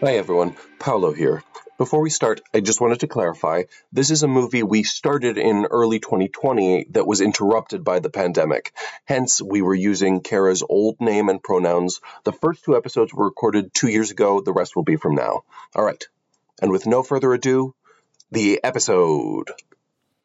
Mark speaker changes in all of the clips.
Speaker 1: Hi everyone, Paolo here. Before we start, I just wanted to clarify this is a movie we started in early 2020 that was interrupted by the pandemic. Hence, we were using Kara's old name and pronouns. The first two episodes were recorded two years ago, the rest will be from now. All right, and with no further ado, the episode.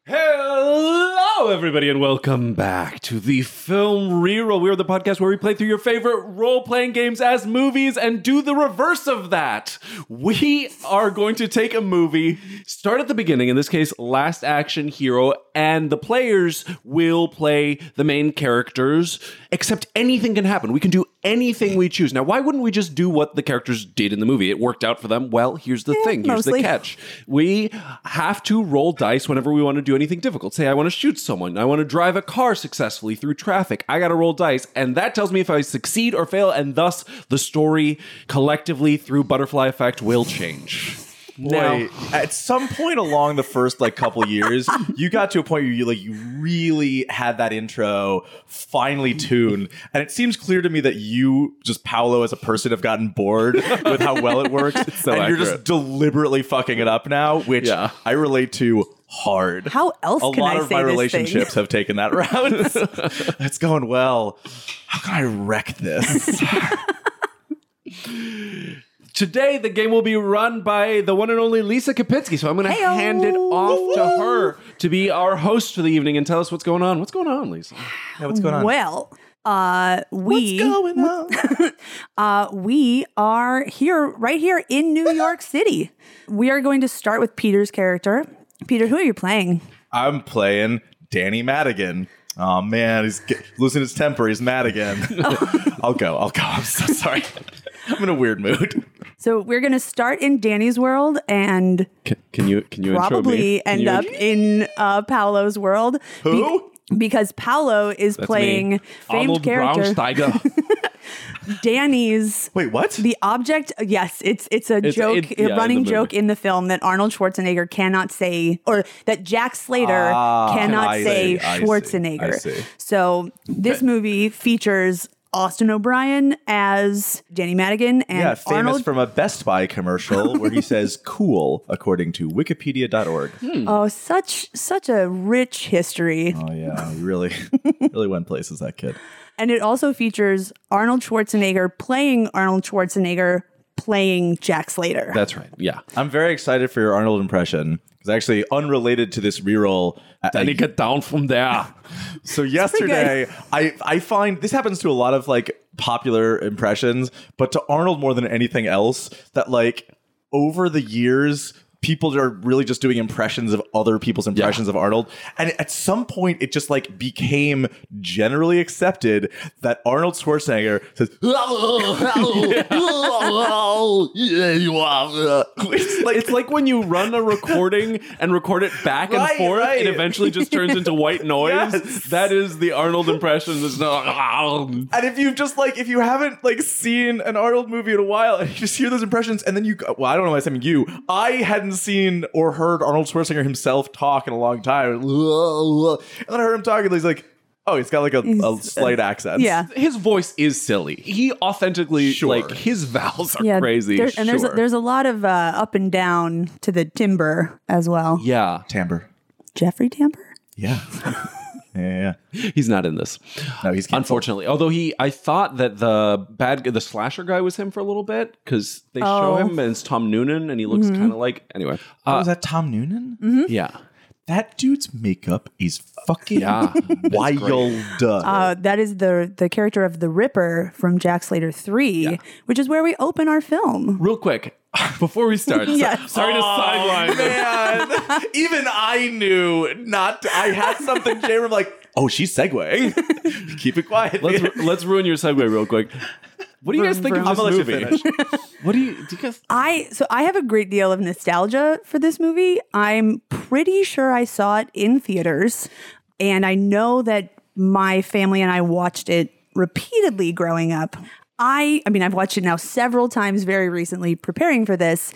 Speaker 2: Hello, everybody, and welcome back to the Film Reroll. We are the podcast where we play through your favorite role playing games as movies and do the reverse of that. We are going to take a movie, start at the beginning, in this case, Last Action Hero, and the players will play the main characters, except anything can happen. We can do anything we choose. Now, why wouldn't we just do what the characters did in the movie? It worked out for them. Well, here's the thing. Here's
Speaker 3: mostly.
Speaker 2: the catch catch. We have to roll dice whenever we want to do anything difficult. Say, I want to shoot someone. I want to drive a car successfully through traffic. I got to roll dice. And that tells me if I succeed or fail. And thus, the story collectively through butterfly effect will change.
Speaker 4: Boy, at some point along the first like couple years, you got to a point where you like you really had that intro finely tuned, and it seems clear to me that you just Paolo as a person have gotten bored with how well it works,
Speaker 2: so
Speaker 4: and you're
Speaker 2: accurate.
Speaker 4: just deliberately fucking it up now, which
Speaker 2: Yeah.
Speaker 4: I relate to hard.
Speaker 3: How else
Speaker 4: a
Speaker 3: can
Speaker 4: lot
Speaker 3: I
Speaker 4: of
Speaker 3: say
Speaker 4: my
Speaker 3: this
Speaker 4: relationships have taken that route. it's going well. How can I wreck this?
Speaker 2: Today, the game will be run by the one and only Lisa Kapitsky. So I'm going to
Speaker 3: Heyo.
Speaker 2: hand it off to
Speaker 3: Woo-woo.
Speaker 2: her to be our host for the evening and tell us what's going on. What's going on, Lisa?
Speaker 4: yeah, what's going on?
Speaker 3: Well, uh, we
Speaker 4: going on?
Speaker 3: uh, we are here, right here in New York City. We are going to start with Peter's character. Peter, who are you playing?
Speaker 4: I'm playing Danny Madigan. Oh man, he's get, losing his temper. He's mad again. I'll go. I'll go. I'm so sorry. I'm in a weird mood.
Speaker 3: So we're going to start in Danny's world and
Speaker 2: Can, can you can you
Speaker 3: probably end up in uh, Paolo's world. Be-
Speaker 4: Who?
Speaker 3: because Paolo is playing famed
Speaker 2: Arnold
Speaker 3: character
Speaker 2: Braunsteiger.
Speaker 3: Danny's
Speaker 4: Wait, what?
Speaker 3: The object, uh, yes, it's it's a
Speaker 2: It's-
Speaker 3: joke,
Speaker 2: it- yeah, in
Speaker 3: a
Speaker 2: the
Speaker 3: running
Speaker 2: movie.
Speaker 3: joke in the film that Arnold Schwarzenegger cannot say, or that Jack Slater
Speaker 4: Ah,
Speaker 3: cannot
Speaker 4: I
Speaker 3: say
Speaker 4: see, I see,
Speaker 3: Schwarzenegger.
Speaker 4: I see.
Speaker 3: So this movie features Austin O'Brien as Danny Madigan and
Speaker 4: yeah, famous
Speaker 3: Arnold.
Speaker 4: from a Best Buy commercial where he says "cool" according to Wikipedia.org.
Speaker 3: oh, such such a rich history,
Speaker 4: Oh yeah, he really, really went places that kid.
Speaker 3: and it also features Arnold Schwarzenegger playing Arnold Schwarzenegger playing Jack Slater.
Speaker 2: That's right. Yeah.
Speaker 4: I'm very excited for your Arnold impression because actually, unrelated to this reroll, I-
Speaker 2: Then you
Speaker 4: I-
Speaker 2: get down from there.
Speaker 4: So
Speaker 3: pretty good.
Speaker 4: yesterday, I I find this happens to a lot of like popular impressions, but to Arnold more than anything else, that like over the years. People are really just doing impressions of other people's impressions of Arnold. And at some point, it just like became generally accepted that Arnold Schwarzenegger says, it's like,
Speaker 2: It's like when you run a recording and record it back and
Speaker 4: Right,
Speaker 2: forth,
Speaker 4: right.
Speaker 2: it eventually just turns into white noise.
Speaker 4: Yes.
Speaker 2: That is the Arnold impression. It's not.
Speaker 4: And if you've just like if you haven't like seen an Arnold movie in a while and you just hear those impressions and then you go- well I don't know why I'm saying you I hadn't seen or heard Arnold Schwarzenegger himself talk in a long time and then I heard him talking he's like oh he's got like a, a slight accent
Speaker 3: uh, yeah.
Speaker 2: His voice is silly. He authentically
Speaker 4: Sure.
Speaker 2: like his vowels are crazy.
Speaker 3: there- and there's a,
Speaker 2: sure.
Speaker 3: there's a lot of uh, up and down to the timber as well.
Speaker 2: yeah,
Speaker 4: timbre
Speaker 3: Jeffrey Tamper.
Speaker 4: yeah yeah yeah yeah.
Speaker 2: he's not in this.
Speaker 4: no he's canceled.
Speaker 2: Unfortunately, although he, I thought that the bad, the slasher guy was him for a little bit because they
Speaker 3: Oh.
Speaker 2: show him and it's Tom Noonan and he looks kind of like anyway.
Speaker 4: Oh,
Speaker 2: Uh,
Speaker 4: was that Tom Noonan
Speaker 3: Mm-hmm.
Speaker 2: yeah,
Speaker 4: that dude's makeup is fucking
Speaker 2: Yeah.
Speaker 4: wild
Speaker 3: Uh, that is the the character of the Ripper from Jack Slater Three, which is where we open our film.
Speaker 2: real quick before we start. so-
Speaker 3: Yes.
Speaker 2: sorry to sideline. this.
Speaker 4: man. Oh, Even I knew not. To, I had something. Jared, like, oh, she's segueing. Keep it quiet.
Speaker 2: Let's ru- let's ruin your segue real quick. What do you guys think of
Speaker 3: vroom.
Speaker 2: this
Speaker 4: I'ma let you
Speaker 2: movie?
Speaker 4: finish.
Speaker 2: what do you do? You guys?
Speaker 3: I so I have a great deal of nostalgia for this movie. I'm pretty sure I saw it in theaters, and I know that my family and I watched it repeatedly growing up. I I mean I've watched it now several times very recently preparing for this.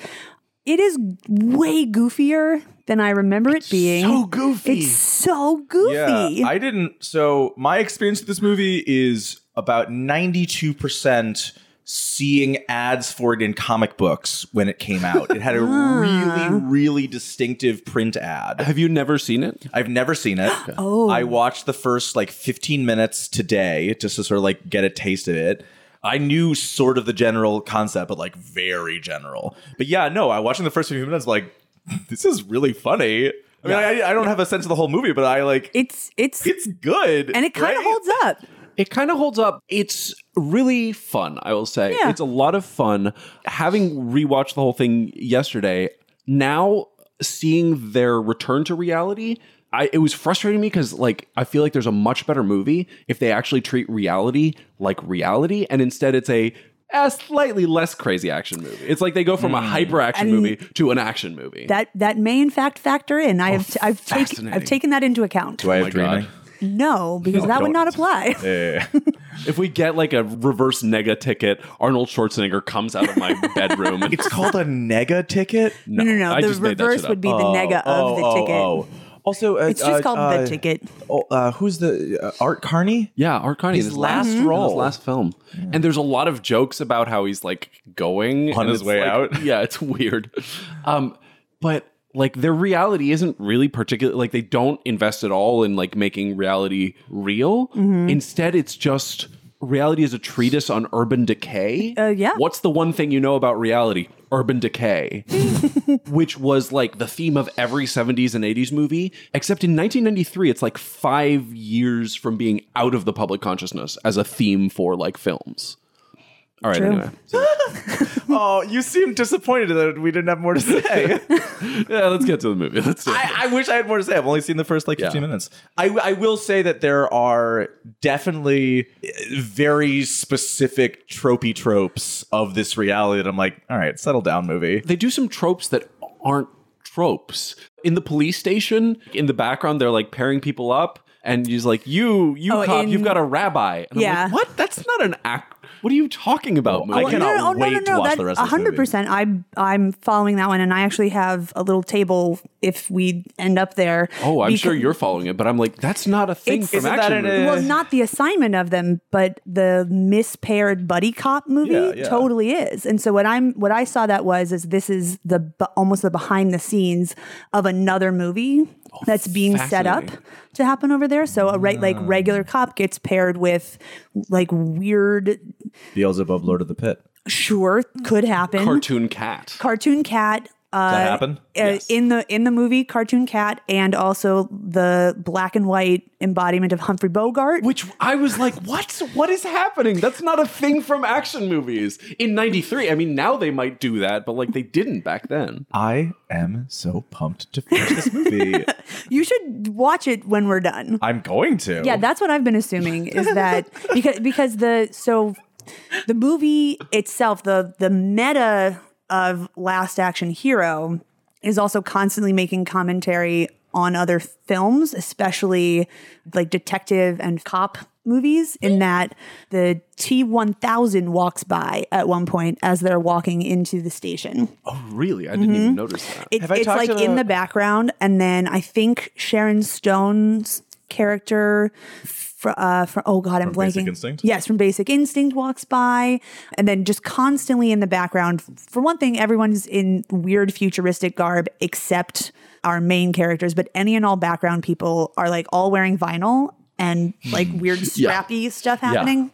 Speaker 3: It is way goofier than I remember it being.
Speaker 4: goofy.
Speaker 3: It's so goofy.
Speaker 4: Yeah, I didn't. So my experience with this movie is about ninety-two percent seeing ads for it in comic books when it came out. It had a
Speaker 3: Ah.
Speaker 4: really, really distinctive print ad.
Speaker 2: Have you never seen it?
Speaker 4: I've never seen it.
Speaker 3: Oh.
Speaker 4: I watched the first like 15 minutes today just to sort of like get a taste of it. I knew sort of the general concept, but like very general. But yeah, no, I watching the first few minutes, like, this is really funny. I mean, I, I don't have a sense of the whole movie, but I like
Speaker 3: It's it's
Speaker 4: it's good
Speaker 3: and it kind of
Speaker 4: right?
Speaker 3: holds up.
Speaker 2: It kind of holds up. It's really fun, I will say.
Speaker 3: Yeah.
Speaker 2: It's a lot of fun. Having rewatched the whole thing yesterday, now seeing their return to reality, I, it was frustrating me because like I feel like there's a much better movie if they actually treat reality like reality, and instead it's a a slightly less crazy action movie. It's like they go from a hyper action
Speaker 3: Hmm. And-
Speaker 2: movie to an action movie.
Speaker 3: That that may in fact factor in. I have t- I've taken
Speaker 2: fascinating.
Speaker 3: I've taken that into account.
Speaker 4: Do I have
Speaker 2: Oh my God.
Speaker 4: dreaming?
Speaker 3: No, because that would
Speaker 2: don't.
Speaker 3: not apply.
Speaker 2: if we get like a reverse nega ticket, Arnold Schwarzenegger comes out of my bedroom. And
Speaker 4: It's called a nega ticket.
Speaker 3: No, no, no.
Speaker 2: I
Speaker 3: the
Speaker 2: just made that
Speaker 3: reverse
Speaker 2: shit up.
Speaker 3: would be the nega of the ticket.
Speaker 4: Also, uh,
Speaker 3: It's just
Speaker 4: uh,
Speaker 3: called
Speaker 4: uh,
Speaker 3: the ticket.
Speaker 4: oh, uh, who's the uh, Art Carney?
Speaker 2: Yeah, Art Carney.
Speaker 4: His last
Speaker 2: in
Speaker 4: role.
Speaker 2: his last film, and there's a lot of jokes about how he's like going
Speaker 4: On
Speaker 2: and
Speaker 4: his
Speaker 2: it's
Speaker 4: way
Speaker 2: like-
Speaker 4: out.
Speaker 2: Yeah, it's weird, um, but like their reality isn't really particular. Like they don't invest at all in like making reality real.
Speaker 3: Mm-hmm.
Speaker 2: Instead, it's just reality is a treatise on urban decay.
Speaker 3: Uh, yeah.
Speaker 2: What's the one thing you know about reality? Urban decay, which was like the theme of every 70s and 80s movie, except in 1993, it's like five years from being out of the public consciousness as a theme for like films. All right,
Speaker 3: True.
Speaker 2: anyway.
Speaker 4: Oh, you seem disappointed that we didn't have more to say.
Speaker 2: Yeah, let's get to the movie. Let's do it.
Speaker 4: I, I wish I had more to say. I've only seen the first like 15
Speaker 2: Yeah.
Speaker 4: minutes. I, I will say that there are definitely very specific tropey tropes of this reality that I'm like, all right, settle down, movie.
Speaker 2: they do some tropes that aren't tropes. In the police station, in the background, they're like pairing people up, and he's like, "You, you
Speaker 3: Oh,
Speaker 2: cop,
Speaker 3: in-
Speaker 2: you've got a rabbi." And I'm like,
Speaker 3: Yeah.
Speaker 2: what? That's not an act. What are you talking about?
Speaker 4: I
Speaker 2: movie?
Speaker 4: cannot
Speaker 3: oh,
Speaker 4: wait to watch
Speaker 3: that-
Speaker 4: the rest of this movie.
Speaker 3: 100%. I'm, I'm following that one, and I actually have a little table if we end up there.
Speaker 2: Oh, I'm
Speaker 3: Because-
Speaker 2: sure you're following it, but I'm like, that's not a thing
Speaker 3: It's-
Speaker 2: from
Speaker 3: Isn't
Speaker 4: that
Speaker 2: action.
Speaker 4: an-
Speaker 2: movies.
Speaker 3: Well, not the assignment of them, but the mispaired buddy cop movie
Speaker 4: Yeah, yeah.
Speaker 3: totally is. And so what I'm what I saw that was is this is the b- almost the behind the scenes of another movie that's being set up
Speaker 2: Oh, fascinating. Ah.
Speaker 3: to happen over there. So a right like regular cop gets paired with like weird
Speaker 4: Beelzebub, Lord of the Pit.
Speaker 3: sure could happen
Speaker 2: cartoon cat.
Speaker 3: cartoon cat uh,
Speaker 4: that happen?
Speaker 3: uh,
Speaker 2: Yes.
Speaker 3: in the in the movie cartoon cat and also the black and white embodiment of Humphrey Bogart.
Speaker 2: Which I was like, what? What is happening? That's not a thing from action movies in '93. I mean, now they might do that, but like they didn't back then.
Speaker 4: I am so pumped to finish this movie.
Speaker 3: you should watch it when we're done.
Speaker 4: I'm going to.
Speaker 3: Yeah, that's what I've been assuming is that because because the so the movie itself, the the meta of Last Action Hero is also constantly making commentary on other films, especially like detective and cop movies in that the T1000 walks by at one point as they're walking into the station.
Speaker 2: Oh, really? I didn't even notice that.
Speaker 3: It,
Speaker 4: Have I
Speaker 3: it's
Speaker 4: talked
Speaker 3: like in
Speaker 4: about-
Speaker 3: the background, and then I think Sharon Stone's character. fr uh, fr oh god, I'm blanking.
Speaker 4: Basic Instinct?
Speaker 3: Yes, from Basic Instinct walks by, and then just constantly in the background. For one thing, everyone's in weird futuristic garb except our main characters, but any and all background people are like all wearing vinyl and like weird strappy stuff happening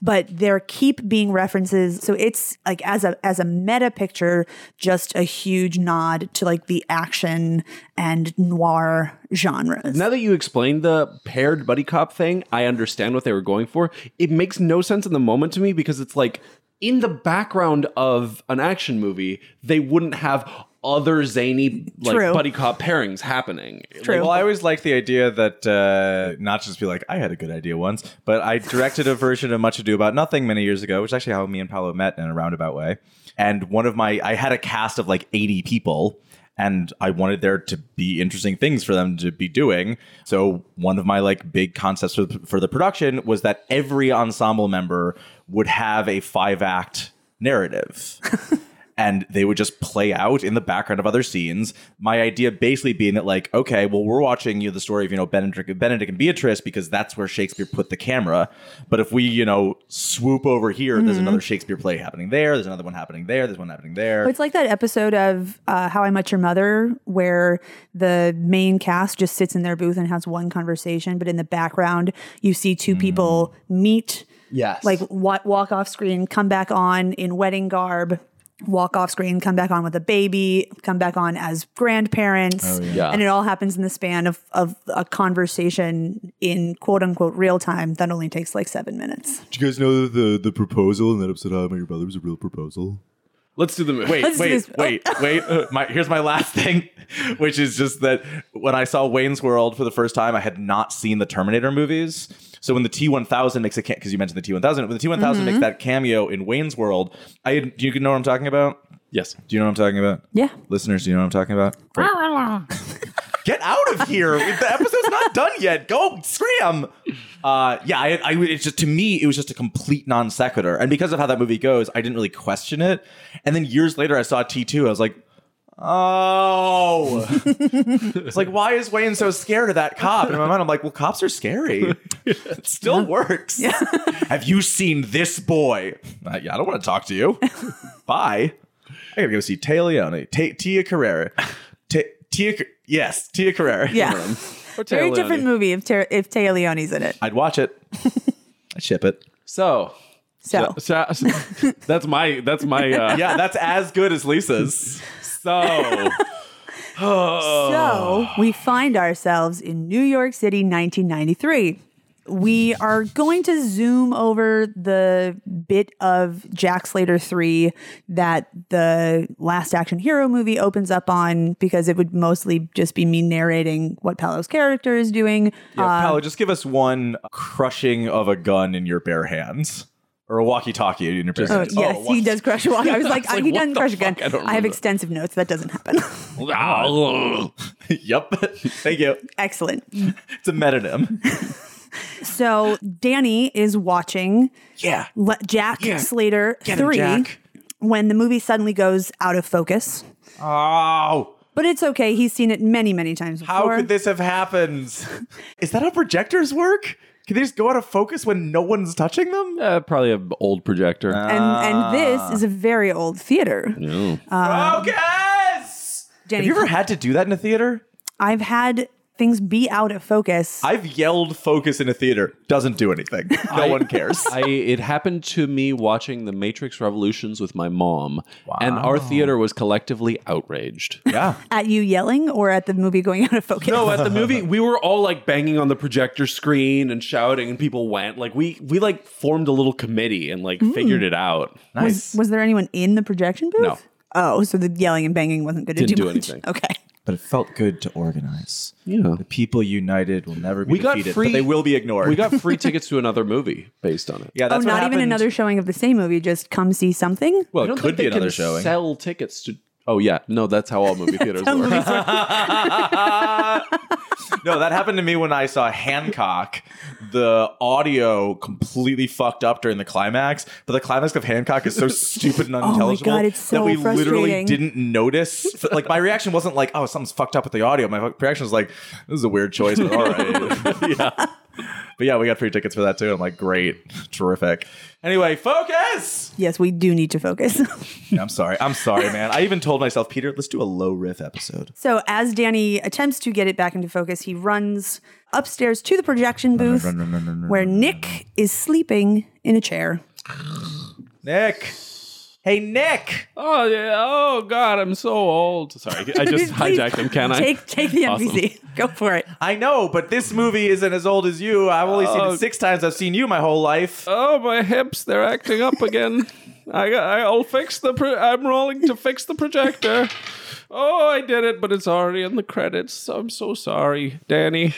Speaker 3: but there keep being references so it's like as a as a meta picture just a huge nod to like the action and noir genres
Speaker 2: Now that you explained the paired buddy cop thing, I understand what they were going for. It makes no sense in the moment to me because it's like in the background of an action movie, they wouldn't have other zany like
Speaker 3: True.
Speaker 2: buddy cop pairings happening.
Speaker 3: True.
Speaker 4: Well, I always liked the idea that uh, not just be like, I had a good idea once, but I directed a version of Much Ado About Nothing many years ago, which is actually how me and Paolo met in a roundabout way. And one of my, I had a cast of like 80 people, and I wanted there to be interesting things for them to be doing. So one of my like big concepts for, for the production was that every ensemble member would have a five act narrative. and they would just play out in the background of other scenes. My idea basically being that, like, okay, well, we're watching you know, the story of you know Benedict, Benedict and Beatrice because that's where Shakespeare put the camera. But if we you know swoop over here, there's another Shakespeare play happening there. There's another one happening there. There's one happening there.
Speaker 3: It's like that episode of uh, How I Met Your Mother where the main cast just sits in their booth and has one conversation, but in the background, you see two people meet,
Speaker 5: Yes.
Speaker 3: like wa- walk off screen, come back on in wedding garb. Walk off screen, come back on with a baby, come back on as grandparents,
Speaker 5: Yeah.
Speaker 3: and it all happens in the span of, of a conversation in quote unquote real time that only takes like seven minutes.
Speaker 6: Did you guys know that the, the proposal in that episode of How I Met Your Brother was a real proposal?
Speaker 2: Let's do the movie.
Speaker 4: wait,
Speaker 3: Let's do
Speaker 4: wait,
Speaker 3: this.
Speaker 4: wait, wait. Uh, My, here's my last thing, which is just that when I saw Wayne's World for the first time, I had not seen the Terminator movies. So when the T1000 makes a because you mentioned the T1000, when the T1000 makes that cameo in Wayne's World, I had- do you know what I'm talking about?
Speaker 2: Yes.
Speaker 4: Do you know what I'm talking about?
Speaker 3: Yeah.
Speaker 4: Listeners, do you know what I'm talking about? Great. Get out of here. The episode's not done yet. Go scram. Uh, yeah, I, I, it's just to me, it was just a complete non sequitur. And because of how that movie goes, I didn't really question it. And then years later, I saw T2. I was like, oh. it's like, why is Wayne so scared of that cop? And in my mind, I'm like, well, cops are scary. It still works. Have you seen this boy? Uh, yeah, I don't want to talk to you. Bye. I gotta go see Tay Leone, Ta- Tia Carrera, Ta- Tia. Car- Yes, Tia Carrera.
Speaker 3: Yeah.
Speaker 2: Or Taya
Speaker 3: Very
Speaker 2: Leone.
Speaker 3: different movie if, Ter- if Taya Leone's in it.
Speaker 4: I'd watch it. I'd ship it.
Speaker 2: So,
Speaker 3: So,
Speaker 2: so- so- that's my that's my uh,
Speaker 4: Yeah, that's as good as Lisa's.
Speaker 2: So
Speaker 3: So we find ourselves in New York City, 1993. We are going to zoom over the bit of Jack Slater 3 that the Last Action Hero movie opens up on because it would mostly just be me narrating what Palo's character is doing. Uh,
Speaker 4: Yeah, Paolo, just give us one crushing of a gun in your bare hands, or a walkie-talkie in your bare
Speaker 3: Oh,
Speaker 4: hands.
Speaker 3: yes, he does crush a walk. I was like,
Speaker 2: like,
Speaker 3: he
Speaker 2: what
Speaker 3: doesn't
Speaker 2: the
Speaker 3: crush a gun.
Speaker 2: fuck? I don't
Speaker 3: I have
Speaker 2: remember.
Speaker 3: extensive notes. That doesn't happen.
Speaker 4: yep. Thank you.
Speaker 3: Excellent.
Speaker 4: It's a metonym.
Speaker 3: So Danny is watching
Speaker 4: Yeah.
Speaker 3: Le- Jack Slater 3
Speaker 4: Jack.
Speaker 3: when the movie suddenly goes out of focus.
Speaker 4: Oh,
Speaker 3: But it's okay. He's seen it many, many times before.
Speaker 4: how could this have happened? Is that how projectors work? Can they just go out of focus when no one's touching them?
Speaker 2: uh, probably an old projector.
Speaker 4: Uh.
Speaker 3: And,
Speaker 4: Ah.
Speaker 3: and this is a very old theater.
Speaker 4: focus.
Speaker 3: Jenny,
Speaker 4: Have you ever had to do that in a theater?
Speaker 3: I've had things be out of focus.
Speaker 4: I've yelled focus in a theater. Doesn't do anything. No one cares.
Speaker 2: I it happened to me watching The Matrix Revolutions with my mom, and our theater was collectively outraged.
Speaker 4: yeah.
Speaker 3: at you yelling or at the movie going out of focus?
Speaker 2: No, at the movie, we were all like banging on the projector screen and shouting, and people went like we we like formed a little committee and like figured it out.
Speaker 4: Nice.
Speaker 3: Was there anyone in the projection booth?
Speaker 2: No.
Speaker 3: Oh, so the yelling and banging wasn't going to
Speaker 2: Didn't
Speaker 3: do,
Speaker 2: do
Speaker 3: much.
Speaker 2: anything.
Speaker 3: Okay. Oh,
Speaker 4: but it felt good to organize.
Speaker 2: Yeah.
Speaker 4: The people united will never be
Speaker 2: We got
Speaker 4: defeated,
Speaker 2: free-
Speaker 4: but they will be ignored.
Speaker 2: We got free tickets to another movie based on it.
Speaker 4: yeah,
Speaker 3: Oh,
Speaker 4: that's
Speaker 3: not
Speaker 4: what
Speaker 3: even
Speaker 4: happened.
Speaker 3: another showing of the same movie. Just come see something.
Speaker 4: Well,
Speaker 2: I
Speaker 4: it
Speaker 2: don't
Speaker 4: could
Speaker 2: think
Speaker 4: be
Speaker 2: they
Speaker 4: another
Speaker 2: can
Speaker 4: showing.
Speaker 2: Sell tickets to. Oh yeah, no, that's how all movie theaters work.
Speaker 4: no, that happened to me when I saw Hancock. The audio completely fucked up during the climax, but the climax of Hancock is so stupid and unintelligible
Speaker 3: Oh God, it's so
Speaker 4: that we literally
Speaker 3: frustrating.
Speaker 4: didn't notice. Like my reaction wasn't like, "Oh, something's fucked up with the audio." My reaction was like, "This is a weird choice." But all right, yeah. But yeah, we got free tickets for that too. I'm like, "Great, terrific." Anyway, focus.
Speaker 3: Yes, we do need to focus.
Speaker 4: Yeah, I'm sorry. I'm sorry, man. I even told myself, Peter, let's do a low riff episode.
Speaker 3: So as Danny attempts to get it back into focus, he runs upstairs to the projection booth where Nick is sleeping in a chair.
Speaker 4: Nick. Hey, Nick.
Speaker 2: Oh yeah. Oh god, I'm so old. Sorry, I just
Speaker 3: Please
Speaker 2: hijacked him. Can I?
Speaker 3: Take take the
Speaker 2: Awesome.
Speaker 3: NPC. Go for it.
Speaker 4: I know, but this movie isn't as old as you. I've only seen
Speaker 2: Oh.
Speaker 4: it six times. I've seen you my whole life.
Speaker 2: Oh, my hips, they're acting up again. I, I'll fix the. Pro- I'm rolling to fix the projector. Oh, I did it, but it's already in the credits. I'm so sorry, Danny.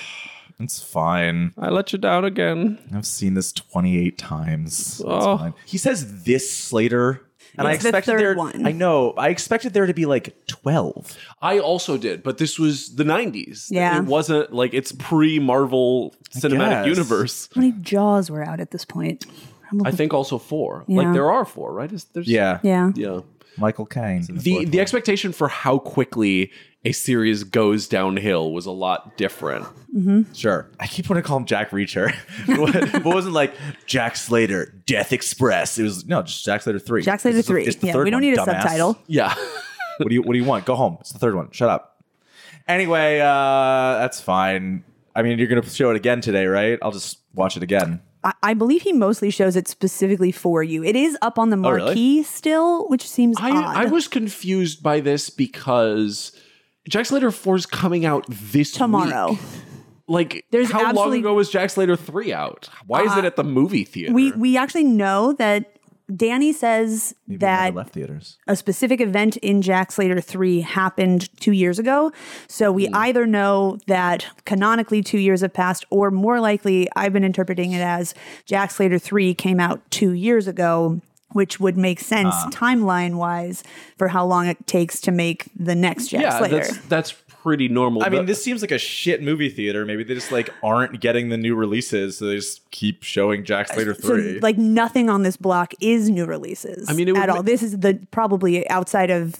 Speaker 4: It's fine.
Speaker 2: I let you down again.
Speaker 4: I've seen this 28 times. It's
Speaker 2: Oh.
Speaker 4: fine. He says this Slater. And I
Speaker 3: It's the
Speaker 4: expected
Speaker 3: third
Speaker 4: there
Speaker 3: one.
Speaker 4: I know. I expected there to be like 12.
Speaker 2: I also did, but this was the 90s.
Speaker 3: Yeah.
Speaker 2: It wasn't like it's pre Marvel cinematic
Speaker 4: guess.
Speaker 2: universe.
Speaker 3: How many jaws were out at this point?
Speaker 2: I think also four.
Speaker 3: Yeah.
Speaker 2: Like there are four, right? Is, there's,
Speaker 3: Yeah.
Speaker 2: Yeah.
Speaker 4: Michael Caine.
Speaker 2: the the expectation for how quickly a series goes downhill was a lot different.
Speaker 4: Sure. I keep wanting to call him Jack Reacher. but it wasn't like Jack Slater, Death Express. It was no, just Jack Slater 3.
Speaker 3: Jack Slater
Speaker 4: It's the-
Speaker 3: three.
Speaker 4: it's the
Speaker 3: Yeah,
Speaker 4: third
Speaker 3: we don't
Speaker 4: one,
Speaker 3: need a
Speaker 4: dumbass.
Speaker 3: subtitle.
Speaker 2: Yeah.
Speaker 4: What do you what do you want? Go home. It's the third one. Shut up. Anyway, uh that's fine. I mean, you're going to show it again today, right? I'll just watch it again.
Speaker 3: I, I believe he mostly shows it specifically for you. It is up on the
Speaker 4: really?
Speaker 3: marquee still, which seems odd.
Speaker 2: I I was confused by this because Jack Slater 4 is coming out this
Speaker 3: tomorrow.
Speaker 2: week. Like
Speaker 3: There's
Speaker 2: how long
Speaker 3: absolutely- Uh,
Speaker 2: ago was Jack Slater 3 out? Why is it at the movie theater?
Speaker 3: We we actually know that Danny says that
Speaker 4: left theaters.
Speaker 3: a specific event in Jack Slater 3 happened two years ago. So
Speaker 2: Hmm.
Speaker 3: we either know that canonically two years have passed, or more likely, I've been interpreting it as Jack Slater 3 came out two years ago, which would make sense
Speaker 2: Ah.
Speaker 3: timeline wise for how long it takes to make the next Jack
Speaker 2: yeah,
Speaker 3: Slater.
Speaker 2: that's that's pretty normal.
Speaker 4: I mean,
Speaker 2: The-
Speaker 4: this seems like a shit movie theater. Maybe they just like aren't getting the new releases, so they just keep showing Jack Slater
Speaker 3: So,
Speaker 4: 3.
Speaker 3: like, nothing on this block is new releases. I
Speaker 2: mean, it would
Speaker 3: at all.
Speaker 2: ma-
Speaker 3: This is the probably outside of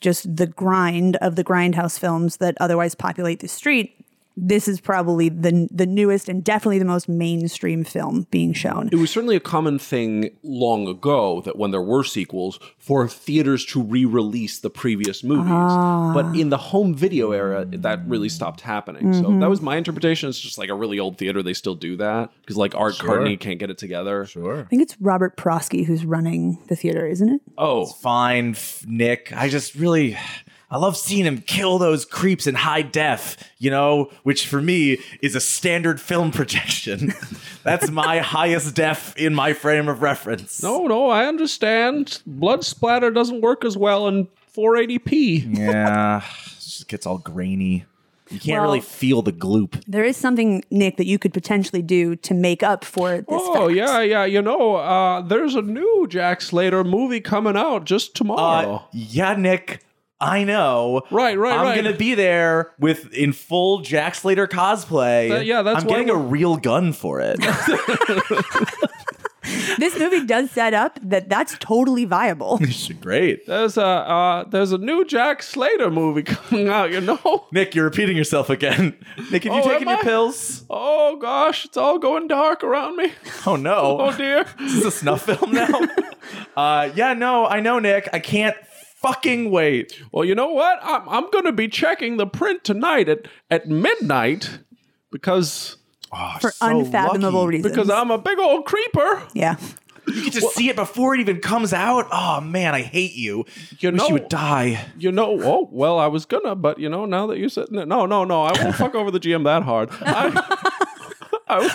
Speaker 3: just the grind of the grindhouse films that otherwise populate the street. This is probably the the newest and definitely the most mainstream film being shown.
Speaker 2: It was certainly a common thing long ago that when there were sequels, for theaters to re release the previous movies. But in the home video era, that really stopped happening. So that was my interpretation. It's just like a really old theater, they still do that because like Art Cartney can't get it together.
Speaker 4: sure.
Speaker 3: I think it's Robert Prosky who's running the theater, isn't it?
Speaker 2: Oh,
Speaker 4: fine, f- Nick. I just really, I love seeing him kill those creeps in high def, you know, which for me is a standard film projection. That's my highest def in my frame of reference.
Speaker 2: no, no, I understand. Blood splatter doesn't work as well in 480p.
Speaker 4: Yeah. It just gets all grainy. You can't
Speaker 3: Well-
Speaker 4: really feel the gloop.
Speaker 3: There is something, Nick, that you could potentially do to make up for this.
Speaker 2: Oh
Speaker 3: fact.
Speaker 2: yeah, yeah. You know, uh, there's a new Jack Slater movie coming out just tomorrow.
Speaker 4: Uh, yeah, Nick. I know.
Speaker 2: Right, right,
Speaker 4: I'm
Speaker 2: right.
Speaker 4: gonna be there with in full Jack Slater cosplay.
Speaker 2: That- yeah, that's
Speaker 4: I'm
Speaker 2: why
Speaker 4: getting a
Speaker 2: we're-
Speaker 4: real gun for it.
Speaker 3: This movie does set up that that's totally viable.
Speaker 4: Great.
Speaker 2: There's a uh, there's a new Jack Slater movie coming out, you know.
Speaker 4: Nick, you're repeating yourself again. Nick, have
Speaker 2: Oh,
Speaker 4: you taken
Speaker 2: am
Speaker 4: your
Speaker 2: I?
Speaker 4: pills?
Speaker 2: Oh gosh, it's all going dark around me.
Speaker 4: Oh no.
Speaker 2: Oh dear.
Speaker 4: Is this a snuff film now? uh yeah, no, I know, Nick. I can't fucking wait.
Speaker 2: Well, you know what? I'm I'm gonna be checking the print tonight at at midnight because
Speaker 3: For unfathomable reasons.
Speaker 2: because I'm a big old creeper.
Speaker 3: yeah.
Speaker 4: You can just see it before it even comes out. Oh man, I hate you.
Speaker 2: You
Speaker 4: Wish
Speaker 2: know-
Speaker 4: you would die.
Speaker 2: You know. Oh well, I was gonna, but you know, now that you said no, no, no, I won't fuck over the GM that hard. I, I,
Speaker 3: I was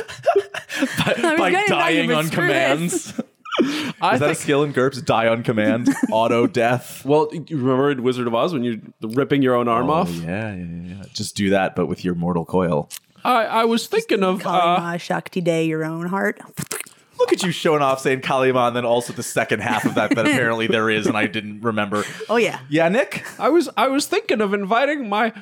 Speaker 3: gonna tell you, but screw this.
Speaker 2: I
Speaker 4: Is that a
Speaker 2: think-
Speaker 4: skill in GURPS? Die on command, auto death.
Speaker 2: well, you remember in Wizard of Oz when you're ripping your own arm off?
Speaker 4: yeah, yeah, yeah. Just do that, but with your mortal coil.
Speaker 2: I, I was thinking of
Speaker 3: Calling
Speaker 2: uh,
Speaker 4: Uh-huh.
Speaker 3: Ma Shakti Day your own heart.
Speaker 4: Look at you showing off saying Kalima, and then also the second half of that that apparently there is, and I didn't remember.
Speaker 3: Oh yeah.
Speaker 4: Yeah, Nick?
Speaker 2: I was I was thinking of inviting my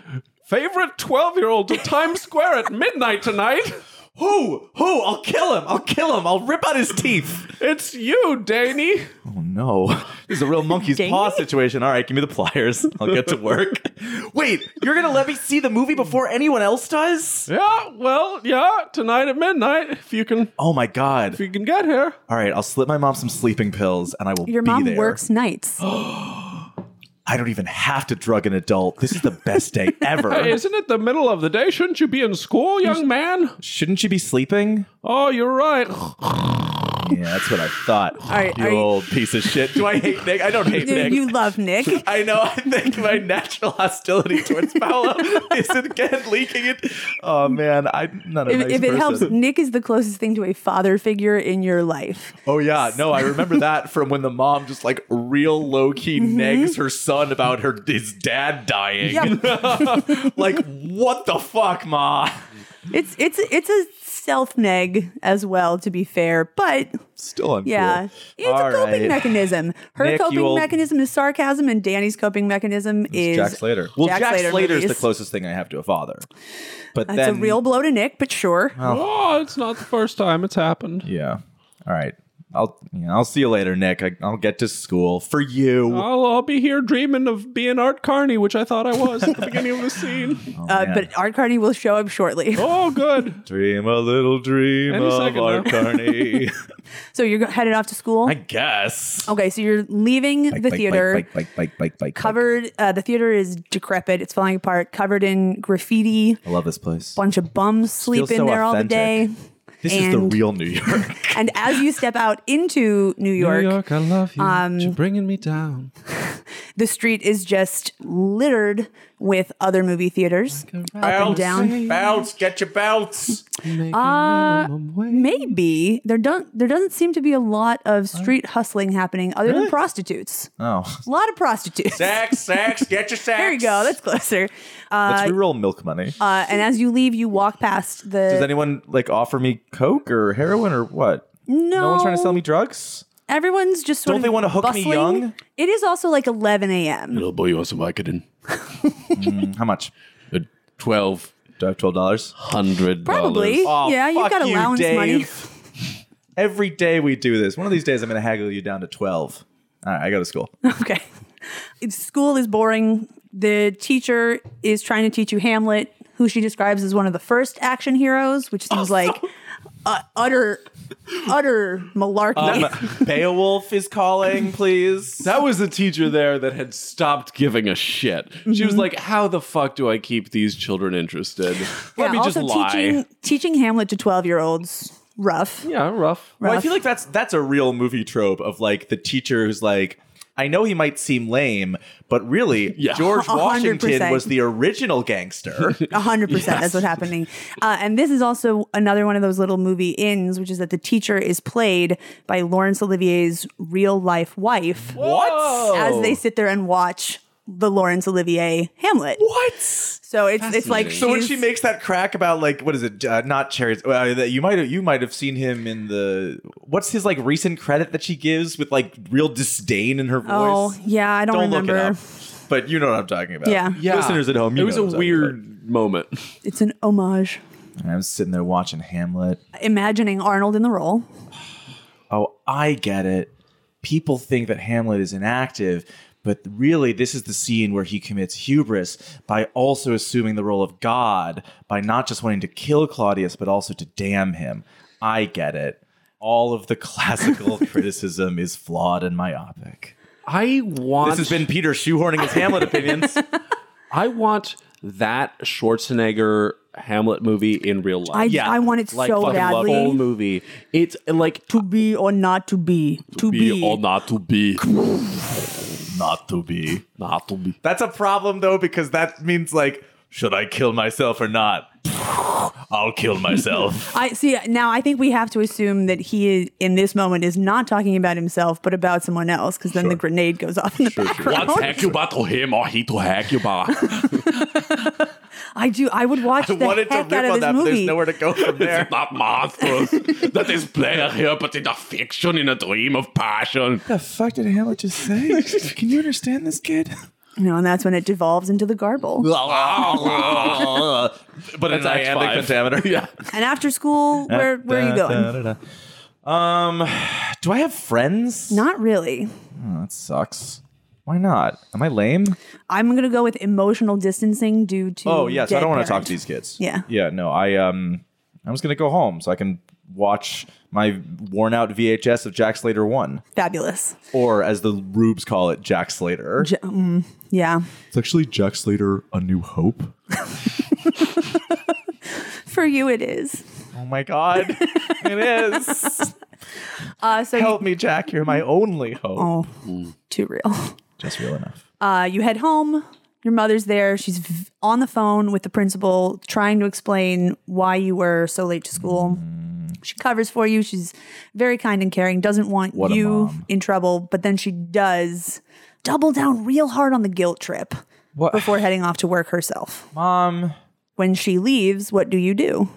Speaker 2: favorite 12-year-old to Times Square at midnight tonight.
Speaker 4: Who? Who? I'll kill him. I'll kill him. I'll rip out his teeth.
Speaker 2: It's you, Danny.
Speaker 4: Oh, no. This is a real monkey's
Speaker 3: Dang
Speaker 4: paw
Speaker 3: it.
Speaker 4: situation. All right, give me the pliers. I'll get to work. Wait, you're going to let me see the movie before anyone else does?
Speaker 2: Yeah, well, yeah, tonight at midnight if you can
Speaker 4: Oh, my God.
Speaker 2: if you can get here.
Speaker 4: All right, I'll slip my mom some sleeping pills and I will
Speaker 3: Your
Speaker 4: be
Speaker 3: mom
Speaker 4: there. Oh,
Speaker 3: works nights.
Speaker 4: I don't even have to drug an adult. This is the best day
Speaker 2: Hey,
Speaker 4: ever.
Speaker 2: isn't it the middle of the day? Shouldn't you be in school, young man?
Speaker 4: Shouldn't you be sleeping?
Speaker 2: Oh, you're right.
Speaker 4: Yeah, that's what I thought.
Speaker 3: Oh. right,
Speaker 4: you
Speaker 3: are you-
Speaker 4: old piece of shit. Do I hate Nick? I don't hate
Speaker 3: You,
Speaker 4: Nick.
Speaker 3: you love Nick.
Speaker 4: I know. I think my natural hostility towards Paolo is again leaking it. Oh man, I'm not a
Speaker 3: If,
Speaker 4: nice
Speaker 3: if it
Speaker 4: person.
Speaker 3: helps, Nick is the closest thing to a father figure in your life.
Speaker 4: Oh yeah, no, I remember that from when the mom just like real low key
Speaker 3: Mm-hmm.
Speaker 4: nags her son about her his dad dying. like what the fuck, ma?
Speaker 3: It's it's it's a self neg as well, to be fair. But
Speaker 4: Still uncool.
Speaker 3: yeah, it's
Speaker 4: All
Speaker 3: a coping
Speaker 4: right.
Speaker 3: mechanism. Her
Speaker 4: Nick, you
Speaker 3: coping
Speaker 4: old-
Speaker 3: mechanism is sarcasm, and Danny's coping mechanism is
Speaker 4: Jack Slater. Well, Jack,
Speaker 3: Jack Slater
Speaker 4: Slater's the
Speaker 3: movies.
Speaker 4: closest thing I have to a father. But
Speaker 3: That's
Speaker 4: then
Speaker 3: a real blow to Nick, but sure.
Speaker 2: Oh, it's not the first time it's happened.
Speaker 4: Yeah. All right. I'll you know, I'll see you later, Nick. I, I'll get to school for you.
Speaker 2: I'll, I'll be here dreaming of being Art Carney, which I thought I was at the beginning of the scene.
Speaker 3: uh,
Speaker 4: man.
Speaker 3: but Art Carney will show up shortly.
Speaker 2: Oh, good.
Speaker 4: Dream a little dream
Speaker 2: Any
Speaker 4: of
Speaker 2: second
Speaker 4: our
Speaker 2: now.
Speaker 4: Carney.
Speaker 3: So you're go- headed off to school.
Speaker 4: I guess.
Speaker 3: okay, so you're leaving the theater.
Speaker 4: Bike, bike, bike, bike, bike.
Speaker 3: Covered, uh, the theater is decrepit. It's falling apart. Covered in graffiti.
Speaker 4: I love this place.
Speaker 3: Bunch of bums sleep in
Speaker 4: so
Speaker 3: there all the
Speaker 4: authentic.
Speaker 3: day.
Speaker 4: This is the
Speaker 3: and-
Speaker 4: real New York.
Speaker 3: And as you step out into New York,
Speaker 2: New York, I love you.
Speaker 3: Um,
Speaker 2: You're bringing me down.
Speaker 3: the street is just littered with other movie theaters
Speaker 4: Oh
Speaker 3: up and down. Uh,
Speaker 4: bounce, get your bounce.
Speaker 2: Making minimum wage.
Speaker 3: Maybe there don't there doesn't seem to be a lot of street hustling happening other than prostitutes.
Speaker 4: Oh,
Speaker 3: A lot of prostitutes.
Speaker 4: sex, sex, get your sex.
Speaker 3: There you go. That's closer. Uh,
Speaker 4: Let's reroll milk money.
Speaker 3: uh, and as you leave, you walk past the.
Speaker 4: Does anyone like offer me coke or heroin or what?
Speaker 3: no,
Speaker 4: No one's trying to sell me drugs.
Speaker 3: Everyone's just sort
Speaker 4: Don't
Speaker 3: of
Speaker 4: they wanna hook me
Speaker 3: bustling.
Speaker 4: young?
Speaker 3: It is also like 11 a.m.
Speaker 2: Little boy, you want some Vicodin?
Speaker 4: Mm, How much?
Speaker 2: Twelve
Speaker 4: Do I have twelve Oh, dollars?
Speaker 2: hundred
Speaker 3: Probably.
Speaker 2: Oh,
Speaker 3: yeah, you've got allowance money.
Speaker 4: Every day we do this. One of these days I'm going to haggle you down to twelve. All right, I go to school.
Speaker 3: Okay. It's- School is boring. The teacher is trying to teach you Hamlet, who she describes as one of the first action heroes, which
Speaker 2: Oh,
Speaker 3: seems like uh, utter, utter malarkey.
Speaker 4: Um, Beowulf is calling, please.
Speaker 2: That was the teacher there that had stopped giving a shit. She was like, "How the fuck do I keep these children interested? Let
Speaker 3: Mm-hmm. Yeah,
Speaker 2: me just
Speaker 3: also
Speaker 2: lie."
Speaker 3: teaching teaching Hamlet to twelve year olds rough.
Speaker 2: yeah, rough.
Speaker 4: Well, I
Speaker 3: rough.
Speaker 4: feel like that's that's a real movie trope of like the teacher who's like, I know he might seem lame, but really
Speaker 2: Yeah.
Speaker 4: George
Speaker 3: A hundred
Speaker 4: Washington
Speaker 3: percent.
Speaker 4: was the original gangster.
Speaker 3: A hundred percent. That's what's happening. Uh, and this is also another one of those little movie ins, which is that the teacher is played by Laurence Olivier's real life wife.
Speaker 4: What?
Speaker 3: As they sit there and watch the Laurence Olivier Hamlet.
Speaker 4: What?
Speaker 3: So it's it's like
Speaker 4: So when
Speaker 3: she's-
Speaker 4: she makes that crack about like what is it? Uh, not cherries. Uh, that you might have you might have seen him in the what's his like recent credit that she gives with like real disdain in her voice.
Speaker 3: oh yeah, I don't,
Speaker 4: Don't
Speaker 3: remember.
Speaker 4: look it up. But you know what I'm talking about.
Speaker 3: Yeah.
Speaker 2: Yeah.
Speaker 4: Listeners at home, you
Speaker 2: it was
Speaker 4: know
Speaker 2: a
Speaker 4: what I'm talking
Speaker 2: weird moment.
Speaker 3: It's an homage,
Speaker 4: about. I was sitting there watching Hamlet.
Speaker 3: imagining Arnold in the role.
Speaker 4: oh, I get it. People think that Hamlet is inactive, but really, this is the scene where he commits hubris by also assuming the role of God, by not just wanting to kill Claudius, but also to damn him. I get it. All of the classical criticism is flawed and myopic.
Speaker 2: I want.
Speaker 4: This has been Peter shoehorning his Hamlet opinions.
Speaker 2: I want that Schwarzenegger Hamlet movie in real life.
Speaker 3: I I want it
Speaker 2: like
Speaker 3: so
Speaker 2: fucking love
Speaker 3: badly.
Speaker 2: whole movie. It's like
Speaker 3: To be or not to be. To, be.
Speaker 2: not to be,
Speaker 4: Not to be.
Speaker 2: not to be.
Speaker 4: That's a problem though, because that means like, should I kill myself or not? I'll kill myself.
Speaker 3: I see. Now I think we have to assume that he is, in this moment is not talking about himself, but about someone else, because then the grenade goes off in the background.
Speaker 2: you back to him or he to hack you back.
Speaker 3: I do. I would watch the heck out of this movie.
Speaker 4: to go from there.
Speaker 2: not monstrous. that is player here, but in a fiction, in a dream of passion.
Speaker 4: the fuck did Hamlet just say? Can you understand this kid?
Speaker 3: you know, and that's when it devolves into the garble.
Speaker 4: but
Speaker 2: That's Act
Speaker 4: an iambic
Speaker 2: Five.
Speaker 4: pentameter.
Speaker 2: Yeah.
Speaker 3: And after school, where where are you going?
Speaker 4: Um, do I have friends?
Speaker 3: Not really.
Speaker 4: Oh, that sucks. Why not? Am I lame?
Speaker 3: I'm gonna go with emotional distancing due to.
Speaker 4: Oh yes, I
Speaker 3: dead
Speaker 4: don't want to talk
Speaker 3: parent.
Speaker 4: to these kids.
Speaker 3: Yeah.
Speaker 4: Yeah. No, I um, I was gonna go home so I can watch my worn out VHS of Jack Slater one,
Speaker 3: Fabulous.
Speaker 4: or as the Rubes call it, Jack Slater.
Speaker 3: J- mm, yeah.
Speaker 6: It's actually Jack Slater, A New Hope.
Speaker 3: For you, it is.
Speaker 4: oh my God, it is.
Speaker 3: Uh, so you-
Speaker 4: Help me, Jack. You're my only hope.
Speaker 3: oh, too real.
Speaker 4: Just real enough.
Speaker 3: Uh, you head home. Your mother's there. She's v- on the phone with the principal, trying to explain why you were so late to school.
Speaker 4: Mm.
Speaker 3: She covers for you. She's very kind and caring. Doesn't want
Speaker 4: a
Speaker 3: you
Speaker 4: mom.
Speaker 3: in trouble, but then she does double down real hard on the guilt trip
Speaker 4: What?
Speaker 3: before heading off to work herself.
Speaker 4: Mom.
Speaker 3: When she leaves, what do you do?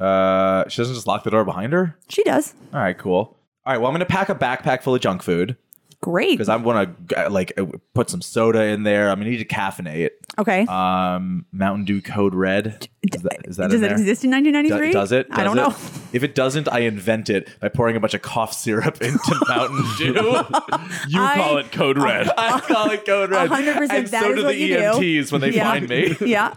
Speaker 4: Uh, she doesn't just lock the door behind her.
Speaker 3: She does.
Speaker 4: All right, cool. All right, well, I'm gonna pack a backpack full of junk food.
Speaker 3: Great.
Speaker 4: because I want to like uh, put some soda in there. I'm gonna need to caffeinate.
Speaker 3: Okay.
Speaker 4: Um, Mountain Dew Code Red. Is that, is that
Speaker 3: Does
Speaker 4: in
Speaker 3: it
Speaker 4: there?
Speaker 3: exist in
Speaker 4: Do-
Speaker 3: 1993?
Speaker 4: does it? Does
Speaker 3: I don't
Speaker 4: it?
Speaker 3: know.
Speaker 4: If it doesn't, I invent it by pouring a bunch of cough syrup into Mountain Dew.
Speaker 5: You
Speaker 3: I-
Speaker 5: call it Code Red.
Speaker 4: I call it Code Red.
Speaker 3: 100%
Speaker 4: And
Speaker 3: that
Speaker 4: so
Speaker 3: is
Speaker 4: do
Speaker 3: what
Speaker 4: the
Speaker 3: you do.
Speaker 4: EMTs when they
Speaker 3: Yeah.
Speaker 4: find me.
Speaker 3: yeah.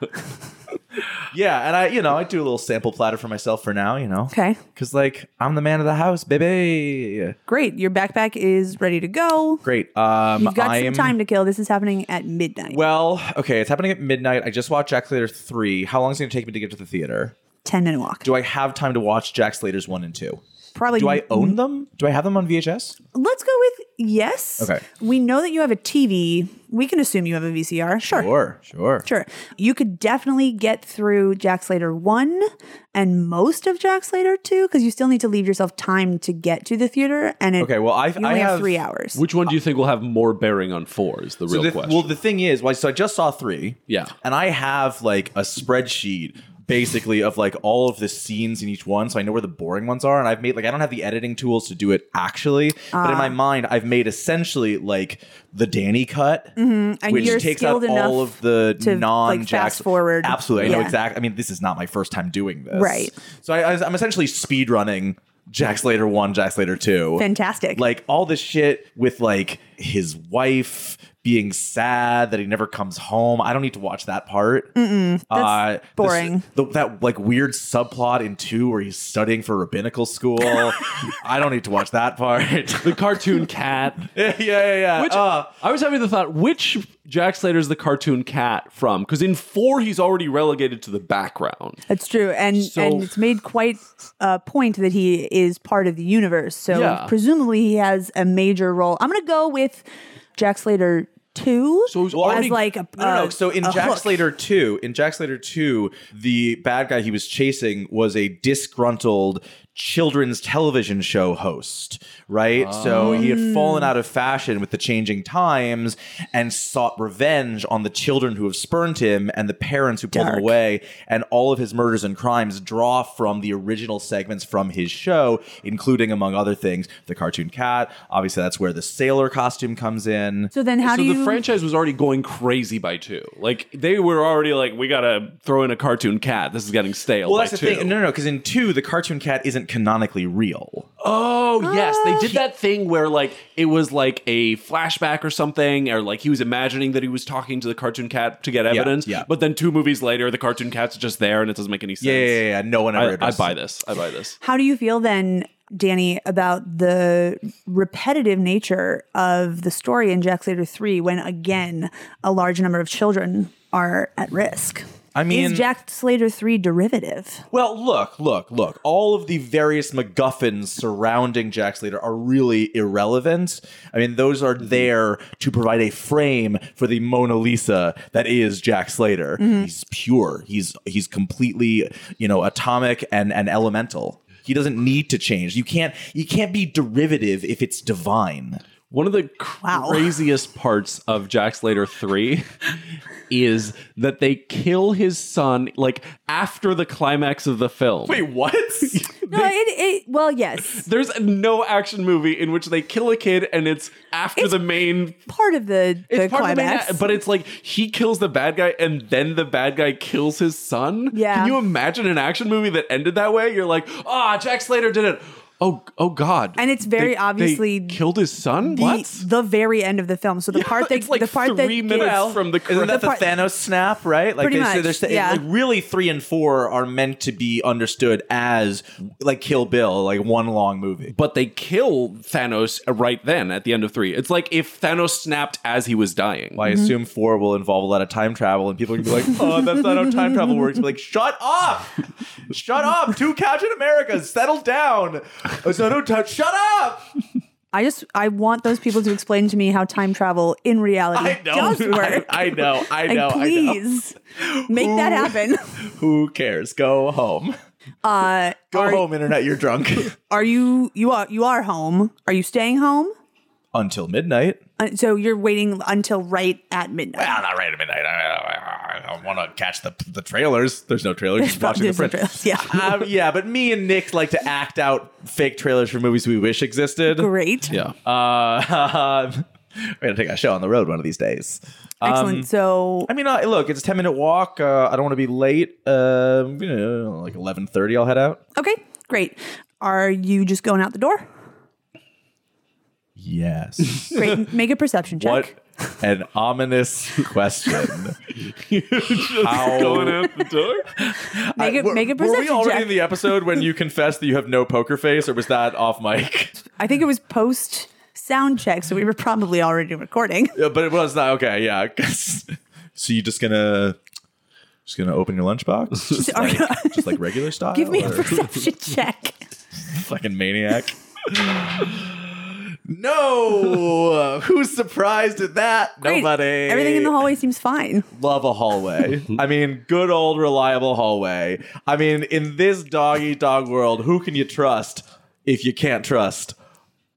Speaker 4: Yeah, and I, you know, I do a little sample platter for myself for now. You know,
Speaker 3: Okay.
Speaker 4: because like I'm the man of the house, baby.
Speaker 3: Great. Your backpack is ready to go.
Speaker 4: Great. Um,
Speaker 3: You've got
Speaker 4: I
Speaker 3: some
Speaker 4: am.
Speaker 3: time to kill. This is happening at midnight.
Speaker 4: Well, okay, it's happening at midnight. I just watched Jack Slater three. How long is it gonna take me to get to the theater?
Speaker 3: 10 minute walk.
Speaker 4: Do I have time to watch Jack Slater's one and two?
Speaker 3: Probably.
Speaker 4: Do I own them? Do I have them on VHS?
Speaker 3: Let's go with yes.
Speaker 4: Okay.
Speaker 3: We know that you have a TV. We can assume you have a VCR. Sure.
Speaker 4: Sure, sure.
Speaker 3: Sure. You could definitely get through Jack Slater 1 and most of Jack Slater 2 because you still need to leave yourself time to get to the theater. And it,
Speaker 4: Okay, well, I-
Speaker 3: you only
Speaker 4: I have-
Speaker 3: three hours.
Speaker 5: Which one do you think will have more bearing on four? Is the
Speaker 4: So
Speaker 5: real
Speaker 4: the-
Speaker 5: question.
Speaker 4: well, the thing is, well, so I just saw three.
Speaker 5: Yeah.
Speaker 4: And I have like a spreadsheet basically of like all of the scenes in each one. So I know where the boring ones are. And I've made like, I don't have the editing tools to do it actually. but in my mind, I've made essentially like the Danny cut,
Speaker 3: and
Speaker 4: which
Speaker 3: you're
Speaker 4: takes out
Speaker 3: skilled enough
Speaker 4: all of the
Speaker 3: to, like,
Speaker 4: non
Speaker 3: fast forward.
Speaker 4: Absolutely. I know
Speaker 3: Yeah.
Speaker 4: exactly. I mean, this is not my first time doing this.
Speaker 3: Right.
Speaker 4: So I, I, I'm essentially speed running Jack Slater 1, Jack Slater 2
Speaker 3: Fantastic.
Speaker 4: like all this shit with like his wife being sad that he never comes home. I don't need to watch that part. Mm-mm, uh, this-
Speaker 3: boring.
Speaker 4: the- that like weird subplot in two where he's studying for rabbinical school. I don't need to watch that part. yeah,
Speaker 5: the cartoon cat.
Speaker 4: yeah, yeah.
Speaker 5: Which
Speaker 4: Uh,
Speaker 5: I was having the thought: which Jack Slater's the cartoon cat from? Because in four, he's already relegated to the background.
Speaker 3: That's true, and
Speaker 5: So-
Speaker 3: and it's made quite a point that he is part of the universe. So
Speaker 5: Yeah.
Speaker 3: presumably he has a major role. I'm gonna go with Jack Slater two
Speaker 5: So he's
Speaker 3: as
Speaker 5: already-
Speaker 3: like a
Speaker 4: no, no, no.
Speaker 3: a-
Speaker 4: So in
Speaker 3: a
Speaker 4: Jack
Speaker 3: hook.
Speaker 4: Slater 2, in Jack Slater 2, the bad guy he was chasing was a disgruntled children's television show host, right? So he
Speaker 3: Oh.
Speaker 4: had fallen out of fashion with the changing times and sought revenge on the children who have spurned him and the parents who pulled
Speaker 3: Dark.
Speaker 4: him away. And all of his murders and crimes draw from the original segments from his show, including, among other things, the cartoon cat. Obviously, that's where the sailor costume comes in.
Speaker 3: So then how
Speaker 5: so
Speaker 3: do
Speaker 5: the
Speaker 3: you?
Speaker 5: franchise was already going crazy by two. Like they were already like, we gotta throw in a cartoon cat. This is getting stale.
Speaker 4: Well,
Speaker 5: by
Speaker 4: that's the
Speaker 5: two.
Speaker 4: thing. No, no, because in two, the cartoon cat isn't canonically real.
Speaker 5: Oh yes, they did that thing where like it was like a flashback or something, or like he was imagining that he was talking to the cartoon cat to get evidence.
Speaker 4: yeah.
Speaker 5: But then two movies later, the cartoon cat's just there, and it doesn't make any sense.
Speaker 4: Yeah, yeah, yeah, yeah. No one ever.
Speaker 5: I, I
Speaker 4: addresses
Speaker 5: buy
Speaker 4: it.
Speaker 5: this. I buy this.
Speaker 3: How do you feel then, Danny, about the repetitive nature of the story in Jack Slater 3 when, again, a large number of children are at risk?
Speaker 4: I mean-
Speaker 3: is Jack Slater 3 derivative?
Speaker 4: Well, look, look, look. All of the various MacGuffins surrounding Jack Slater are really irrelevant. I mean, those are there to provide a frame for the Mona Lisa that is Jack Slater.
Speaker 3: Mm-hmm.
Speaker 4: He's pure. He's he's completely you know atomic and and elemental. He doesn't need to change. You can't you can't be derivative if it's divine.
Speaker 5: One of the
Speaker 3: Wow.
Speaker 5: craziest parts of Jack Slater 3 is that they kill his son like after the climax of the film.
Speaker 4: what?
Speaker 3: No, it, it, well, yes.
Speaker 5: There's no action movie in which they kill a kid and it's after the main
Speaker 3: Part of the, the
Speaker 5: it's part of the main
Speaker 3: climax.
Speaker 5: act, but it's like he kills the bad guy and then the bad guy kills his son.
Speaker 3: Yeah.
Speaker 5: Can you imagine an action movie that ended that way? You're like, ah, Jack Slater did it. Oh, oh God.
Speaker 3: And it's very
Speaker 5: They- they
Speaker 3: obviously
Speaker 5: killed his son?
Speaker 3: the,
Speaker 5: what?
Speaker 3: the very end of the film. So the part that
Speaker 5: it's like
Speaker 3: the part that
Speaker 5: three minutes
Speaker 3: gives-
Speaker 5: from the
Speaker 4: Isn't that
Speaker 5: credits.
Speaker 4: the,
Speaker 3: part-
Speaker 4: Thanos snap, right? Like
Speaker 3: Pretty
Speaker 4: they say
Speaker 3: much,
Speaker 4: there's the-
Speaker 3: yeah.
Speaker 4: like really three and four are meant to be understood as like Kill Bill, like one long movie.
Speaker 5: but they kill Thanos right then at the end of three. It's like if Thanos snapped as he was dying.
Speaker 4: I
Speaker 3: Mm-hmm.
Speaker 4: assume four will involve a lot of time travel, and people are gonna be like, "Oh, that's not how time travel works." Be like, shut up, shut up, two Captain Americas, settle down. Oh, It's not how time. Shut up.
Speaker 3: I just I want those people to explain to me how time travel in reality
Speaker 4: I know.
Speaker 3: does work.
Speaker 4: I, I know. I know.
Speaker 3: and please make that happen.
Speaker 4: I know. Who cares? Go home.
Speaker 3: Uh,
Speaker 4: Go
Speaker 3: are,
Speaker 4: home, internet. You're drunk
Speaker 3: Are you you are you are home? Are you staying home
Speaker 4: until midnight.
Speaker 3: Uh, so you're waiting until right at midnight.
Speaker 4: Ah, not right at midnight. I, I, I want to catch the the trailers. There's no trailers. Just watching the
Speaker 3: There's no
Speaker 4: print.
Speaker 3: trailers, yeah.
Speaker 4: Um, yeah, but me and Nick like to act out fake trailers for movies we wish existed.
Speaker 3: Great.
Speaker 2: Yeah.
Speaker 4: Uh, we're gonna take a show on the road one of these days. Um,
Speaker 3: Excellent. so
Speaker 4: I mean, uh, look, it's a ten minute walk. Uh, I don't want to be late. Um, you know, like eleven thirty, I'll head out.
Speaker 3: okay, great. Are you just going out the door?
Speaker 4: Yes.
Speaker 3: Great. Make a perception check.
Speaker 4: what an ominous question. How-
Speaker 2: Going out the door.
Speaker 3: Make a,
Speaker 4: Were-
Speaker 3: make a
Speaker 4: were
Speaker 3: perception
Speaker 4: we already
Speaker 3: check.
Speaker 4: in the episode when you confessed that you have no poker face, or was that off mic?
Speaker 3: I think it was post sound check, so we were probably already recording.
Speaker 4: Yeah, but it was not okay. Yeah. so you're just gonna just gonna open your lunchbox, just
Speaker 3: Are
Speaker 4: like,
Speaker 3: you-
Speaker 4: just like regular style.
Speaker 3: Give me a
Speaker 4: or-
Speaker 3: perception check.
Speaker 4: fucking maniac. no, who's surprised at that?
Speaker 3: Great.
Speaker 4: Nobody.
Speaker 3: Everything in the hallway seems fine.
Speaker 4: Love a hallway. I mean, good old reliable hallway. I mean, in this dog eat dog world, who can you trust if you can't trust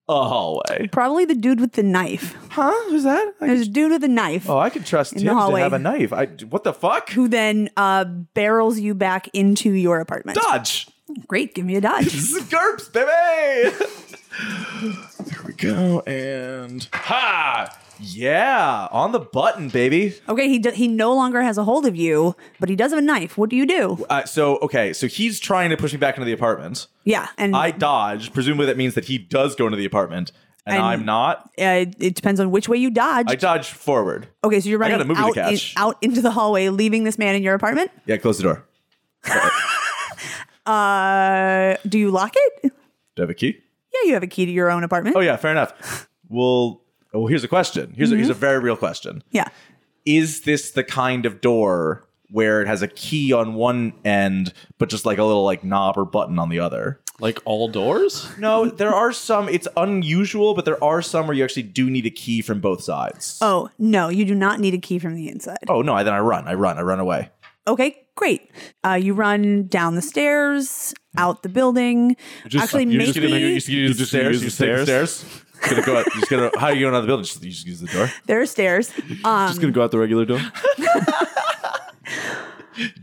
Speaker 4: a hallway?
Speaker 3: Probably the dude with the knife.
Speaker 4: Huh? Who's that? I
Speaker 3: There's a dude with a knife
Speaker 4: Oh, I could trust
Speaker 3: the
Speaker 4: him to
Speaker 3: hallway.
Speaker 4: have a knife. I what the fuck?
Speaker 3: who then uh, barrels you back into your apartment.
Speaker 4: Dodge.
Speaker 3: Great. Give me a dodge.
Speaker 4: This is GURPS, baby. Here we go, and ha! Yeah, on the button, baby.
Speaker 3: Okay, he do- he no longer has a hold of you, but he does have a knife. What do you do?
Speaker 4: Uh, so okay, so he's trying to push me back into the apartment.
Speaker 3: Yeah, and
Speaker 4: I dodge. Presumably, that means that he does go into the apartment, and
Speaker 3: And-
Speaker 4: I'm not.
Speaker 3: uh, it depends on which way you dodge.
Speaker 4: I dodge forward.
Speaker 3: okay, so you're
Speaker 4: I got
Speaker 3: running
Speaker 4: a movie to
Speaker 3: out, in-
Speaker 4: catch.
Speaker 3: out into the hallway, leaving this man in your apartment.
Speaker 4: Yeah, close the door.
Speaker 3: Uh, do you lock it?
Speaker 4: Do I have a key?
Speaker 3: Yeah, you have a key to your own apartment.
Speaker 4: Oh yeah, fair enough. Well, well, here's a question. Here's a, here's a very real question.
Speaker 3: yeah.
Speaker 4: is this the kind of door where it has a key on one end but just like a little like knob or button on the other
Speaker 2: Like all doors?
Speaker 4: no there are some it's unusual but there are some where you actually do need a key from both sides
Speaker 3: Oh no, you do not need a key from the inside.
Speaker 4: oh no I- then i run i run i run away
Speaker 3: Okay, great. Uh, you run down the stairs, out the building. Actually,
Speaker 4: you're
Speaker 3: make
Speaker 4: just gonna,
Speaker 3: me.
Speaker 4: you just use the stairs you just take the stairs gonna go out, just gonna how are you going out of the building just, you just use the door
Speaker 3: there are stairs. Um,
Speaker 6: Just gonna go out the regular door.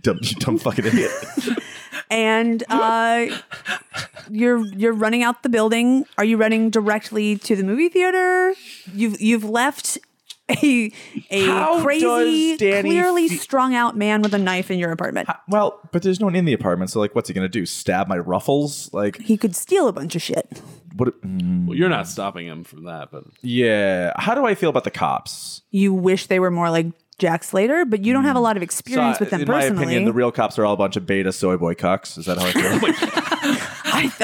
Speaker 4: dumb, you dumb fucking idiot
Speaker 3: and uh, you're you're running out the building. Are you running directly to the movie theater? You've you've left a a
Speaker 4: How
Speaker 3: crazy,
Speaker 4: does Danny
Speaker 3: clearly
Speaker 4: fe-
Speaker 3: strung out man with a knife in your apartment.
Speaker 4: well but there's no one in the apartment so like what's he gonna do stab my ruffles like
Speaker 3: He could steal a bunch of shit.
Speaker 4: what
Speaker 2: Well, you're not stopping him from that, but
Speaker 4: yeah how do i feel about the cops
Speaker 3: You wish they were more like Jack Slater, but you don't have a lot of
Speaker 4: Mm. So,
Speaker 3: experience with them
Speaker 4: in
Speaker 3: personally.
Speaker 4: my opinion, the real cops are all a bunch of beta soy boy cucks. Is that how I feel?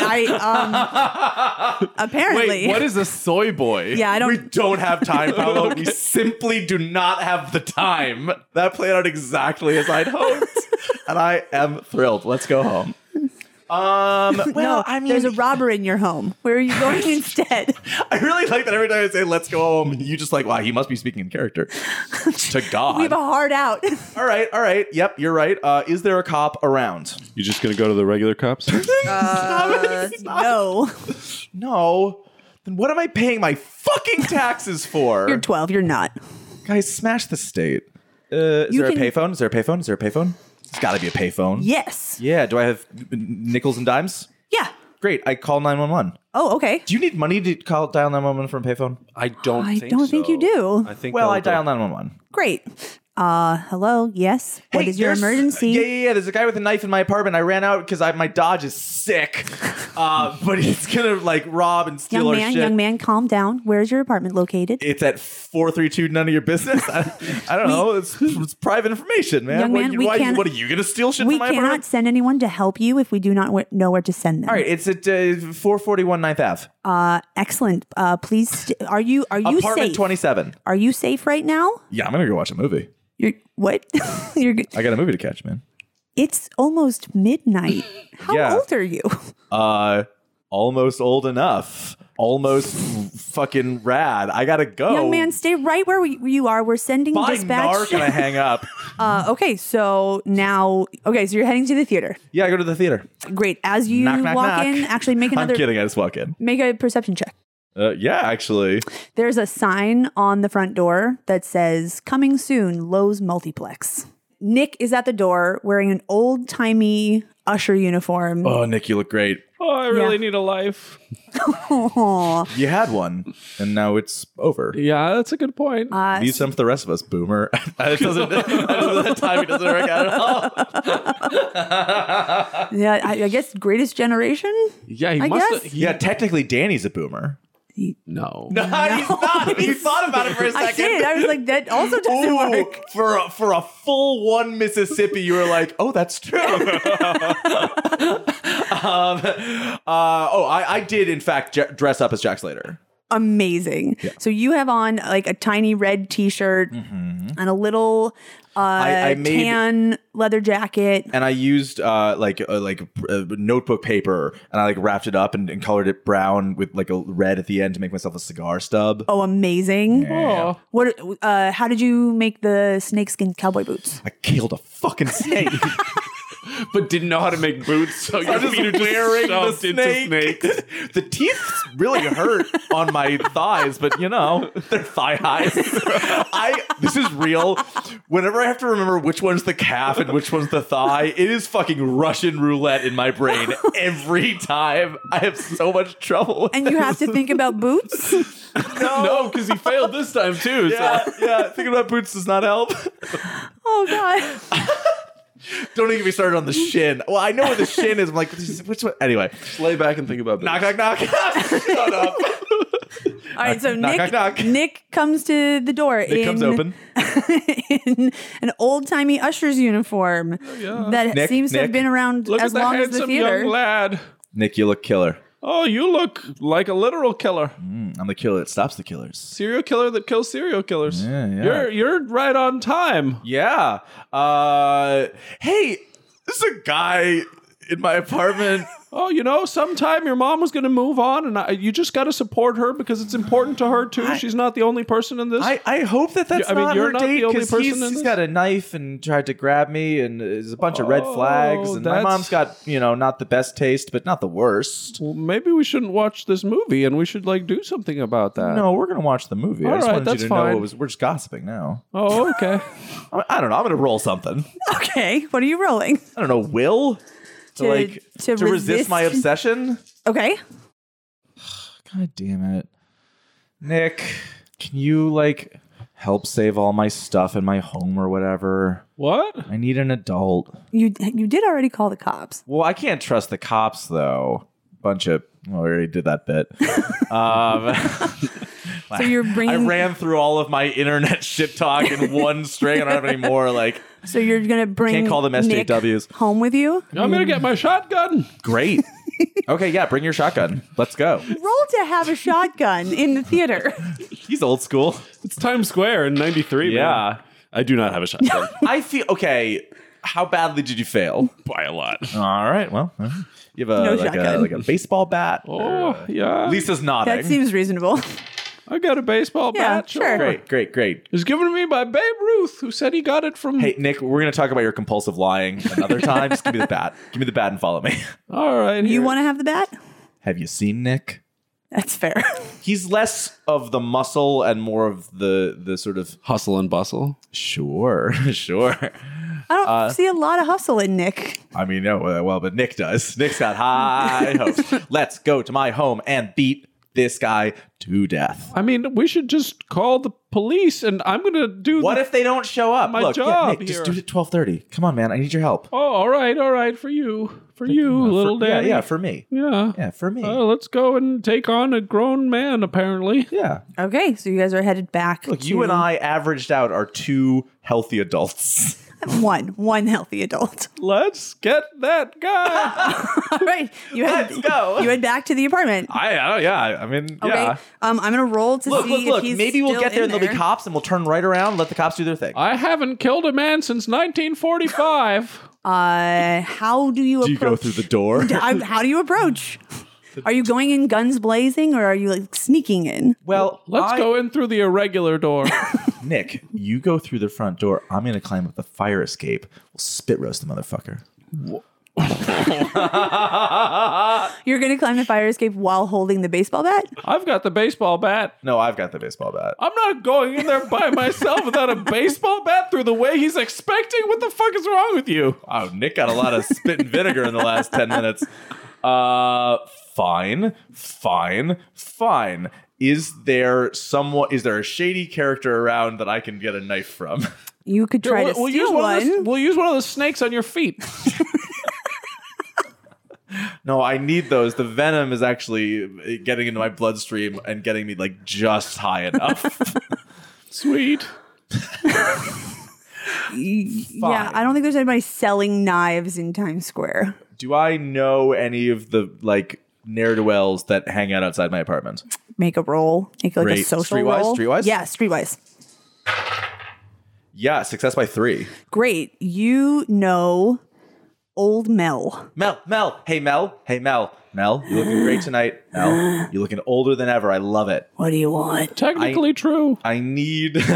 Speaker 3: I, I um, apparently.
Speaker 2: is a soy boy?
Speaker 3: yeah, I
Speaker 4: we
Speaker 3: don't.
Speaker 4: don't have time, Paolo. We simply do not have the time. That played out exactly as I'd hoped, and I am thrilled. Let's go home. Um, well,
Speaker 3: no,
Speaker 4: I mean,
Speaker 3: there's a robber in your home. Where are you going instead?
Speaker 4: I really like that every time I say "Let's go home," you just like, wow, he must be speaking in character to
Speaker 3: We have
Speaker 4: God.
Speaker 3: a hard out.
Speaker 4: all right, all right, yep, you're right. Uh, is there a cop around?
Speaker 6: You're just gonna go to the regular cops?
Speaker 3: Uh, no.
Speaker 4: No. Then what am I paying my fucking taxes for?
Speaker 3: You're 12. You're not.
Speaker 4: Guys, smash the state. Uh, is
Speaker 3: You
Speaker 4: there
Speaker 3: can-
Speaker 4: a payphone? Is there a payphone? Is there a payphone? It's got to be a payphone.
Speaker 3: Yes.
Speaker 4: Yeah. Do I have nickels and dimes?
Speaker 3: Yeah.
Speaker 4: Great. I call nine one one.
Speaker 3: Oh, okay.
Speaker 4: Do you need money to call dial nine one one from a payphone?
Speaker 2: I don't.
Speaker 3: I
Speaker 2: think
Speaker 3: don't think
Speaker 2: so.
Speaker 3: you do.
Speaker 2: I think.
Speaker 4: Well,
Speaker 2: I'll
Speaker 4: I
Speaker 2: go-
Speaker 4: dial nine one one.
Speaker 3: Great. Uh, hello. Yes. what is your emergency?
Speaker 4: Yeah, yeah, yeah. There's a guy with a knife in my apartment. I ran out because my Dodge is sick, uh, but he's gonna like rob and steal
Speaker 3: Young
Speaker 4: our
Speaker 3: man,
Speaker 4: shit.
Speaker 3: young man, calm down. Where's your apartment located?
Speaker 4: It's at four three two. None of your business. I, I don't know. It's, it's private information, man.
Speaker 3: Young
Speaker 4: what,
Speaker 3: man,
Speaker 4: you-
Speaker 3: we
Speaker 4: why-
Speaker 3: can-
Speaker 4: what are you gonna steal shit
Speaker 3: we
Speaker 4: from my
Speaker 3: cannot
Speaker 4: apartment?
Speaker 3: send anyone to help you if we do not w- know where to send them.
Speaker 4: All right, it's at uh, 441 9th Ave,
Speaker 3: Uh, excellent. Uh, please, st- are you are you
Speaker 4: apartment
Speaker 3: safe?
Speaker 4: 27.
Speaker 3: Are you safe right now?
Speaker 4: Yeah, I'm gonna go watch a movie.
Speaker 3: You're what? You're. g-
Speaker 4: I got a movie to catch, man.
Speaker 3: It's almost midnight. How
Speaker 4: Yeah.
Speaker 3: old are you?
Speaker 4: Uh, almost old enough, almost fucking rad. I gotta go.
Speaker 3: Young man, stay right where we, you are. We're sending
Speaker 4: Bye,
Speaker 3: dispatch.
Speaker 4: narc, and I hang up.
Speaker 3: Uh, okay, so now, okay, so you're heading to the theater.
Speaker 4: Yeah, I go to the theater.
Speaker 3: Great. As you
Speaker 4: Knock, knock,
Speaker 3: walk
Speaker 4: knock.
Speaker 3: in, actually make
Speaker 4: I'm
Speaker 3: another
Speaker 4: kidding. I just walk in.
Speaker 3: make a perception check.
Speaker 4: Uh, yeah, actually.
Speaker 3: There's a sign on the front door that says, Coming soon, Lowe's Multiplex. Nick is at the door wearing an old timey usher uniform.
Speaker 4: Oh, Nick, you look great.
Speaker 2: Oh, I really
Speaker 3: Yeah.
Speaker 2: need a life.
Speaker 4: Oh.
Speaker 3: Aw.
Speaker 4: You had one, and now it's over.
Speaker 2: Yeah, that's a good point.
Speaker 3: Uh,
Speaker 4: Need some for the rest of us, boomer. that doesn't. that timing doesn't work out at all.
Speaker 3: yeah, I, I guess greatest generation.
Speaker 2: yeah, he
Speaker 3: I
Speaker 2: must.
Speaker 3: guess-
Speaker 2: He,
Speaker 4: Yeah, technically, Danny's a boomer.
Speaker 2: no.
Speaker 4: he's not. You thought about it for a
Speaker 3: I did. I was like, that also doesn't
Speaker 4: Ooh,
Speaker 3: work.
Speaker 4: for a, for a full one Mississippi, you were like, "Oh, that's true." um, uh, oh, I, I did in fact j- dress up as Jack Slater.
Speaker 3: Amazing. So you have on like a tiny red T-shirt and a little
Speaker 4: Mm-hmm.
Speaker 3: uh,
Speaker 4: I made-
Speaker 3: tan leather jacket.
Speaker 4: and I used uh, like uh, like uh, notebook paper, and I like wrapped it up and, and colored it brown with like a red at the end to make myself a cigar stub.
Speaker 3: Oh, amazing!
Speaker 4: Yeah.
Speaker 2: Oh.
Speaker 3: What? Uh, how did you make the snakeskin cowboy boots?
Speaker 4: I killed a fucking snake.
Speaker 2: But didn't know how to make boots, so your
Speaker 4: I'm just
Speaker 2: feet are just
Speaker 4: wearing the
Speaker 2: shoved into
Speaker 4: snake.
Speaker 2: snakes.
Speaker 4: the teeth really hurt on my thighs, but you know they're thigh highs. I this is real. Whenever I have to remember which one's the calf and which one's the thigh, it is fucking Russian roulette in my brain every time. I have so much trouble. With
Speaker 3: And you have to think about boots.
Speaker 2: No, because he failed this time too.
Speaker 4: yeah,
Speaker 2: So.
Speaker 4: yeah. Thinking about boots does not help.
Speaker 3: Oh God!
Speaker 4: Don't even get me started on the shin. Well, I know where the shin is. I'm like, this is- which one? Anyway,
Speaker 2: Lay back and think about this.
Speaker 4: knock, knock, knock. Shut up.
Speaker 3: All right, so
Speaker 4: Knock, knock,
Speaker 3: Nick
Speaker 4: knock.
Speaker 3: Nick comes to the door.
Speaker 4: It
Speaker 3: in,
Speaker 4: comes open.
Speaker 3: in an old timey usher's uniform that
Speaker 4: Nick,
Speaker 3: seems to have
Speaker 4: Nick.
Speaker 3: been around
Speaker 2: Oh, Look
Speaker 3: as
Speaker 2: at the
Speaker 3: long as
Speaker 2: handsome
Speaker 3: the theater.
Speaker 2: young lad.
Speaker 4: Nick, you look killer.
Speaker 2: Oh, you look like a literal killer,
Speaker 4: I'm the killer. It stops the killers.
Speaker 2: serial killer that kills serial killers.
Speaker 4: Yeah, yeah.
Speaker 2: You're you're right on time.
Speaker 4: Yeah. Uh, hey, this is a guy in my apartment.
Speaker 2: Oh, you know, sometime your mom was going to move on, and I, you just got to support her because it's important to her too. She's not the only person in this.
Speaker 4: I, I hope that that's
Speaker 2: I mean,
Speaker 4: not
Speaker 2: you're
Speaker 4: her
Speaker 2: not
Speaker 4: date
Speaker 2: the only
Speaker 4: because
Speaker 2: person
Speaker 4: he's,
Speaker 2: in
Speaker 4: he's
Speaker 2: this.
Speaker 4: got a knife and tried to grab me and there's a bunch of red
Speaker 2: Oh,
Speaker 4: flags and my
Speaker 2: that's-
Speaker 4: mom's got you know not the best taste but not the worst.
Speaker 2: well, maybe we shouldn't watch this movie, and we should like do something about that.
Speaker 4: No, we're gonna watch the movie.
Speaker 2: All
Speaker 4: I just
Speaker 2: right,
Speaker 4: wanted you
Speaker 2: that's
Speaker 4: to know
Speaker 2: fine.
Speaker 4: it was. We're just gossiping now.
Speaker 2: Oh, okay.
Speaker 4: I, I don't know. I'm gonna roll something.
Speaker 3: Okay, what are you rolling?
Speaker 4: I don't know. Will to,
Speaker 3: To-
Speaker 4: like
Speaker 3: to resist-
Speaker 4: my obsession.
Speaker 3: Okay,
Speaker 4: God damn it. Nick, can you like help save all my stuff in my home or whatever?
Speaker 2: what?
Speaker 4: I need an adult.
Speaker 3: you you did already call the cops.
Speaker 4: Well, I can't trust the cops though. Bunch of well, I already did that bit. um,
Speaker 3: So you're
Speaker 4: I
Speaker 3: bringing.
Speaker 4: ran through all of my internet shit talk in one string. I don't have any more. Like,
Speaker 3: so you're gonna bring.
Speaker 4: Can't call them
Speaker 3: Nick
Speaker 4: SJWs.
Speaker 3: home with you.
Speaker 2: I'm gonna get my shotgun.
Speaker 4: great. Okay, yeah, bring your shotgun. Let's go.
Speaker 3: Roll to have a shotgun in the theater.
Speaker 4: He's old school.
Speaker 2: It's Times Square in '93.
Speaker 4: Yeah.
Speaker 2: I do not have a shotgun
Speaker 4: I feel okay. How badly did you fail?
Speaker 2: by a lot.
Speaker 4: All right. Well, uh, all right. you have a,
Speaker 3: No
Speaker 4: like, a
Speaker 3: shotgun.
Speaker 4: like a baseball bat. or-
Speaker 2: Oh, yeah.
Speaker 4: Lisa's nodding.
Speaker 3: That seems reasonable.
Speaker 2: I got a baseball
Speaker 3: Yeah,
Speaker 2: bat.
Speaker 3: sure.
Speaker 4: great, great, great.
Speaker 2: It was given to me by Babe Ruth, who said he got it from.
Speaker 4: Hey, Nick, we're gonna talk about your compulsive lying another time. Just give me the bat. Give me the bat and follow me.
Speaker 2: All right.
Speaker 3: You
Speaker 2: here.
Speaker 3: want to have the bat?
Speaker 4: Have you seen Nick?
Speaker 3: That's fair.
Speaker 4: He's less of the muscle and more of the the sort of
Speaker 2: hustle and bustle?
Speaker 4: sure, sure.
Speaker 3: I don't
Speaker 4: Uh,
Speaker 3: see a lot of hustle in Nick.
Speaker 4: I mean, no, uh, well, but Nick does. Nick's got high hopes. Let's go to my home and beat this guy to death.
Speaker 2: I mean, we should just call the police, and I'm gonna do.
Speaker 4: What
Speaker 2: the-
Speaker 4: if they don't show up?
Speaker 2: My
Speaker 4: Look, yeah,
Speaker 2: job
Speaker 4: Nick, just
Speaker 2: here.
Speaker 4: do it at twelve thirty. Come on, man, I need your help. Uh,
Speaker 2: oh, all right, all right, for you, for you,
Speaker 4: For-
Speaker 2: little
Speaker 4: yeah,
Speaker 2: daddy.
Speaker 4: yeah, Oh. for me.
Speaker 2: yeah.
Speaker 4: Yeah, for me.
Speaker 2: Uh, let's go and take on a grown man. Apparently,
Speaker 4: yeah.
Speaker 3: Okay, so you guys are headed back.
Speaker 4: Look,
Speaker 3: to
Speaker 4: you and I averaged out our two healthy adults.
Speaker 3: One, one healthy adult.
Speaker 2: let's get that guy.
Speaker 3: All right, you head.
Speaker 4: Let's go.
Speaker 3: You head back to the apartment.
Speaker 4: I, I don't, yeah, I mean,
Speaker 3: Okay.
Speaker 4: yeah.
Speaker 3: Um, I'm gonna roll to
Speaker 4: Look,
Speaker 3: see
Speaker 4: look,
Speaker 3: if
Speaker 4: look.
Speaker 3: he's
Speaker 4: Maybe we'll
Speaker 3: still
Speaker 4: get there
Speaker 3: in
Speaker 4: and there'll be cops and we'll turn right around, let the cops do their thing.
Speaker 2: I haven't killed a man since 1945.
Speaker 3: Uh, how do you?
Speaker 4: do you go
Speaker 3: approach-
Speaker 4: through the door?
Speaker 3: I'm- how do you approach? Are you going in guns blazing, or are you like sneaking in?
Speaker 4: well,
Speaker 2: Let's
Speaker 4: I-
Speaker 2: go in through the irregular door.
Speaker 4: Nick, you go through the front door. I'm going to climb up the fire escape. We'll spit roast the motherfucker.
Speaker 3: You're going to climb the fire escape while holding the baseball bat?
Speaker 2: I've got the baseball bat.
Speaker 4: No, I've got the baseball bat.
Speaker 2: I'm not going in there by myself without a baseball bat through the way he's expecting. What the fuck is wrong with you?
Speaker 4: Oh, Nick got a lot of spit and vinegar in the last 10 minutes. Uh fine, fine, fine. Is there someone is there a shady character around that I can get a knife from?
Speaker 3: You could try
Speaker 2: we'll,
Speaker 3: to
Speaker 2: we'll
Speaker 3: steal
Speaker 2: use
Speaker 3: one.
Speaker 2: Of the, we'll use one of the snakes on your feet.
Speaker 4: No, I need those. The venom is actually getting into my bloodstream and getting me like just high enough.
Speaker 2: Sweet.
Speaker 3: Yeah, I don't think there's anybody selling knives in Times Square.
Speaker 4: Do I know any of the like ne'er do wells that hang out outside my apartment?
Speaker 3: Make a roll, make like a
Speaker 4: Great.
Speaker 3: social
Speaker 4: Streetwise,
Speaker 3: roll.
Speaker 4: streetwise?
Speaker 3: yeah, streetwise.
Speaker 4: Yeah, success by three.
Speaker 3: Great, you know Old Mel.
Speaker 4: Mel, Mel, hey Mel, hey Mel, Mel, you're looking great tonight. Mel, you're looking older than ever. I love it.
Speaker 3: What do you want?
Speaker 2: Technically true.
Speaker 4: I need,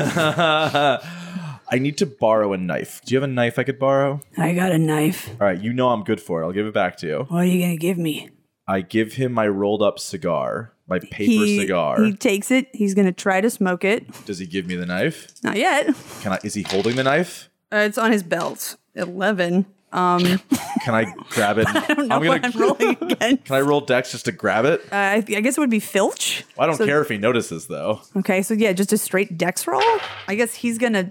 Speaker 4: I need to borrow a knife. Do you have a knife I could borrow?
Speaker 3: I got a knife.
Speaker 4: All right, you know I'm good for it. I'll give it back to you.
Speaker 3: What are you gonna give me?
Speaker 4: I give him my rolled up cigar, my paper
Speaker 3: he,
Speaker 4: cigar.
Speaker 3: He takes it. He's gonna try to smoke it.
Speaker 4: Does he give me the knife?
Speaker 3: Not yet.
Speaker 4: Can I? Is he holding the knife?
Speaker 3: Uh, it's on his belt. Eleven. Um,
Speaker 4: Can I grab it? I
Speaker 3: don't know
Speaker 4: am
Speaker 3: what I'm rolling again.
Speaker 4: Can I roll dex just to grab it?
Speaker 3: Uh, I, I guess it would be Filch.
Speaker 4: I don't
Speaker 3: so-
Speaker 4: care if he notices though.
Speaker 3: Okay, so yeah, just a straight dex roll. I guess he's gonna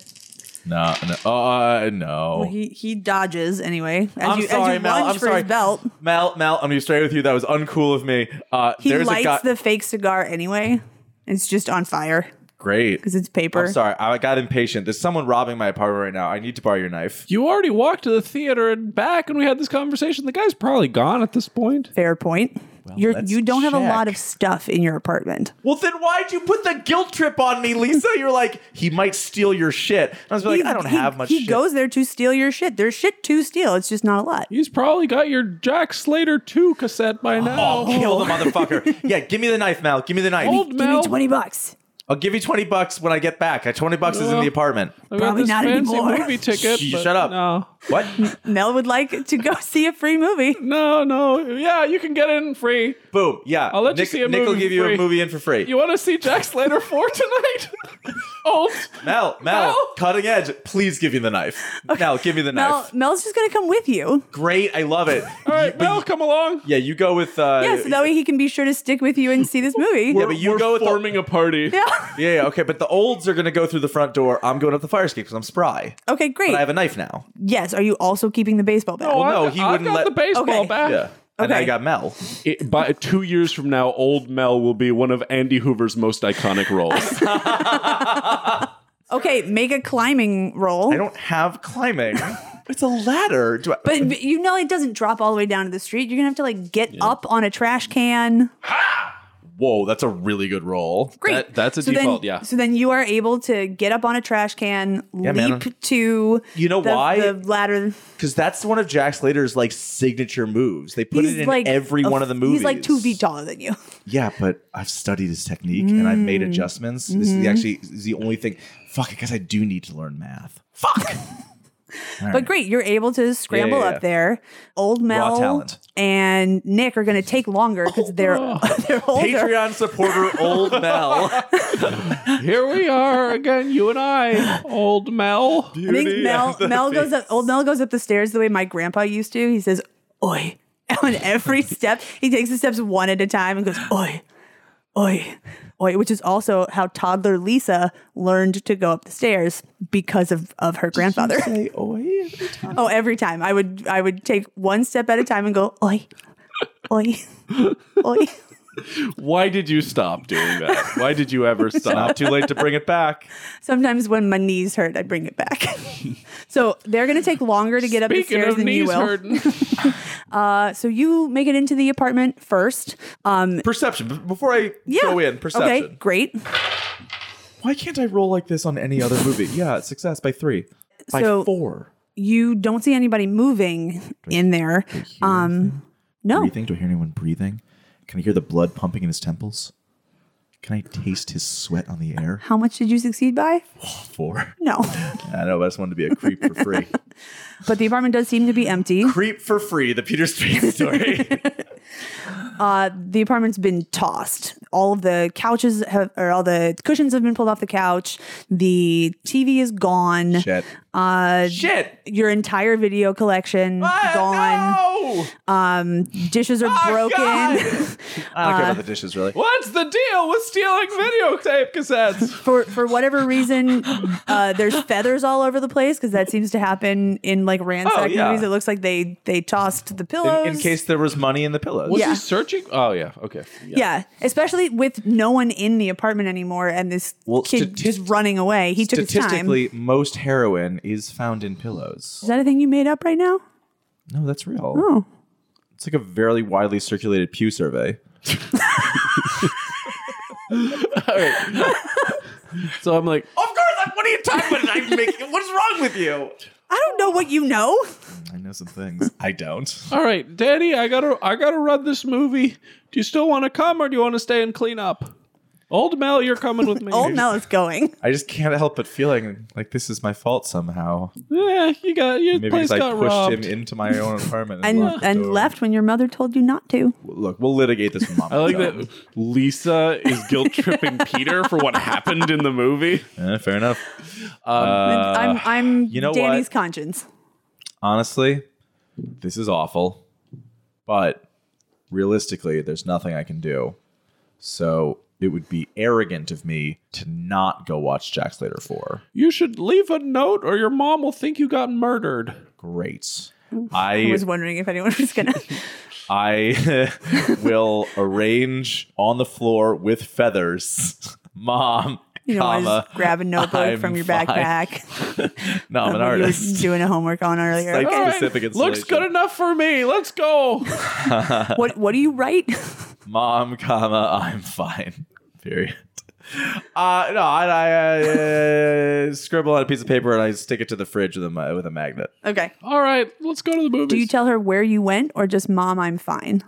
Speaker 4: No, no, uh, no.
Speaker 3: he he dodges anyway. As
Speaker 4: I'm
Speaker 3: you, as
Speaker 4: sorry,
Speaker 3: you
Speaker 4: Mel.
Speaker 3: lunge
Speaker 4: I'm
Speaker 3: for
Speaker 4: sorry,
Speaker 3: his belt,
Speaker 4: Mel. Mel, I'm gonna be straight with you. That was uncool of me. Uh,
Speaker 3: he
Speaker 4: there's
Speaker 3: lights
Speaker 4: a guy.
Speaker 3: the fake cigar anyway. It's just on fire
Speaker 4: Great.
Speaker 3: because it's paper.
Speaker 4: I'm sorry. I got impatient. There's someone robbing my apartment right now. I need to borrow your knife.
Speaker 2: You already walked to the theater and back, and we had this conversation. The guy's probably gone at this point.
Speaker 3: Fair point. You're,
Speaker 4: let's
Speaker 3: you don't have a lot
Speaker 4: check.
Speaker 3: of stuff in your apartment.
Speaker 4: Well, then why'd you put the guilt trip on me, Lisa? You're like, he might steal your shit. And I was like,
Speaker 3: He-
Speaker 4: I don't
Speaker 3: he-
Speaker 4: have much
Speaker 3: He
Speaker 4: shit.
Speaker 3: goes there to steal your shit. There's shit to steal. It's just not a lot.
Speaker 2: He's probably got your Jack Slater 2 cassette by
Speaker 4: Oh,
Speaker 2: now.
Speaker 4: kill the motherfucker. yeah, give me the knife, Mel. Give me the knife.
Speaker 2: Old
Speaker 3: Give
Speaker 2: Mel.
Speaker 3: me twenty bucks.
Speaker 4: I'll give you 20 bucks when I get back. That 20 bucks is in
Speaker 2: Well,
Speaker 4: the apartment.
Speaker 2: I got
Speaker 3: Probably
Speaker 2: this
Speaker 3: not
Speaker 2: fancy
Speaker 3: anymore.
Speaker 2: movie ticket.
Speaker 4: Shh,
Speaker 2: but
Speaker 4: shut up.
Speaker 2: No.
Speaker 4: What?
Speaker 3: Mel would like to go see a free movie.
Speaker 2: No, no. Yeah, you can get in free.
Speaker 4: Boom. Yeah.
Speaker 2: I'll let you
Speaker 4: Nick,
Speaker 2: see a
Speaker 4: Nick will
Speaker 2: movie
Speaker 4: give you
Speaker 2: free.
Speaker 4: a movie in for free.
Speaker 2: You want to see Jack Slater 4 tonight? Old.
Speaker 4: Mel, Mel,
Speaker 2: Mel?
Speaker 4: cutting edge. Please give me the knife. Mel, give me the
Speaker 3: Mel,
Speaker 4: knife.
Speaker 3: Mel's just gonna come with you.
Speaker 4: Great. I love it.
Speaker 2: All right, Mel, come along.
Speaker 4: Yeah, you go with. Uh,
Speaker 3: Yeah, so that way he can be sure to stick with you and see this movie.
Speaker 4: Yeah, but you
Speaker 2: We're
Speaker 4: go with the-
Speaker 2: forming a party.
Speaker 3: Yeah.
Speaker 4: yeah, yeah, okay. But the olds are going to go through the front door. I'm going up the fire escape because I'm spry.
Speaker 3: Okay, great.
Speaker 4: But I have a knife now.
Speaker 3: yes. Are you also keeping the baseball bat?
Speaker 2: Oh,
Speaker 4: no,
Speaker 2: I've-
Speaker 4: he
Speaker 2: I've
Speaker 4: wouldn't
Speaker 2: got
Speaker 4: let-
Speaker 2: the baseball
Speaker 3: Okay.
Speaker 2: back.
Speaker 4: Yeah. And I
Speaker 3: Okay.
Speaker 4: got Mel.
Speaker 2: It, by two years from now, old Mel will be one of Andy Hoover's most iconic roles.
Speaker 3: Okay, make a climbing roll.
Speaker 4: I don't have climbing. it's a ladder. Do I,
Speaker 3: But but you know it doesn't drop all the way down to the street. You're gonna have to like get up on a trash can.
Speaker 4: whoa, that's a really good roll.
Speaker 3: Great.
Speaker 2: That- that's a
Speaker 3: then-
Speaker 2: default, yeah.
Speaker 3: So then you are able to get up on a trash can,
Speaker 4: man.
Speaker 3: leap to
Speaker 4: You know
Speaker 3: the,
Speaker 4: why?
Speaker 3: the ladder.
Speaker 4: Because that's one of Jack Slater's like signature moves. They put
Speaker 3: he's
Speaker 4: it in
Speaker 3: like
Speaker 4: every
Speaker 3: a-
Speaker 4: one of the movies.
Speaker 3: He's like two feet taller than you.
Speaker 4: Yeah, but I've studied his technique and I've
Speaker 3: Mm.
Speaker 4: made adjustments. This
Speaker 3: Mm-hmm.
Speaker 4: is the- actually this is the only thing. Fuck, I guess I do need to learn math. Fuck.
Speaker 3: But great, you're able to scramble
Speaker 4: yeah, yeah.
Speaker 3: up there. Old Mel
Speaker 4: talent. Oh,
Speaker 3: and Nick are going to take longer because they're they're older.
Speaker 4: Patreon supporter Old Mel.
Speaker 2: Here we are again, you and I, old Mel.
Speaker 3: I think Mel Mel goes up. Old Mel goes up the stairs the way my grandpa used to. He says, "Oi!" On every step, he takes the steps one at a time and goes, "Oi, oi, oi," which is also how toddler Lisa learned to go up the stairs because of of her grandfather.
Speaker 4: Say oi.
Speaker 3: Oh, every time I would I would take one step at a time and go, "Oi, oi, oi."
Speaker 2: Why did you stop doing that? Why did you ever stop?
Speaker 4: Not too late to bring it back.
Speaker 3: Sometimes when my knees hurt, I bring it back. so they're going to take longer to get up the
Speaker 2: Speaking
Speaker 3: stairs
Speaker 2: of
Speaker 3: than you
Speaker 2: knees
Speaker 3: will.
Speaker 2: hurting,
Speaker 3: Uh, so you make it into the apartment first. Um,
Speaker 4: Perception. b- Before I
Speaker 3: yeah.
Speaker 4: throw in perception.
Speaker 3: Okay, great.
Speaker 4: Why can't I roll like this on any other movie? Yeah, it's success by three. By
Speaker 3: So-
Speaker 4: four.
Speaker 3: You don't see anybody moving in there. Um, oh. no.
Speaker 4: Breathing? Do I hear anyone breathing? Can I hear the blood pumping in his temples? Can I taste his sweat on the air?
Speaker 3: How much did you succeed by?
Speaker 4: Four.
Speaker 3: No.
Speaker 4: I don't know. but I just wanted to be a creep for free.
Speaker 3: but the apartment does seem to be empty.
Speaker 4: creep for free. The Peter Street story.
Speaker 3: Uh, the apartment's been tossed. All of the couches have, or all the cushions have been pulled off the couch. The TV is gone.
Speaker 4: Shit.
Speaker 3: Uh,
Speaker 2: Shit.
Speaker 3: Your entire video collection
Speaker 4: Ah,
Speaker 3: gone.
Speaker 2: Oh,
Speaker 3: Um, dishes are broken.
Speaker 4: I don't care about the dishes really.
Speaker 2: What's the deal with stealing videotape cassettes?
Speaker 3: for for whatever reason, uh, there's feathers all over the place because that seems to happen in like ransack
Speaker 2: Oh, yeah.
Speaker 3: movies. It looks like they they tossed the pillows
Speaker 4: In, in case there was money in the pillows.
Speaker 2: Was
Speaker 3: Yeah.
Speaker 2: he searching? Oh yeah. Okay.
Speaker 3: Yeah. especially with no one in the apartment anymore, and this
Speaker 4: Well,
Speaker 3: kid
Speaker 4: statis-
Speaker 3: just running away. He took his time. Is
Speaker 4: Statistically, most heroin is found in pillows.
Speaker 3: that a thing you made up right now?
Speaker 4: No, that's real.
Speaker 3: Oh,
Speaker 4: It's like a very widely circulated Pew survey.
Speaker 2: So I'm like,
Speaker 4: Of course, what are you talking about? I'm making, what's wrong with you?
Speaker 3: I don't know what you know.
Speaker 4: I know some things. I don't.
Speaker 2: all right, Daddy, I gotta, I gotta run this movie. Do you still want to come, or do you want to stay and clean up? Old Mel, you're coming with me.
Speaker 3: Old Mel is Oh, going.
Speaker 4: I just can't help but feeling like this is my fault somehow.
Speaker 2: Yeah, you got your
Speaker 4: Maybe
Speaker 2: place
Speaker 4: because I
Speaker 2: got
Speaker 4: pushed
Speaker 2: robbed.
Speaker 4: him into my own apartment and,
Speaker 3: And
Speaker 4: locked the
Speaker 3: and
Speaker 4: door.
Speaker 3: left when your mother told you not to.
Speaker 4: Look, we'll litigate this. With mom
Speaker 2: I like that Lisa is guilt tripping Peter for what happened in the movie.
Speaker 4: Eh, fair enough.
Speaker 3: I'm I'm
Speaker 4: Uh, you know what?
Speaker 3: Danny's conscience.
Speaker 4: Honestly, this is awful, but realistically, there's nothing I can do. So it would be arrogant of me to not go watch Jack Slater four.
Speaker 2: You should leave a note, or your mom will think you got murdered.
Speaker 4: Great.
Speaker 3: I
Speaker 4: I
Speaker 3: was wondering if anyone was gonna.
Speaker 4: I will arrange on the floor with feathers. Mom,
Speaker 3: You know, I
Speaker 4: comma.
Speaker 3: just grab a notebook
Speaker 4: I'm
Speaker 3: from your
Speaker 4: fine.
Speaker 3: backpack.
Speaker 4: No, I'm an
Speaker 3: What you were
Speaker 4: artist.
Speaker 3: doing a homework on earlier.
Speaker 4: like-
Speaker 3: Okay.
Speaker 2: All
Speaker 4: Specific
Speaker 2: looks
Speaker 4: installation.
Speaker 2: good enough for me. Let's go.
Speaker 3: What what do you write?
Speaker 4: Mom, comma, I'm fine. Period. Uh, no, I, I uh, scribble on a piece of paper and I stick it to the fridge with a ma- with a magnet.
Speaker 3: okay.
Speaker 2: All right, let's go to the movies.
Speaker 3: Do you tell her where you went or just mom? I'm fine.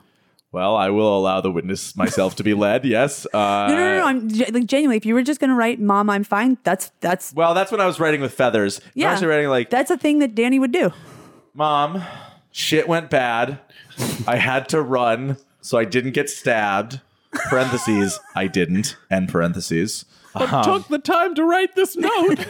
Speaker 4: Well, I will allow the witness myself to be led. Yes. Uh,
Speaker 3: No, no, no, no. I'm ge- like genuinely. If you were just gonna write "Mom, I'm fine," that's that's
Speaker 4: Well, that's when I was writing with feathers.
Speaker 3: yeah.
Speaker 4: I was writing like
Speaker 3: that's a thing that Danny would do.
Speaker 4: Mom, shit went bad. I had to run, so I didn't get stabbed. Parentheses, I didn't. End parentheses.
Speaker 2: but took the time to write this note.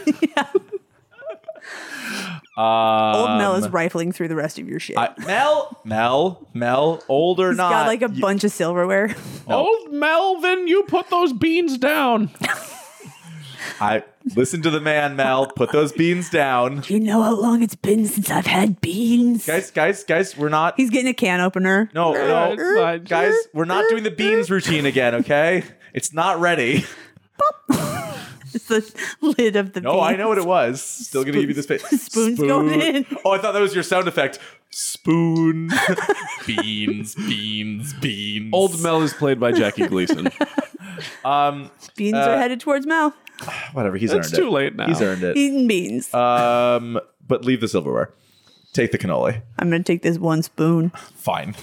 Speaker 3: Old Mel is rifling through the rest of your shit.
Speaker 4: Um, I, Mel, Mel, Mel, old or
Speaker 3: He's
Speaker 4: not.
Speaker 3: got like a bunch of silverware.
Speaker 4: Oh.
Speaker 2: Old Melvin, you put those beans down.
Speaker 4: I listen to the man, Mel. Put those beans down,
Speaker 3: you know how long it's been since I've had beans.
Speaker 4: guys, guys, guys. We're not.
Speaker 3: He's getting a can opener.
Speaker 4: no,
Speaker 2: Yeah,
Speaker 4: no,
Speaker 2: it's fine.
Speaker 4: guys. We're not doing the beans routine again. Okay, it's not ready.
Speaker 3: It's the lid of the.
Speaker 4: No, I
Speaker 3: beans.
Speaker 4: know what it was. Still gonna give you this face.
Speaker 3: Spoon's going in.
Speaker 4: Oh, I thought that was your sound effect. Spoon. beans, beans, beans.
Speaker 2: Old Mel is played by Jackie Gleason.
Speaker 4: Um,
Speaker 3: Beans are headed towards Mel.
Speaker 4: whatever. He's
Speaker 2: It's
Speaker 4: earned it.
Speaker 2: too late now.
Speaker 4: He's earned it.
Speaker 3: Eating beans.
Speaker 4: Um, but leave the silverware. Take the cannoli.
Speaker 3: I'm gonna take this one spoon.
Speaker 4: Fine.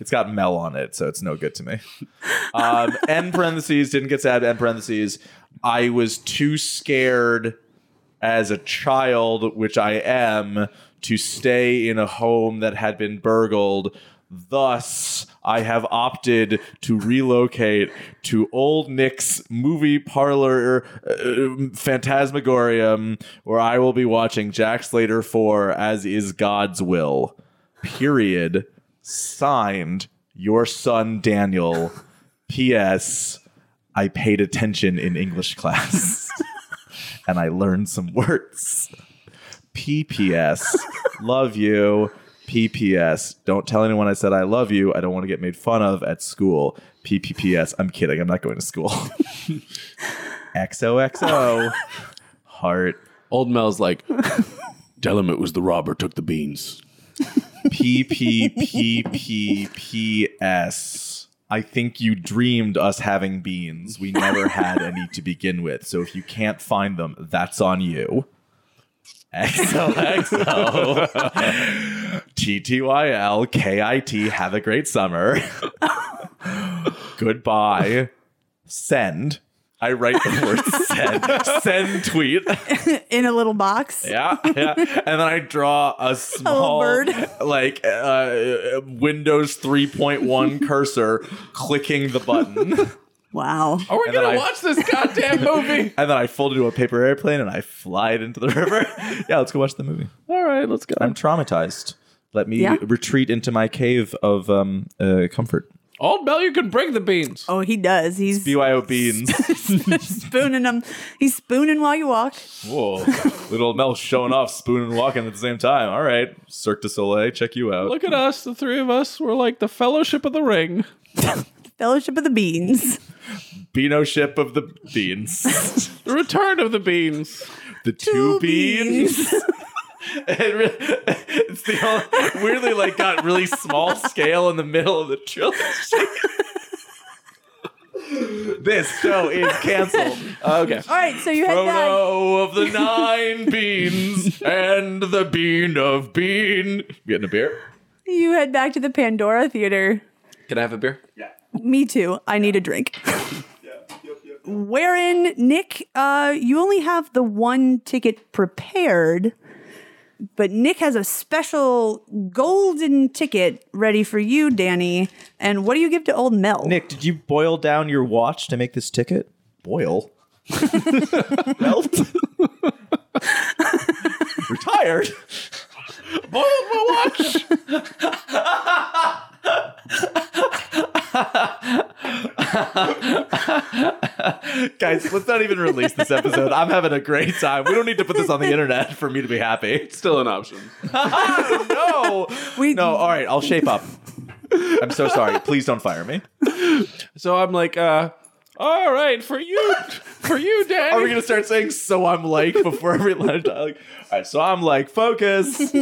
Speaker 4: It's got Mel on it, so it's no good to me. Um, end parentheses. Didn't get sad. End parentheses. I was too scared as a child, which I am, to stay in a home that had been burgled. Thus, I have opted to relocate to Old Nick's movie parlor uh, phantasmagorium, where I will be watching Jack Slater 4 as is God's will. Period. Signed, your son Daniel. P.S. I paid attention in English class and I learned some words. PPS, love you. PPS, don't tell anyone I said I love you. I don't want to get made fun of at school. PPPS, I'm kidding. I'm not going to school. XOXO, heart.
Speaker 2: Old Mel's like, tell him it was the robber took the beans.
Speaker 4: PPPPPS. I think you dreamed us having beans. We never had any to begin with. So if you can't find them, that's on you. XOXO. TTYL KIT. Have a great summer. Goodbye. send. I write the word send. Send tweet.
Speaker 3: in a little box.
Speaker 4: Yeah, yeah. And then I draw a small
Speaker 3: bird.
Speaker 4: like uh, Windows 3.1 cursor clicking the button.
Speaker 3: Wow.
Speaker 2: Are we
Speaker 4: And then
Speaker 2: gonna
Speaker 4: I-
Speaker 2: watch this goddamn movie?
Speaker 4: And then I fold into a paper airplane and I fly it into the river. yeah, let's go watch the movie.
Speaker 2: All right, let's go.
Speaker 4: I'm traumatized. Let me
Speaker 3: Yeah.
Speaker 4: retreat into my cave of um, uh, comfort.
Speaker 2: Old Bell, you can bring the beans.
Speaker 3: Oh, he does. He's
Speaker 4: BYO beans.
Speaker 3: spooning them. He's spooning while you walk.
Speaker 4: Whoa. Little Mel showing off, spoon and walking at the same time. All right. Cirque du Soleil, check you out.
Speaker 2: Look at us, the three of us. We're like the Fellowship of the Ring.
Speaker 3: Fellowship of the Beans.
Speaker 4: Beano ship of the beans.
Speaker 2: The return of the beans.
Speaker 4: the two, beans. It re- it's the only, weirdly like got really small scale in the middle of the trilogy. this show is canceled.
Speaker 2: Okay.
Speaker 3: All right, so you head back.
Speaker 4: Frodo of the nine beans and the bean of bean. Getting a beer?
Speaker 3: You head back to the Pandora Theater.
Speaker 2: Can I have a beer?
Speaker 3: Me too. I need a drink. Wherein, Nick, uh, you only have the one ticket prepared, but Nick has a special golden ticket ready for you, Danny. And what do you give to old Mel?
Speaker 4: Nick, did you boil down your watch to make this ticket? Boil? Melt? You're tired.
Speaker 2: Boiled my watch.
Speaker 4: Guys, let's not even release this episode. I'm having a great time. We don't need to put this on the internet for me to be happy.
Speaker 2: Still an option.
Speaker 4: No.
Speaker 3: We-
Speaker 4: no, all right, I'll shape up. I'm so sorry. Please don't fire me.
Speaker 2: So I'm like, uh, all right, for you, for you, Danny.
Speaker 4: Are we gonna start saying so I'm like before every line? Like, all right, so I'm like, focus.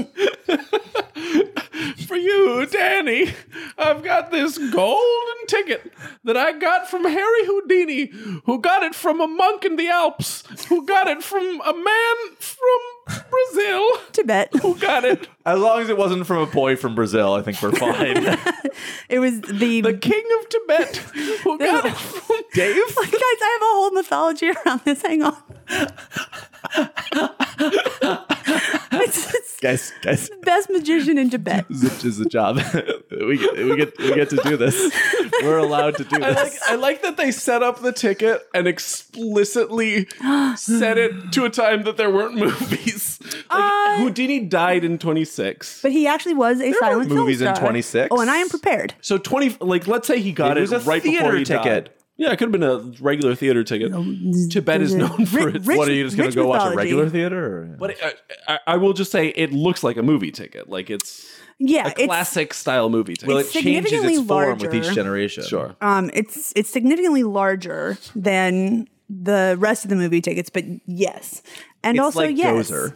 Speaker 2: For you, Danny, I've got this golden ticket that I got from Harry Houdini, who got it from a monk in the Alps, who got it from a man from Brazil,
Speaker 3: Tibet.
Speaker 2: who got it.
Speaker 4: As long as it wasn't from a boy from Brazil, I think we're fine.
Speaker 3: It was the.
Speaker 2: The king of Tibet, who got it from Dave.
Speaker 3: Guys, I have a whole mythology around this. Hang on. it's, it's
Speaker 4: guys, guys,
Speaker 3: the best magician in Tibet.
Speaker 4: this is a job. we get, we get, we get to do this. We're allowed to do
Speaker 2: I like,
Speaker 4: this.
Speaker 2: I like that they set up the ticket and explicitly set it to a time that there weren't movies. Like,
Speaker 3: Uh,
Speaker 2: Houdini died in 26.
Speaker 3: But he actually was a silent film
Speaker 4: movies in
Speaker 3: star.
Speaker 4: 26.
Speaker 3: Oh, and I am prepared.
Speaker 2: So 20, like, let's say he got
Speaker 4: It
Speaker 2: it,
Speaker 4: was a
Speaker 2: right before
Speaker 4: theater
Speaker 2: he
Speaker 4: ticket.
Speaker 2: died. Yeah, it could have been a regular theater ticket. Tibet is known for
Speaker 3: Ri-
Speaker 2: its.
Speaker 3: rich-
Speaker 4: What are you just gonna
Speaker 3: rich
Speaker 4: go watch a
Speaker 3: mythology.
Speaker 4: regular theater? Or?
Speaker 2: But I, I, I will just say it looks like a movie ticket. Like it's
Speaker 3: Yeah,
Speaker 2: a
Speaker 3: it's
Speaker 2: classic style movie ticket.
Speaker 4: well,
Speaker 3: it's
Speaker 4: it changes its
Speaker 3: significantly
Speaker 4: form with
Speaker 3: larger.
Speaker 4: each generation.
Speaker 2: sure.
Speaker 3: um, it's it's significantly larger than the rest of the movie tickets, but yes, and
Speaker 4: It's
Speaker 3: also
Speaker 4: like
Speaker 3: yes,
Speaker 4: Gozer.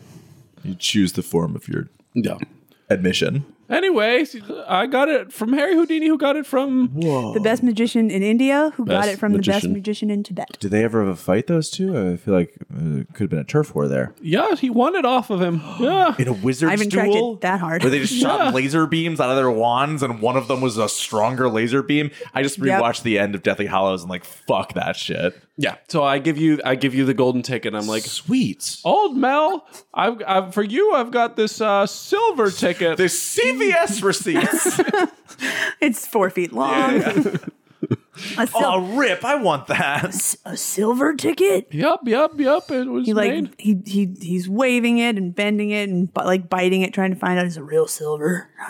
Speaker 4: You choose the form of your
Speaker 2: Yeah.
Speaker 4: admission.
Speaker 2: Anyway, I got it from Harry Houdini, who got it from.
Speaker 3: the best magician in India who got
Speaker 2: Um, Best
Speaker 3: it from the best
Speaker 2: magician.
Speaker 3: magician in Tibet.
Speaker 4: Did they ever have a fight? Those two? I feel like uh, it could have been a turf war there.
Speaker 2: Yeah, he won it off of him. Yeah.
Speaker 4: In a
Speaker 3: I
Speaker 4: wizard's
Speaker 3: haven't tracked
Speaker 4: duel,
Speaker 3: it that hard.
Speaker 4: where they just shot laser beams out of their wands, and one of them was a stronger laser beam. I just
Speaker 3: Yep.
Speaker 4: rewatched the end of Deathly Hollows and like, fuck that shit.
Speaker 2: Yeah. So I give you, I give you the golden ticket. I'm like,
Speaker 4: Sweet.
Speaker 2: old Mel, I've, I've for you, I've got this uh, silver ticket.
Speaker 4: The CVS receipts.
Speaker 3: It's four feet long. a, sil-
Speaker 4: oh, rip! I want that.
Speaker 3: a silver ticket.
Speaker 2: Yup, yup, yup. It was
Speaker 3: He
Speaker 2: made.
Speaker 3: like he he he's waving it and bending it and bu- like biting it, trying to find out is it real silver.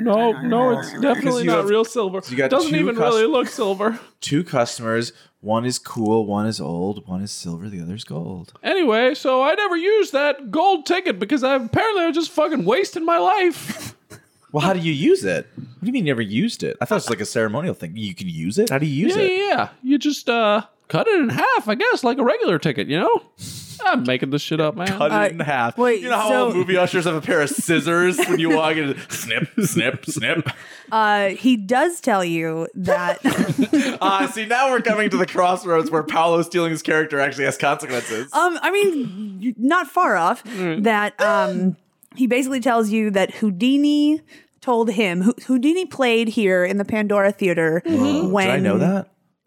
Speaker 2: No, no, it's definitely
Speaker 4: you
Speaker 2: not
Speaker 4: have-
Speaker 2: real silver.
Speaker 4: you got
Speaker 2: Doesn't
Speaker 4: two
Speaker 2: even
Speaker 4: cus-
Speaker 2: really look silver.
Speaker 4: Two customers. One is cool. One is old. One is silver. The other is gold.
Speaker 2: Anyway, so I never used that gold ticket because I apparently I was just fucking wasting my life.
Speaker 4: Well, how do you use it? What do you mean you never used it? I thought it was like a ceremonial thing. You can use it. How do you use
Speaker 2: yeah,
Speaker 4: it?
Speaker 2: yeah, yeah. You just uh cut it in half, I guess, like a regular ticket, you know? I'm making this shit up, man.
Speaker 4: cut
Speaker 3: Uh,
Speaker 4: it in half.
Speaker 3: wait,
Speaker 4: you know how
Speaker 3: so-
Speaker 4: all movie ushers have a pair of scissors when you walk in? Snip, snip, snip.
Speaker 3: Uh, he does tell you that
Speaker 4: Uh, see, now we're coming to the crossroads where Paolo stealing his character actually has consequences.
Speaker 3: Um, I mean, you're not far off. That um, he basically tells you that Houdini told him. Hu- Houdini played here in the Pandora Theater when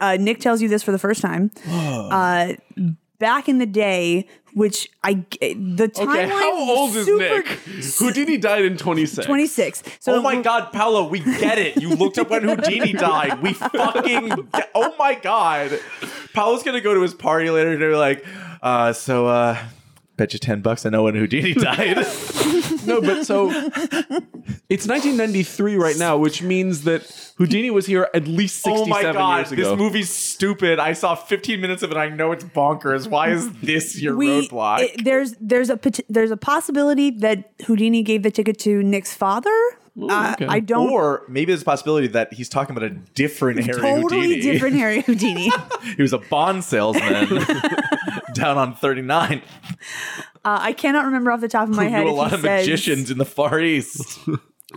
Speaker 3: uh, Nick tells you this for the first time. Uh, back in the day, which I g- the timeline
Speaker 2: Okay, how old is
Speaker 3: super
Speaker 2: Nick? Houdini died in 26.
Speaker 3: 26. So
Speaker 4: oh my god, Paolo, we get it. You looked up when Houdini died. We fucking get- oh my god. Paolo's gonna go to his party later and be like, uh, so uh bet you ten bucks I know when Houdini died.
Speaker 2: No, but so it's 1993 right now, which means that Houdini was here at least 67
Speaker 4: oh my god,
Speaker 2: years ago.
Speaker 4: this movie's stupid. I saw 15 minutes of it. I know it's bonkers. Why is this your
Speaker 3: we
Speaker 4: roadblock?
Speaker 3: it- there's there's a pot- there's a possibility that Houdini gave the ticket to Nick's father. Uh,
Speaker 2: okay.
Speaker 3: I don't
Speaker 4: or maybe there's a possibility that he's talking about a different Harry
Speaker 3: totally
Speaker 4: Houdini.
Speaker 3: different Harry Houdini. Uh,
Speaker 4: he was a bond salesman down on 39.
Speaker 3: Uh, I cannot remember off the top of my
Speaker 4: Who
Speaker 3: head.
Speaker 4: knew a
Speaker 3: if
Speaker 4: lot
Speaker 3: he
Speaker 4: of
Speaker 3: says-
Speaker 4: magicians in the Far East.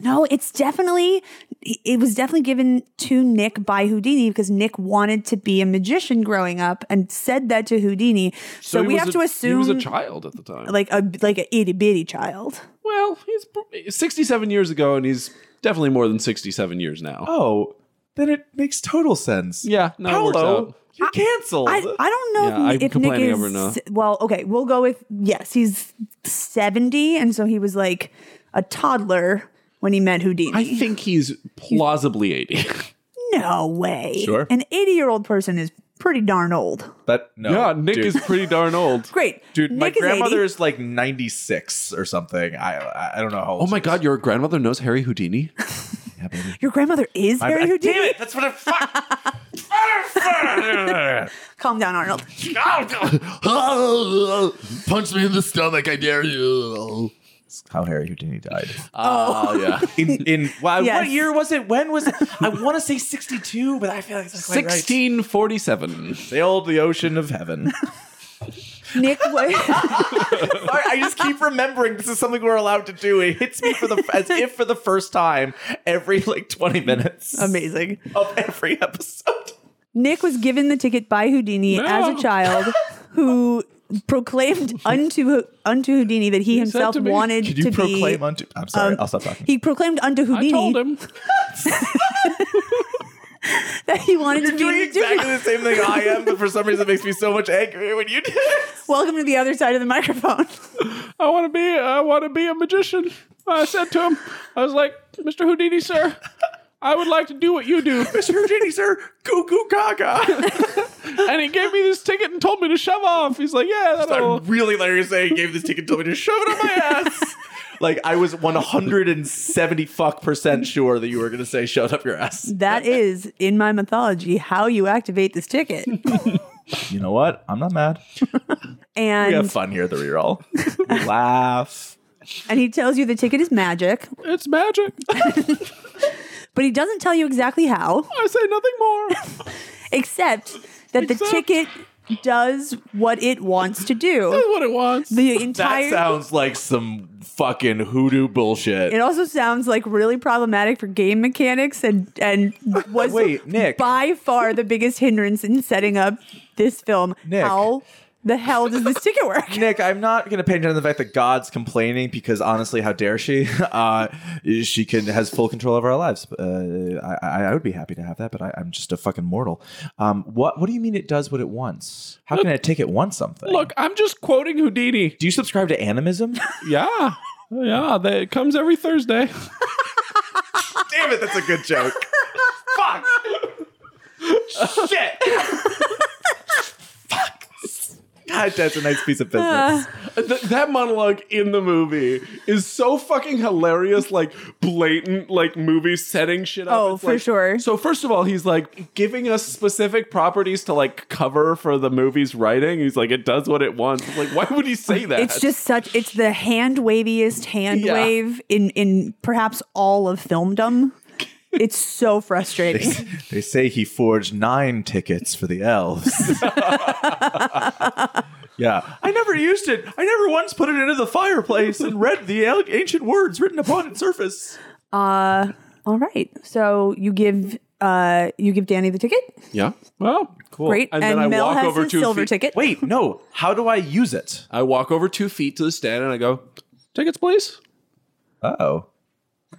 Speaker 3: No, it's definitely it was definitely given to Nick by Houdini because Nick wanted to be a magician growing up and said that to Houdini. So,
Speaker 2: he
Speaker 3: we
Speaker 2: was
Speaker 3: have
Speaker 2: a-
Speaker 3: to assume
Speaker 2: he was a child at the time.
Speaker 3: like a like a itty bitty child.
Speaker 2: well, he's pr- 67 years ago, and he's definitely more than 67 years now.
Speaker 4: oh, then it makes total sense.
Speaker 2: Yeah, no, it works out.
Speaker 4: you're canceled.
Speaker 3: I, I don't know
Speaker 2: Yeah,
Speaker 3: if,
Speaker 2: I'm
Speaker 3: if Nick
Speaker 2: complaining
Speaker 3: is
Speaker 2: over no.
Speaker 3: well. Okay, we'll go with yes. He's seventy, and so he was like a toddler when he met Houdini.
Speaker 2: I think he's plausibly 80.
Speaker 3: no way.
Speaker 4: Sure.
Speaker 3: an eighty-year-old person is pretty darn old.
Speaker 4: that no.
Speaker 2: yeah, Nick
Speaker 4: dude.
Speaker 2: is pretty darn old.
Speaker 3: Great,
Speaker 4: Dude,
Speaker 3: Nick
Speaker 4: my
Speaker 3: is 80.
Speaker 4: grandmother is like 96 or something. I I- I don't know how old.
Speaker 2: Oh my
Speaker 4: she
Speaker 2: god, your grandmother knows Harry Houdini?
Speaker 4: is. Yeah, baby.
Speaker 3: Your grandmother is
Speaker 4: I-
Speaker 3: Harry
Speaker 4: I-
Speaker 3: Houdini.
Speaker 4: Damn it! That's what I fuck.
Speaker 3: Calm down, Arnold.
Speaker 5: Punch me in the stomach, I dare you.
Speaker 4: how Harry Houdini died.
Speaker 2: Oh, yeah.
Speaker 4: In in wow,
Speaker 3: Yes.
Speaker 4: what year was it? When was it? I want to say 62, but I feel like that's quite right.
Speaker 2: 1647.
Speaker 4: Sailed the ocean of heaven.
Speaker 3: Nick
Speaker 4: Sorry,
Speaker 3: was
Speaker 4: I just keep remembering this is something we're allowed to do. It hits me for the as if for the first time every like 20 minutes
Speaker 3: amazing.
Speaker 4: of every episode.
Speaker 3: Nick was given the ticket by Houdini as a child, who proclaimed unto unto Houdini that he,
Speaker 2: said
Speaker 3: himself
Speaker 2: to me,
Speaker 3: wanted
Speaker 4: Could
Speaker 3: to
Speaker 4: you proclaim
Speaker 3: be.
Speaker 4: unto? I'm sorry,
Speaker 3: um,
Speaker 4: I'll stop talking.
Speaker 3: He proclaimed unto
Speaker 2: I
Speaker 3: Houdini
Speaker 2: told him.
Speaker 3: that he wanted
Speaker 4: You're
Speaker 3: to be
Speaker 4: doing
Speaker 3: a magician.
Speaker 4: exactly the same thing I am, but for some reason it makes me so much angrier when you do it.
Speaker 3: Welcome to the other side of the microphone.
Speaker 2: I want to be. I want to be a magician. I said to him, I was like, Mr. Houdini, sir, I would like to do what you do.
Speaker 4: Mr. Houdini, sir, goo goo gaga.
Speaker 2: And he gave me this ticket and told me to shove off. He's like, yeah, that'll.
Speaker 3: Oh.
Speaker 4: I'm really hilarious that he gave this ticket to me to shove it up my ass. Like I was 170 fuck percent sure that you were gonna say shove it up your ass.
Speaker 3: That is in my mythology how you activate this ticket.
Speaker 4: You know what? I'm not mad. We
Speaker 3: And
Speaker 4: have fun here at the reroll. We laugh.
Speaker 3: and he tells you the ticket is magic,
Speaker 2: It's magic.
Speaker 3: but he doesn't tell you exactly how.
Speaker 2: I say nothing more.
Speaker 3: except that the
Speaker 2: Except-
Speaker 3: ticket does what it wants to do.
Speaker 2: what it wants.
Speaker 3: The
Speaker 4: That
Speaker 3: entire
Speaker 4: sounds like some fucking hoodoo bullshit.
Speaker 3: it also sounds like really problematic for game mechanics and and was
Speaker 4: Wait, Nick.
Speaker 3: by far the biggest hindrance in setting up this film.
Speaker 4: Nick.
Speaker 3: How the hell does this ticket work?
Speaker 4: Nick, I'm not going to pay attention to the fact that God's complaining because honestly, how dare she? Uh, she can has full control over our lives. Uh, I, I I would be happy to have that, but I, I'm just a fucking mortal. Um, what What do you mean it does what it wants? How can a ticket want something?
Speaker 2: Look, I'm just quoting Houdini.
Speaker 4: do you subscribe to animism?
Speaker 2: Yeah. Yeah, that it comes every Thursday.
Speaker 4: Damn it, that's a good joke. Fuck. Shit. Fuck. God, that's a nice piece of business.
Speaker 2: Th- that monologue in the movie is so fucking hilarious, like blatant, like movie setting shit up.
Speaker 3: Oh,
Speaker 2: It's
Speaker 3: for
Speaker 2: like-
Speaker 3: sure.
Speaker 2: So first of all, he's like giving us specific properties to like cover for the movie's writing. He's like, it does what it wants. It's like, why would he say that?
Speaker 3: It's just such it's the hand waviest hand
Speaker 2: Yeah.
Speaker 3: wave in in perhaps all of filmdom. It's so frustrating.
Speaker 4: They say he forged nine tickets for the elves. yeah. I never used it. I never once put it into the fireplace and read the al- ancient words written upon its surface.
Speaker 3: Uh, all right. So you give uh you give Danny the ticket.
Speaker 2: yeah. Well, cool.
Speaker 3: Great.
Speaker 2: And,
Speaker 3: And,
Speaker 2: then I
Speaker 3: Mel
Speaker 2: walk
Speaker 3: has
Speaker 2: over
Speaker 3: his
Speaker 2: two
Speaker 3: silver
Speaker 2: feet.
Speaker 3: ticket.
Speaker 4: Wait, no. How do I use it?
Speaker 2: I walk over two feet to the stand and I go, tickets, please.
Speaker 4: Oh.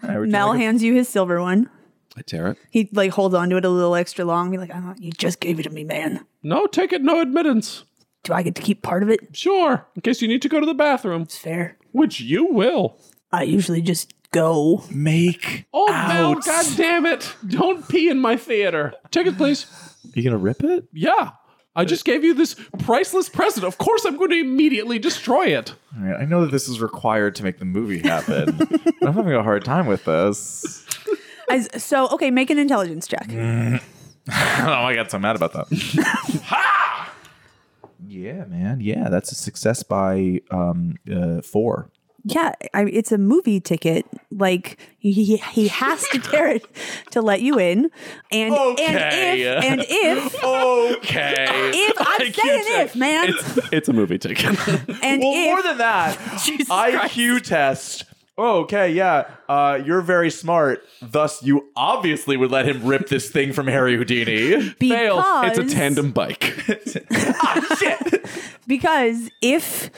Speaker 3: Mel hands you his silver one.
Speaker 2: I I tear it.
Speaker 3: He like holds on to it a little extra long. Be like, oh, you just gave it to me, man.
Speaker 2: No ticket, no admittance.
Speaker 3: Do I get to keep part of it?
Speaker 2: Sure, in case you need to go to the bathroom,
Speaker 3: It's fair.
Speaker 2: which you will.
Speaker 3: I usually just go.
Speaker 4: Make.
Speaker 2: Oh, Mel, god damn it. Don't pee in my theater. Tickets, please.
Speaker 4: You gonna rip it?
Speaker 2: Yeah. I just gave you this priceless present. Of course, I'm going to immediately destroy it.
Speaker 4: All right, I know that this is required to make the movie happen. but I'm having a hard time with this.
Speaker 3: As, so okay, make an intelligence check.
Speaker 2: Mm-hmm.
Speaker 4: oh, I got so mad about that. ha! Yeah, man. Yeah, that's a success by um, uh, four.
Speaker 3: Yeah, I, it's a movie ticket. Like he, he has to tear it to let you in. And
Speaker 2: Okay.
Speaker 3: and if and if
Speaker 2: Okay.
Speaker 3: if I'm
Speaker 2: Thank you,
Speaker 3: saying
Speaker 2: Jack.
Speaker 3: if man
Speaker 2: It's a movie ticket.
Speaker 3: and
Speaker 4: Well,
Speaker 3: if
Speaker 4: more than that,
Speaker 3: Jesus
Speaker 4: IQ test. Oh, okay, yeah. Uh, you're very smart. Thus, you obviously would let him rip this thing from Harry Houdini.
Speaker 2: Fail. It's a
Speaker 3: Because-
Speaker 2: tandem bike.
Speaker 3: because if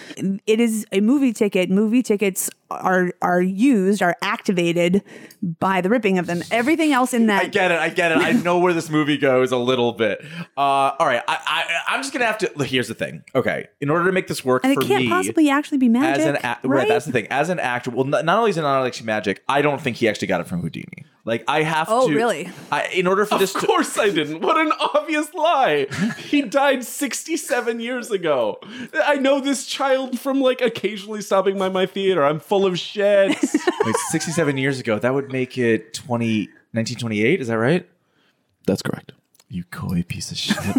Speaker 3: it is a movie ticket, movie tickets are are used are activated by the ripping of them. Everything else in that
Speaker 4: I get it. I get it. I know where this movie goes a little bit. Uh, all right. I, I, I'm just gonna have to. look, Here's the thing. Okay. In order to make this work
Speaker 3: and it
Speaker 4: for
Speaker 3: can't
Speaker 4: me,
Speaker 3: possibly actually be magic.
Speaker 4: as an a- right?
Speaker 3: right?
Speaker 4: that's the thing. As an actor, well, n- not only is it not actually magic, I don't think he actually got it from Houdini. Like I have
Speaker 3: Oh,
Speaker 4: to.
Speaker 3: really?
Speaker 4: I, in order for
Speaker 2: Of
Speaker 4: this, to,
Speaker 2: course I didn't. What an obvious lie. He died 67 years ago. I know this child from like occasionally stopping by my theater. I'm full of shit.
Speaker 4: wait, 67 years ago, that would make it 20, 1928. Is that right?
Speaker 2: That's correct.
Speaker 4: You coy piece of shit.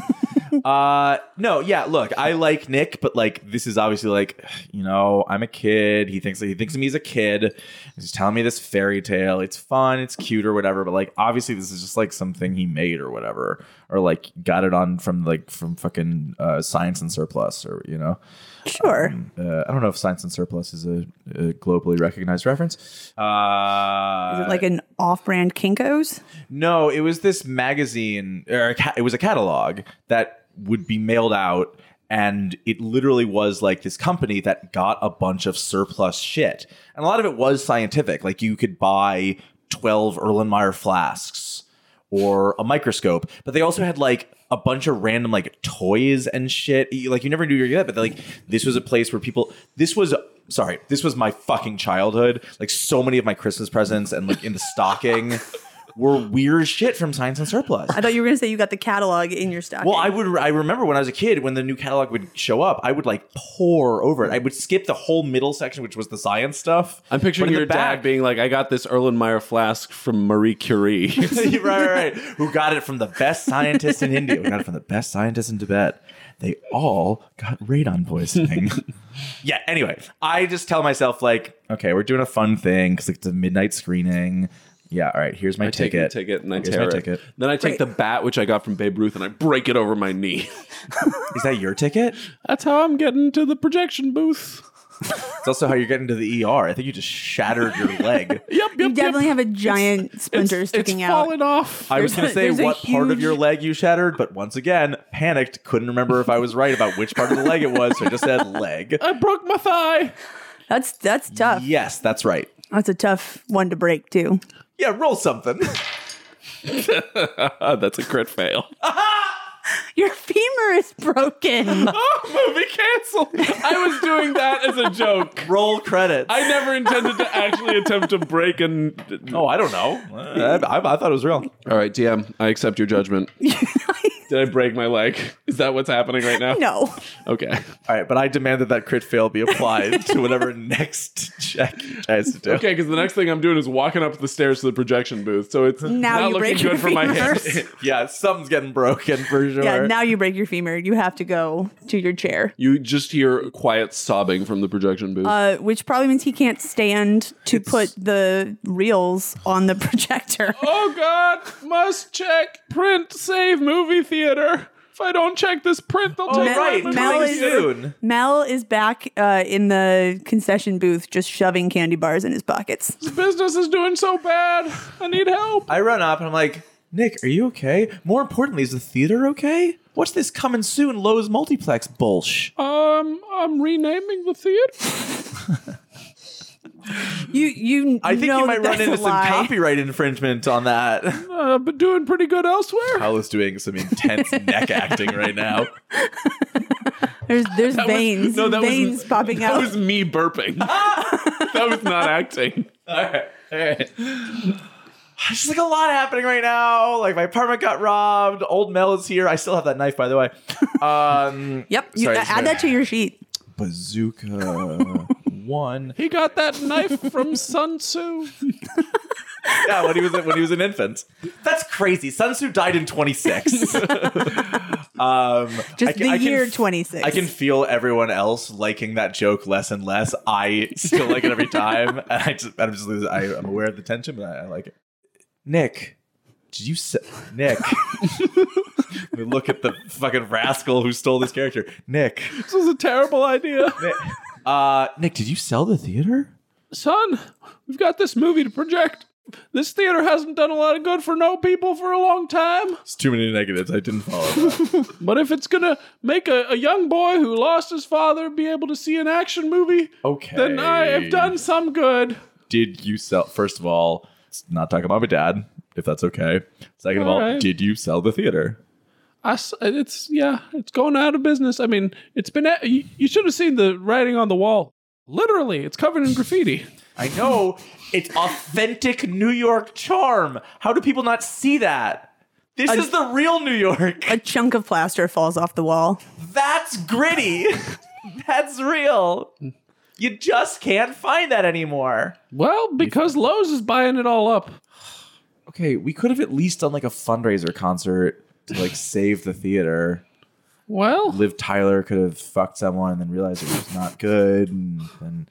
Speaker 4: uh no yeah look i like nick but like this is obviously like you know i'm a kid he thinks he thinks of me as a kid he's telling me this fairy tale it's fun it's cute or whatever but like obviously this is just like something he made or whatever or like got it on from like from fucking uh science and surplus or you know
Speaker 3: sure.
Speaker 2: Mm,
Speaker 4: uh, i don't know if science and surplus is a, a globally recognized reference uh
Speaker 3: Is it like an off-brand Kinkos?
Speaker 4: no, it was this magazine, or a ca- it was a catalog that would be mailed out, and it literally was like this company that got a bunch of surplus shit, and a lot of it was scientific. Like you could buy twelve Erlenmeyer flasks or a microscope, but they also had like a bunch of random like toys and shit. You- Like you never knew you were gonna get, that, but like this was a place where people. This was sorry, this was my fucking childhood. Like so many of my Christmas presents and like in the stocking were weird shit from Science and Surplus.
Speaker 3: I thought you were going to say you got the catalog in your stocking.
Speaker 4: Well, I would. I remember when I was a kid, when the new catalog would show up, I would like pour over it. I would skip the whole middle section, which was the science stuff.
Speaker 2: I'm picturing
Speaker 4: But in
Speaker 2: your
Speaker 4: the back-
Speaker 2: dad being like, I got this Erlenmeyer flask from Marie Curie.
Speaker 4: right, right, right. Who got it from the best scientist in India? Who got it from the best scientist in Tibet? They all got radon poisoning. yeah. Anyway, I just tell myself like, okay, we're doing a fun thing because it's a midnight screening. Yeah. All right. Here's my
Speaker 2: I take
Speaker 4: ticket.
Speaker 2: the ticket and I
Speaker 4: Here's
Speaker 2: tear
Speaker 4: my
Speaker 2: it.
Speaker 4: ticket.
Speaker 2: Then I take the bat which I got from Babe Ruth and I break it over my knee.
Speaker 4: Is that your ticket?
Speaker 2: That's how I'm getting to the projection booth.
Speaker 4: It's also how you're getting to the ER. I think you just shattered your leg.
Speaker 2: Yep, yep.
Speaker 3: you definitely have a giant splinter
Speaker 2: it's,
Speaker 3: sticking
Speaker 2: it's
Speaker 3: out.
Speaker 2: fallen off.
Speaker 4: I was going to
Speaker 3: a-
Speaker 4: say
Speaker 3: there's a
Speaker 4: what part of
Speaker 3: huge-
Speaker 4: your leg you shattered, but once again, panicked, couldn't remember if I was right about which part of the leg it was, so I just said leg.
Speaker 2: I broke my thigh.
Speaker 3: That's that's tough.
Speaker 4: Yes, that's right.
Speaker 3: That's a tough one to break too.
Speaker 4: Yeah, roll something.
Speaker 2: Uh, that's a crit fail.
Speaker 3: Your femur is broken.
Speaker 2: oh, movie canceled. I was doing that as a joke.
Speaker 4: roll credits.
Speaker 2: I never intended to actually attempt to break and.
Speaker 4: oh, I don't know. Uh, I, I thought it was real.
Speaker 2: All right, DM, I accept your judgment. Did I break my leg? Is that what's happening right now?
Speaker 3: no.
Speaker 2: Okay.
Speaker 4: All right, but I demand that that crit fail be applied to whatever next check he tries to do.
Speaker 2: Okay, because the next thing I'm doing is walking up the stairs to the projection booth, so it's
Speaker 3: Now
Speaker 2: not
Speaker 3: you
Speaker 2: looking
Speaker 3: break your
Speaker 2: good for my
Speaker 3: femur.
Speaker 2: hips.
Speaker 4: Yeah, something's getting broken for sure.
Speaker 3: Yeah, now you break your femur. You have to go to your chair.
Speaker 2: You just hear quiet sobbing from the projection booth.
Speaker 3: Uh, which probably means he can't stand to put the reels on the projector.
Speaker 2: Oh God! Must check, print, save movie theater. If I don't check this print, they'll take
Speaker 3: Mel-
Speaker 4: right,
Speaker 2: my
Speaker 3: Mel
Speaker 2: movie
Speaker 3: is-
Speaker 2: theater.
Speaker 4: soon.
Speaker 3: Mel is back uh, in the concession booth, just shoving candy bars in his pockets.
Speaker 2: This business is doing so bad. I need help.
Speaker 4: I run up and I'm like, Nick, are you okay? More importantly, is the theater okay? What's this coming soon Lowe's Uh, multiplex bullsh?
Speaker 2: Um, I'm renaming the theater.
Speaker 3: You you
Speaker 4: I think
Speaker 3: know
Speaker 4: you
Speaker 3: that
Speaker 4: might run
Speaker 3: that's a
Speaker 4: into some
Speaker 3: lie.
Speaker 4: copyright infringement on that.
Speaker 2: Uh, been doing pretty good elsewhere.
Speaker 4: Kyle is doing some intense neck acting right now.
Speaker 3: There's there's
Speaker 2: was-
Speaker 3: veins, veins popping
Speaker 2: that
Speaker 3: out.
Speaker 2: was me burping. that was not acting.
Speaker 4: It's just like a lot happening right now. Like my apartment got robbed. Old Mel is here. I still have that knife, by the way. Um,
Speaker 3: yep, you
Speaker 4: Sorry,
Speaker 3: add
Speaker 4: just a minute.
Speaker 3: that to your sheet.
Speaker 4: bazooka one.
Speaker 2: He got that knife from Sun Tzu.
Speaker 4: Yeah, when he was when he was an infant. That's crazy. Sun Tzu died in 26. um,
Speaker 3: Just
Speaker 4: I can-
Speaker 3: the
Speaker 4: I can
Speaker 3: year
Speaker 4: f-
Speaker 3: 26.
Speaker 4: I can feel everyone else liking that joke less and less. I still like it every time, and I just, I'm just I, I'm aware of the tension, but I, I like it. Nick, did you say Nick? Let me look at the fucking rascal who stole this character. Nick,
Speaker 2: This was a terrible idea.
Speaker 4: Nick, uh, Nick, did you sell the theater?
Speaker 2: Son, we've got this movie to project. This theater hasn't done a lot of good for no people for a long time.
Speaker 4: It's too many negatives. I didn't follow. That.
Speaker 2: But if it's gonna make a, a young boy who lost his father be able to see an action movie,
Speaker 4: Okay.
Speaker 2: then I have done some good.
Speaker 4: did you sell first of all let's not talk about my dad if that's okay second of all
Speaker 2: Alright.
Speaker 4: did you sell the theater
Speaker 2: I s it's yeah, it's going out of business. I mean, it's been a- you, you should have seen the writing on the wall. Literally, it's covered in graffiti.
Speaker 4: i know it's authentic new york charm how do people not see that this is the real new york
Speaker 3: a chunk of plaster falls off the wall.
Speaker 4: that's gritty that's real you just can't find that anymore
Speaker 2: Well, because Lowe's is buying it all up.
Speaker 4: okay we could have at least done like a fundraiser concert to like save the theater
Speaker 2: Well,
Speaker 4: Liv Tyler could have fucked someone and then realized it was not good and then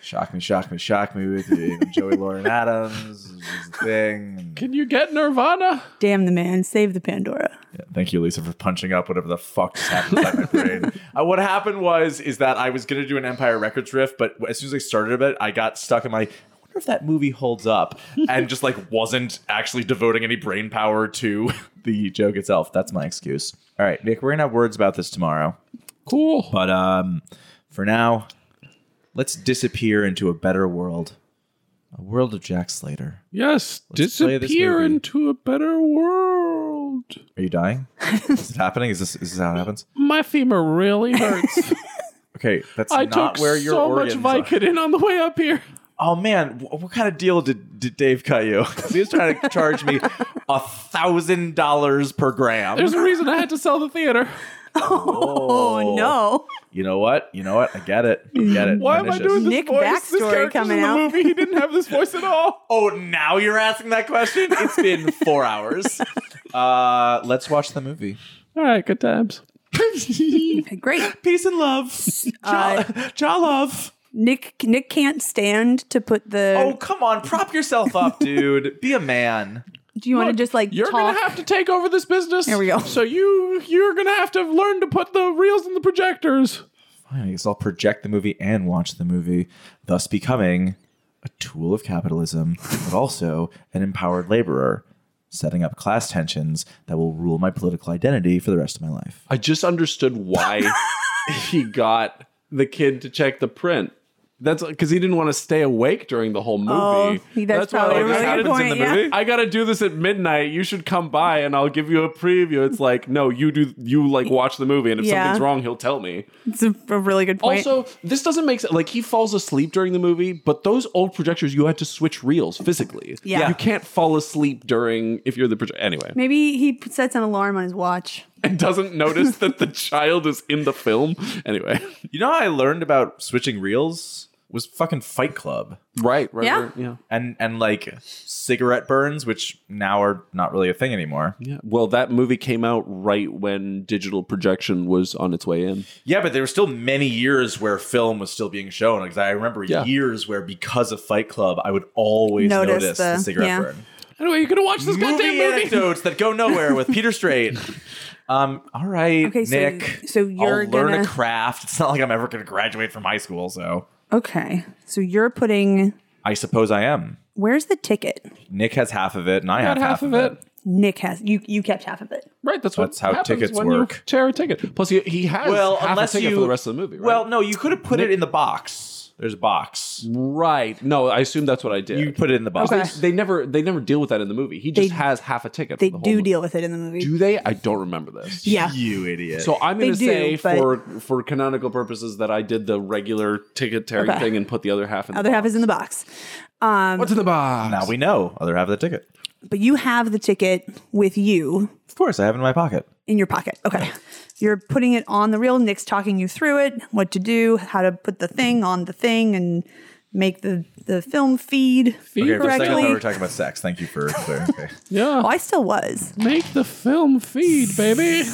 Speaker 4: shock me, shock me, shock me with you. Joey Lauren Adams was a thing. and-
Speaker 2: can you get Nirvana?
Speaker 3: Damn the man, save the Pandora.
Speaker 4: Yeah, thank you, Lisa, for punching up whatever the fuck just happened inside my brain. Uh, what happened was is that I was gonna do an Empire Records riff, but as soon as I started it, I got stuck in my. I wonder If that movie holds up, and just like wasn't actually devoting any brain power to the joke itself, that's my excuse. All right, Nick, we're gonna have words about this tomorrow.
Speaker 2: Cool.
Speaker 4: But um, for now, let's disappear into a better world. A world of Jack Slater.
Speaker 2: Yes,
Speaker 4: Let's play this
Speaker 2: disappear
Speaker 4: movie.
Speaker 2: into a better world.
Speaker 4: Are you dying? is it happening? Is this is this how it happens?
Speaker 2: My femur really hurts.
Speaker 4: Okay, that's
Speaker 2: I
Speaker 4: not
Speaker 2: took
Speaker 4: where your
Speaker 2: so much
Speaker 4: organs are.
Speaker 2: Vicodin on the way up here.
Speaker 4: Oh man, wh- what kind of deal did, did Dave cut you? 'Cause he was trying to charge me a thousand dollars per gram.
Speaker 2: There's a reason I had to sell the theater.
Speaker 3: Oh, no.
Speaker 4: You know what? You know what? I get it. I get it.
Speaker 2: Why am I
Speaker 4: Pernicious.
Speaker 2: doing this
Speaker 3: Nick
Speaker 2: voice? this
Speaker 3: backstory
Speaker 2: character's
Speaker 3: coming
Speaker 2: in the
Speaker 3: out.
Speaker 2: movie. He didn't have this voice at all.
Speaker 4: Oh, now you're asking that question? It's been four hours. Uh, let's watch the movie.
Speaker 2: All right, good times.
Speaker 3: Okay, Great.
Speaker 4: Peace and love.
Speaker 3: Uh,
Speaker 4: Ja love.
Speaker 3: Nick Nick can't stand to put the
Speaker 4: Oh, come on. Prop yourself up, dude. Be a man.
Speaker 3: Do you want to
Speaker 2: Look,
Speaker 3: just like
Speaker 2: You're
Speaker 3: talk?
Speaker 2: gonna have to take over this business.
Speaker 3: There we go.
Speaker 2: So you you're gonna have to learn to put the reels in the projectors.
Speaker 4: Fine, I guess I'll project the movie and watch the movie, thus becoming a tool of capitalism, but also an empowered laborer, setting up class tensions that will rule my political identity for the rest of my life.
Speaker 2: I just understood why he got the kid to check the print. That's because he didn't want to stay awake during the whole movie.
Speaker 3: Oh, he- that's probably
Speaker 2: like,
Speaker 3: a
Speaker 2: this
Speaker 3: really good
Speaker 2: happens in
Speaker 3: point,
Speaker 2: the
Speaker 3: yeah.
Speaker 2: movie. I gotta do this at midnight. You should come by and I'll give you a preview. It's like, no, you do you like watch the movie, and if
Speaker 3: Yeah.
Speaker 2: something's wrong, he'll tell me.
Speaker 3: It's a, a really good point.
Speaker 2: Also, this doesn't make sense. Like he falls asleep during the movie, but those old projectors, you had to switch reels physically.
Speaker 3: Yeah.
Speaker 2: you can't fall asleep during if you're the projector. Anyway,
Speaker 3: Maybe he p- sets an alarm on his watch.
Speaker 2: and doesn't notice that the child is in the film. Anyway,
Speaker 4: You know how I learned about switching reels? Was fucking Fight Club.
Speaker 2: right, right,
Speaker 3: Yeah.
Speaker 2: right, yeah,
Speaker 4: And, and like cigarette burns, which now are not really a thing anymore.
Speaker 2: yeah. Well, that movie came out right when digital projection was on its way in.
Speaker 4: Yeah, but there were still many years where film was still being shown. Because I remember
Speaker 2: Yeah.
Speaker 4: years where, because of Fight Club, I would always notice,
Speaker 3: Notice
Speaker 4: the,
Speaker 3: the-
Speaker 4: cigarette
Speaker 3: yeah.
Speaker 4: burn.
Speaker 2: Anyway, you're gonna watch this goddamn
Speaker 4: Movie
Speaker 2: movie.
Speaker 4: anecdotes that go nowhere with Peter Strait. Um, all right,
Speaker 3: Okay, so-
Speaker 4: Nick.
Speaker 3: so you're
Speaker 4: I'll learn a
Speaker 3: gonna-
Speaker 4: craft. It's not like I'm ever going to graduate from high school, so
Speaker 3: Okay, so you're putting.
Speaker 4: I suppose I am.
Speaker 3: Where's the ticket?
Speaker 4: Nick has half of it, and I have half, of it.
Speaker 3: Nick has you. You kept half of it.
Speaker 2: Right, that's,
Speaker 4: That's
Speaker 2: what
Speaker 4: how
Speaker 2: happens
Speaker 4: tickets
Speaker 2: when you
Speaker 4: work.
Speaker 2: Tear a ticket. Plus, he, he has
Speaker 4: Well,
Speaker 2: half
Speaker 4: unless
Speaker 2: a ticket
Speaker 4: you
Speaker 2: for the rest of the movie. Right?
Speaker 4: Well, no, you could have put it in the box. There's a box.
Speaker 2: Right. No, I assume that's what I did.
Speaker 4: You put it in the box.
Speaker 3: Okay.
Speaker 2: They never they never deal with that in the movie. He just
Speaker 3: They-
Speaker 2: has half a ticket.
Speaker 3: They
Speaker 2: for the whole
Speaker 3: do
Speaker 2: movie.
Speaker 3: deal with it in the movie.
Speaker 2: Do they? I don't remember this.
Speaker 3: yeah.
Speaker 4: You idiot.
Speaker 2: So I'm going to
Speaker 3: do,
Speaker 2: say
Speaker 3: but-
Speaker 2: for for canonical purposes that I did the regular ticket tearing
Speaker 3: Okay.
Speaker 2: thing and put the other half in.
Speaker 3: Other
Speaker 2: the
Speaker 3: half is in the box. Um,
Speaker 2: What's in the box?
Speaker 4: now we know. Other half of the ticket.
Speaker 3: but you have the ticket with you
Speaker 4: Of course, I have it in my pocket.
Speaker 3: in your pocket. Okay. You're putting it on the reel. Nick's talking you through it, what to do, how to put the thing on the thing and make the, the film feed
Speaker 2: Okay,
Speaker 4: for a second, I thought we
Speaker 3: correctly.
Speaker 4: were talking about sex. Thank you for clarifying. Okay.
Speaker 2: Yeah.
Speaker 3: Oh, I still was.
Speaker 2: Make the film feed, baby.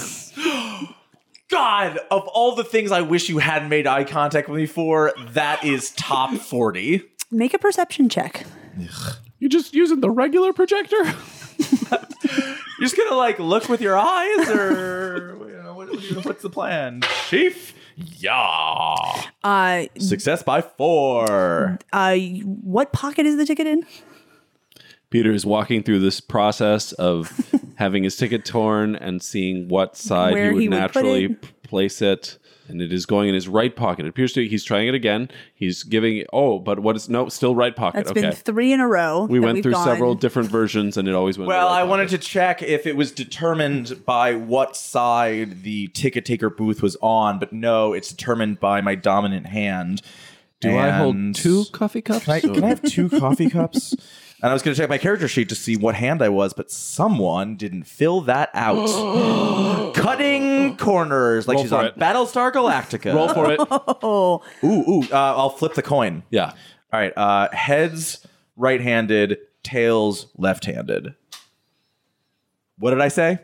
Speaker 4: God, of all the things I wish you hadn't made eye contact with me for, that is top 40.
Speaker 3: Make a perception check.
Speaker 2: You just using the regular projector?
Speaker 4: You're just gonna like look with your eyes, or you know, what, what- what's the plan, Chief? Yeah.
Speaker 3: Uh,
Speaker 4: Success by four.
Speaker 3: uh, what pocket is the ticket in?
Speaker 2: Peter is walking through this process of having his ticket torn and seeing what side
Speaker 3: Where
Speaker 2: he would
Speaker 3: he would put
Speaker 2: naturally
Speaker 3: it.
Speaker 2: p- place it. And it is going in his right pocket. It appears to he's trying it again. He's giving oh, but what is no still right pocket.
Speaker 3: That's
Speaker 2: okay.
Speaker 3: been three in a row.
Speaker 2: we
Speaker 3: that
Speaker 2: went
Speaker 3: we've
Speaker 2: through
Speaker 3: gone.
Speaker 2: several different versions and it always went. in the
Speaker 4: Well,
Speaker 2: right
Speaker 4: I
Speaker 2: pocket.
Speaker 4: wanted to check if it was determined by what side the ticket taker booth was on, but no, it's determined by my dominant hand.
Speaker 2: Do I hold
Speaker 4: And-
Speaker 2: two coffee cups?
Speaker 4: Can I, can I have two coffee cups? And I was going to check my character sheet to see what hand I was, but someone didn't fill that out. Cutting corners like
Speaker 2: Roll
Speaker 4: she's
Speaker 2: for
Speaker 4: on
Speaker 2: it.
Speaker 4: Battlestar Galactica.
Speaker 2: Roll for it.
Speaker 4: Ooh, ooh! Uh, I'll flip the coin.
Speaker 2: Yeah.
Speaker 4: All right. Uh, heads right-handed, tails left-handed. What did I say?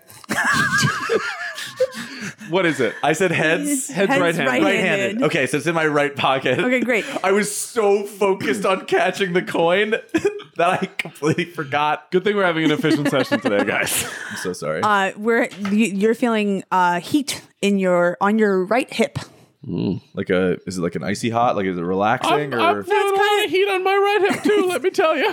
Speaker 2: What is it?
Speaker 4: I said heads.
Speaker 3: Heads Heads right-handed. right-handed.
Speaker 4: Right-handed. Okay, so it's in my right pocket.
Speaker 3: Okay, great.
Speaker 4: I was so focused on catching the coin that I completely forgot
Speaker 2: Good thing we're having an efficient session today, guys.
Speaker 4: I'm so sorry.
Speaker 3: Uh, where you- you're feeling uh, heat in your on your right hip.
Speaker 4: like a is it like an icy hot? Like is it relaxing or
Speaker 2: feeling a lot of heat on my right hip too. Let me tell you.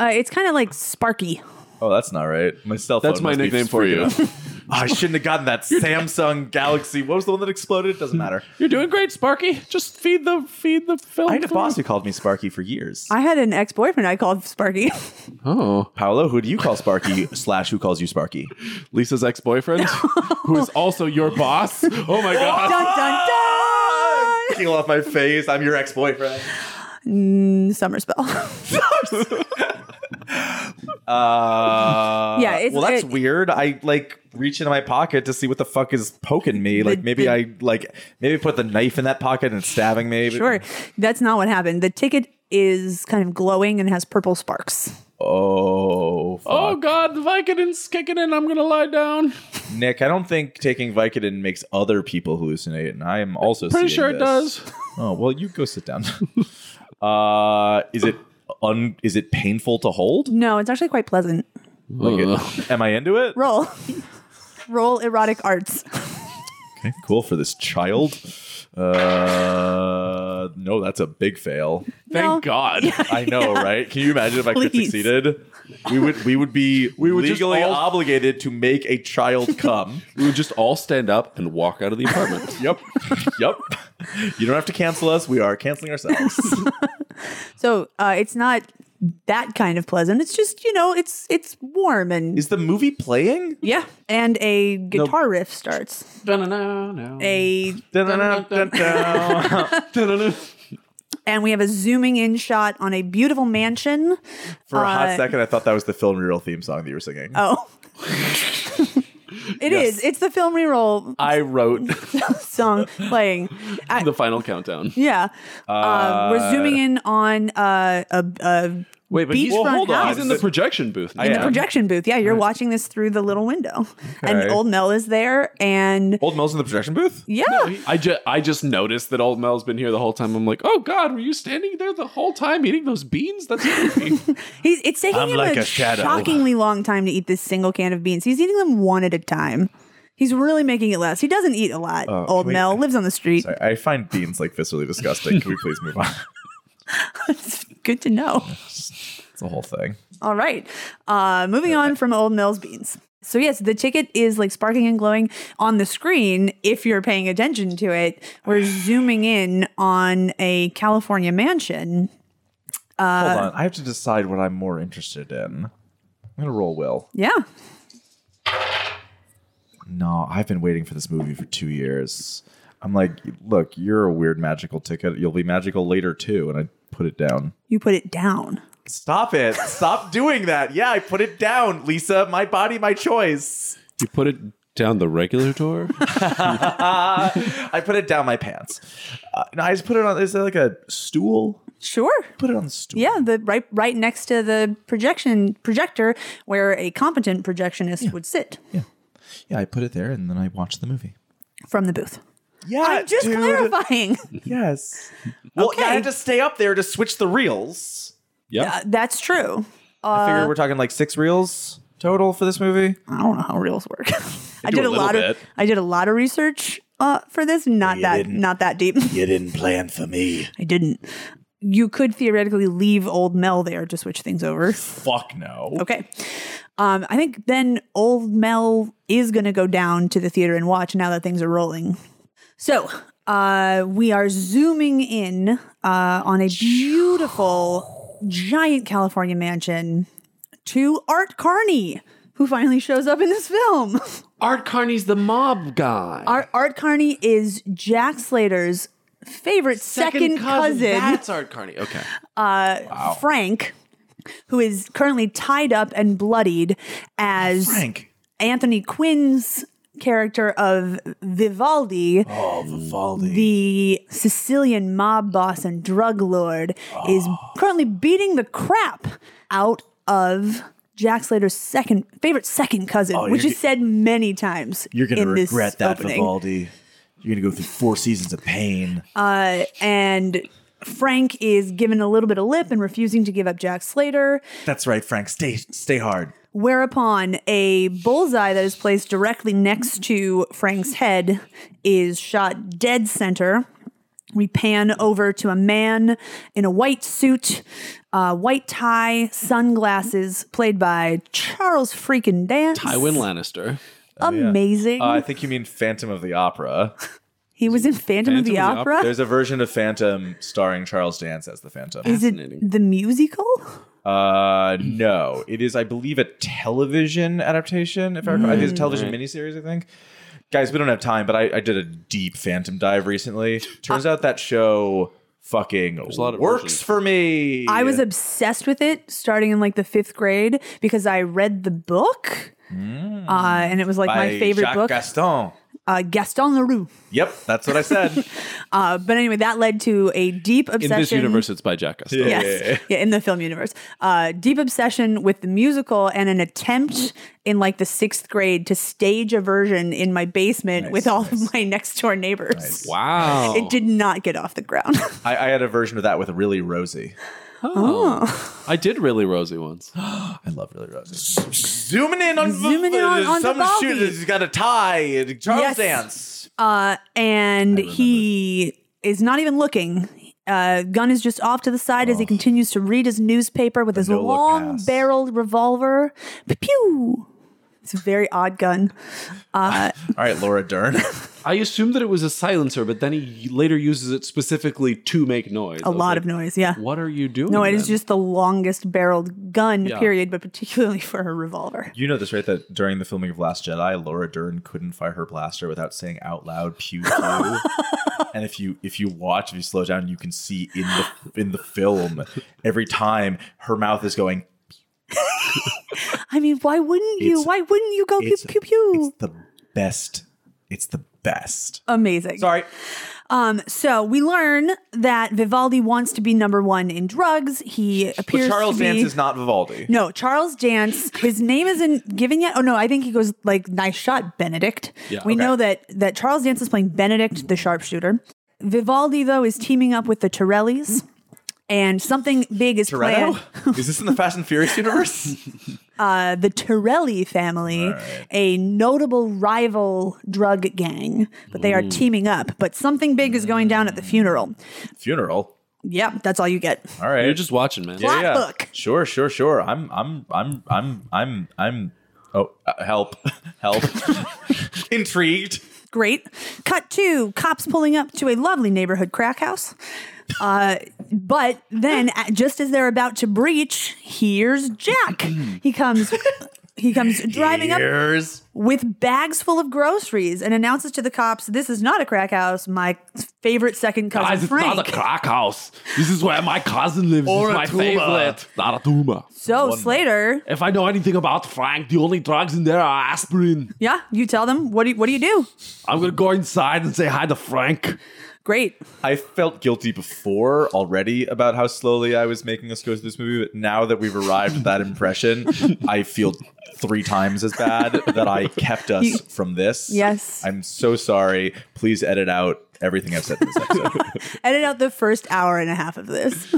Speaker 3: Uh, it's kind of like sparky.
Speaker 4: Oh, that's not right. My cell phone
Speaker 2: That's my
Speaker 4: must be
Speaker 2: nickname for you.
Speaker 4: freaking out. Oh, I shouldn't have gotten that Samsung Galaxy. What was the one that exploded? Doesn't matter.
Speaker 2: You're doing great, Sparky. Just feed the feed the film.
Speaker 4: I had a boss who called me Sparky for years.
Speaker 3: I had an ex boyfriend I called Sparky.
Speaker 2: Oh,
Speaker 4: Paolo, who do you call Sparky? slash, who calls you Sparky?
Speaker 2: Lisa's ex-boyfriend, who is also your boss. Oh my god.
Speaker 3: dun dun dun!
Speaker 4: "Ah!" Peel off my face. I'm your ex-boyfriend.
Speaker 3: Summer spell.
Speaker 4: Uh,
Speaker 3: Yeah, it's-
Speaker 4: well, that's
Speaker 3: it-
Speaker 4: weird. I like reach into my pocket to see what the fuck is poking me. Like maybe
Speaker 3: the-
Speaker 4: I like maybe put the knife in that pocket and it's stabbing me.
Speaker 3: Sure. That's not what happened. The ticket is kind of glowing and has purple sparks.
Speaker 4: Oh, fuck.
Speaker 2: Oh god, the Vicodin's kicking in. I'm gonna lie down.
Speaker 4: Nick, I don't think taking Vicodin makes other people hallucinate, and I am also
Speaker 2: Pretty
Speaker 4: seeing
Speaker 2: sure it
Speaker 4: this.
Speaker 2: does.
Speaker 4: Oh well, you go sit down. uh, is it un? Is it painful to hold?
Speaker 3: No, it's actually quite pleasant.
Speaker 4: Like, it- am I into it?
Speaker 3: Roll. Roll erotic arts.
Speaker 4: Okay, cool for this child. Uh, no, that's a big fail.
Speaker 2: Thank
Speaker 3: No.
Speaker 2: God.
Speaker 4: I know, right? Can you imagine if I could
Speaker 3: Please.
Speaker 4: succeeded? We would we would be we
Speaker 2: would just
Speaker 4: legally
Speaker 2: all-
Speaker 4: obligated to make a child come.
Speaker 2: We would just all stand up and walk out of the apartment.
Speaker 4: yep. Yep. You don't have to cancel us. We are canceling ourselves.
Speaker 3: So uh, it's not that kind of pleasant. It's just, you know, it's it's warm and
Speaker 4: Is the movie playing?
Speaker 3: yeah. And a guitar riff starts. A and we have a zooming in shot on a beautiful mansion.
Speaker 4: For a hot
Speaker 3: Uh,
Speaker 4: second, I thought that was the film reel theme song that you were singing.
Speaker 3: Oh. it is. It's the film reroll
Speaker 2: I wrote
Speaker 3: song playing. I-
Speaker 2: the final countdown.
Speaker 3: Yeah. um,
Speaker 4: Uh,
Speaker 3: we're zooming in on uh, a, a
Speaker 2: Wait, but
Speaker 3: he's- Well, hold on.
Speaker 2: He's in the projection booth.
Speaker 4: I am.
Speaker 3: projection booth. Yeah, you're watching this through the little window. And
Speaker 4: Okay.
Speaker 3: old Mel is there. And
Speaker 4: Old Mel's in the projection booth?
Speaker 3: yeah.
Speaker 2: I just I just noticed that old Mel's been here the whole time. I'm like, oh God, were you standing there the whole time eating those beans? That's creepy.
Speaker 3: He's, it's taking
Speaker 4: I'm
Speaker 3: him
Speaker 4: like
Speaker 3: a,
Speaker 4: a shadow.
Speaker 3: shockingly long time to eat this single can of beans. He's eating them one at a time. He's really making it last. He doesn't eat a lot. old
Speaker 4: can Oh, we-
Speaker 3: Mel lives on the street.
Speaker 4: Sorry, I find beans like viscerally disgusting. Can we please move on?
Speaker 3: It's good to know.
Speaker 4: It's a whole thing.
Speaker 3: All right. Uh, moving on from old Mel's beans. So, yes, the ticket is like sparking and glowing on the screen if you're paying attention to it. We're zooming in on a California mansion.
Speaker 4: Hold on. I have to decide what I'm more interested in. I'm going to roll Will.
Speaker 3: Yeah.
Speaker 4: No, I've been waiting for this movie for two years. I'm like, look, you're a weird magical ticket. You'll be magical later too. And I put it down.
Speaker 3: You put it down.
Speaker 4: Stop it. Stop doing that. Yeah, I put it down, Lisa. My body, my choice.
Speaker 2: You put it down the regular door?
Speaker 4: I put it down my pants. Uh, no, I just put it on. Is it like a stool?
Speaker 3: Sure.
Speaker 4: Put it on the stool.
Speaker 3: Yeah, the right right next to the projection projector where a competent projectionist would sit
Speaker 4: Yeah. Yeah, I put it there and then I watched the movie.
Speaker 3: from the booth.
Speaker 4: Yeah.
Speaker 3: I'm just
Speaker 4: dude.
Speaker 3: clarifying.
Speaker 4: Yes. Well, yeah, I had to stay up there to switch the reels.
Speaker 2: yeah.
Speaker 3: Uh, that's true.
Speaker 4: I
Speaker 3: Uh,
Speaker 4: figure we're talking like six reels total for this movie.
Speaker 3: I don't know how reels work. I
Speaker 2: do
Speaker 3: did
Speaker 2: a
Speaker 3: a, lot
Speaker 2: little
Speaker 3: of
Speaker 2: bit.
Speaker 3: I did a lot of research uh, for this. Not that not that deep.
Speaker 7: You didn't plan for me.
Speaker 3: I didn't. You could theoretically leave old Mel there to switch things over.
Speaker 4: Fuck no.
Speaker 3: Okay. Um, I think then old Mel is going to go down to the theater and watch now that things are rolling. So uh, we are zooming in uh, on a beautiful, giant California mansion to Art Carney, who finally shows up in this film.
Speaker 2: Art Carney's the mob guy.
Speaker 3: Art, Art Carney is Jack Slater's favorite second, cousin.
Speaker 2: That's Art Carney. Okay.
Speaker 3: Frank, who is currently tied up and bloodied as
Speaker 4: Frank.
Speaker 3: Anthony Quinn's character of Vivaldi,
Speaker 7: Oh, Vivaldi.
Speaker 3: the Sicilian mob boss and drug lord, is
Speaker 7: Ah.
Speaker 3: currently beating the crap out of Jack Slater's second favorite second cousin, which
Speaker 7: Oh, you're
Speaker 3: is said many times.
Speaker 7: You're going
Speaker 3: in
Speaker 7: to
Speaker 3: this
Speaker 7: regret that,
Speaker 3: opening.
Speaker 7: Vivaldi. You're going to go through four seasons of pain.
Speaker 3: Uh, and Frank is given a little bit of lip and refusing to give up Jack Slater.
Speaker 7: That's right, Frank. Stay stay hard.
Speaker 3: Whereupon, a bullseye that is placed directly next to Frank's head is shot dead center. We pan over to a man in a white suit, uh, white tie, sunglasses, played by Charles freaking Dance.
Speaker 2: Tywin Lannister.
Speaker 3: Amazing.
Speaker 4: Uh, I think you mean Phantom of the Opera.
Speaker 3: he was in Phantom, of the,
Speaker 2: Phantom of the
Speaker 3: Opera.
Speaker 4: There's a version of Phantom starring Charles Dance as the Phantom.
Speaker 3: is it
Speaker 2: Fascinating.
Speaker 3: the musical?
Speaker 4: Uh, no, it is, I believe, a television adaptation. If I recall, it's a television miniseries. I think. Guys, we don't have time, but I, I did a deep Phantom dive recently. Turns out that show fucking
Speaker 2: a lot of
Speaker 4: works
Speaker 2: versions.
Speaker 4: for me.
Speaker 3: I was obsessed with it starting in like the fifth grade because I read the book. Uh, and it was like
Speaker 4: By
Speaker 3: my favorite
Speaker 4: Jacques
Speaker 3: book,
Speaker 4: Gaston.
Speaker 3: uh, Gaston Leroux.
Speaker 4: Yep, that's what I said.
Speaker 3: Uh, but anyway, that led to a deep
Speaker 2: In
Speaker 3: obsession.
Speaker 2: this universe, it's by Jack Gaston.
Speaker 4: Yeah.
Speaker 3: Yes. Yeah, in the film universe. Uh, deep obsession with the musical and an attempt in like the sixth grade to stage a version in my basement with all of my next door neighbors.
Speaker 2: Wow.
Speaker 3: It did not get off the ground.
Speaker 4: I, I had a version of that with really Rosie.
Speaker 2: I did really Rosie once.
Speaker 4: I love really Rosie. Zooming in on
Speaker 3: Zooming in on- on
Speaker 4: some
Speaker 3: Vivaldi.
Speaker 4: shooter. He's got a tie. and Charles
Speaker 3: Yes.
Speaker 4: dance.
Speaker 3: Uh, and he is not even looking. Uh, gun is just off to the side as he continues to read his newspaper with his
Speaker 4: no-look
Speaker 3: long
Speaker 4: pass.
Speaker 3: barreled revolver. Pew, Pew! It's a very odd gun.
Speaker 4: All right, Laura Dern.
Speaker 2: I assumed that it was a silencer, but then he later uses it specifically to make noise.
Speaker 3: A lot of noise, yeah.
Speaker 2: What are you doing?
Speaker 3: No, it is
Speaker 2: then?
Speaker 3: just the longest barreled gun,
Speaker 2: Yeah.
Speaker 3: period, but particularly for a revolver.
Speaker 4: You know this, right? That during the filming of Last Jedi, Laura Dern couldn't fire her blaster without saying out loud "pew pew." and if you if you watch, if you slow down, you can see in the in the film every time her mouth is going.
Speaker 3: I mean, why wouldn't you?
Speaker 4: It's-
Speaker 3: Why wouldn't you go pew
Speaker 4: It's,
Speaker 3: pew pew?
Speaker 4: it's the best. It's the best.
Speaker 3: Amazing.
Speaker 4: Sorry,
Speaker 3: Um, so we learn that Vivaldi wants to be number one in drugs. He
Speaker 4: but
Speaker 3: appears
Speaker 4: Charles
Speaker 3: to be
Speaker 4: Dance is not Vivaldi.
Speaker 3: no Charles Dance. His name isn't given yet. Oh no, I think he goes like nice shot, Benedict.
Speaker 2: Yeah,
Speaker 3: we
Speaker 2: okay.
Speaker 3: know that that Charles Dance is playing Benedict, the sharpshooter. Vivaldi though is teaming up with the Torellis, and something big is planned.
Speaker 4: Toretto? is this in the Fast and Furious universe?
Speaker 3: uh, the Torelli family, a notable rival drug gang, but they are
Speaker 5: Mm.
Speaker 3: teaming up. But something big is going down at the funeral.
Speaker 4: Funeral.
Speaker 3: Yep, that's all you get.
Speaker 4: All right.
Speaker 2: You're just watching, man.
Speaker 3: Plot book.
Speaker 4: Sure, sure, sure. I'm I'm I'm I'm I'm I'm Oh, uh, help. help. Intrigued.
Speaker 3: Great. Cut two cops pulling up to a lovely neighborhood crack house. Uh, but then, a- just as they're about to breach, here's Jack. He comes. He comes driving up
Speaker 8: Here's
Speaker 3: with bags full of groceries and announces to the cops, "This is not a crack house. My favorite second cousin
Speaker 5: Guys, it's
Speaker 3: Frank."
Speaker 5: not a crack house. This is where my cousin lives.
Speaker 2: Or
Speaker 5: it's
Speaker 2: a
Speaker 5: my
Speaker 2: tumor.
Speaker 5: favorite. Not a tumor.
Speaker 3: so Slater,
Speaker 5: If I know anything about Frank, the only drugs in there are aspirin.
Speaker 3: yeah, you tell them what do you, what do you do?
Speaker 5: I'm gonna go inside and say hi to Frank.
Speaker 3: Great.
Speaker 4: I felt guilty before already about how slowly I was making us go through this movie, but now that we've arrived at that impression, I feel three times as bad that I kept us
Speaker 3: You-
Speaker 4: from this.
Speaker 3: Yes.
Speaker 4: I'm so sorry. Please edit out everything I've said in this episode.
Speaker 3: Edit out the first hour and a half of this.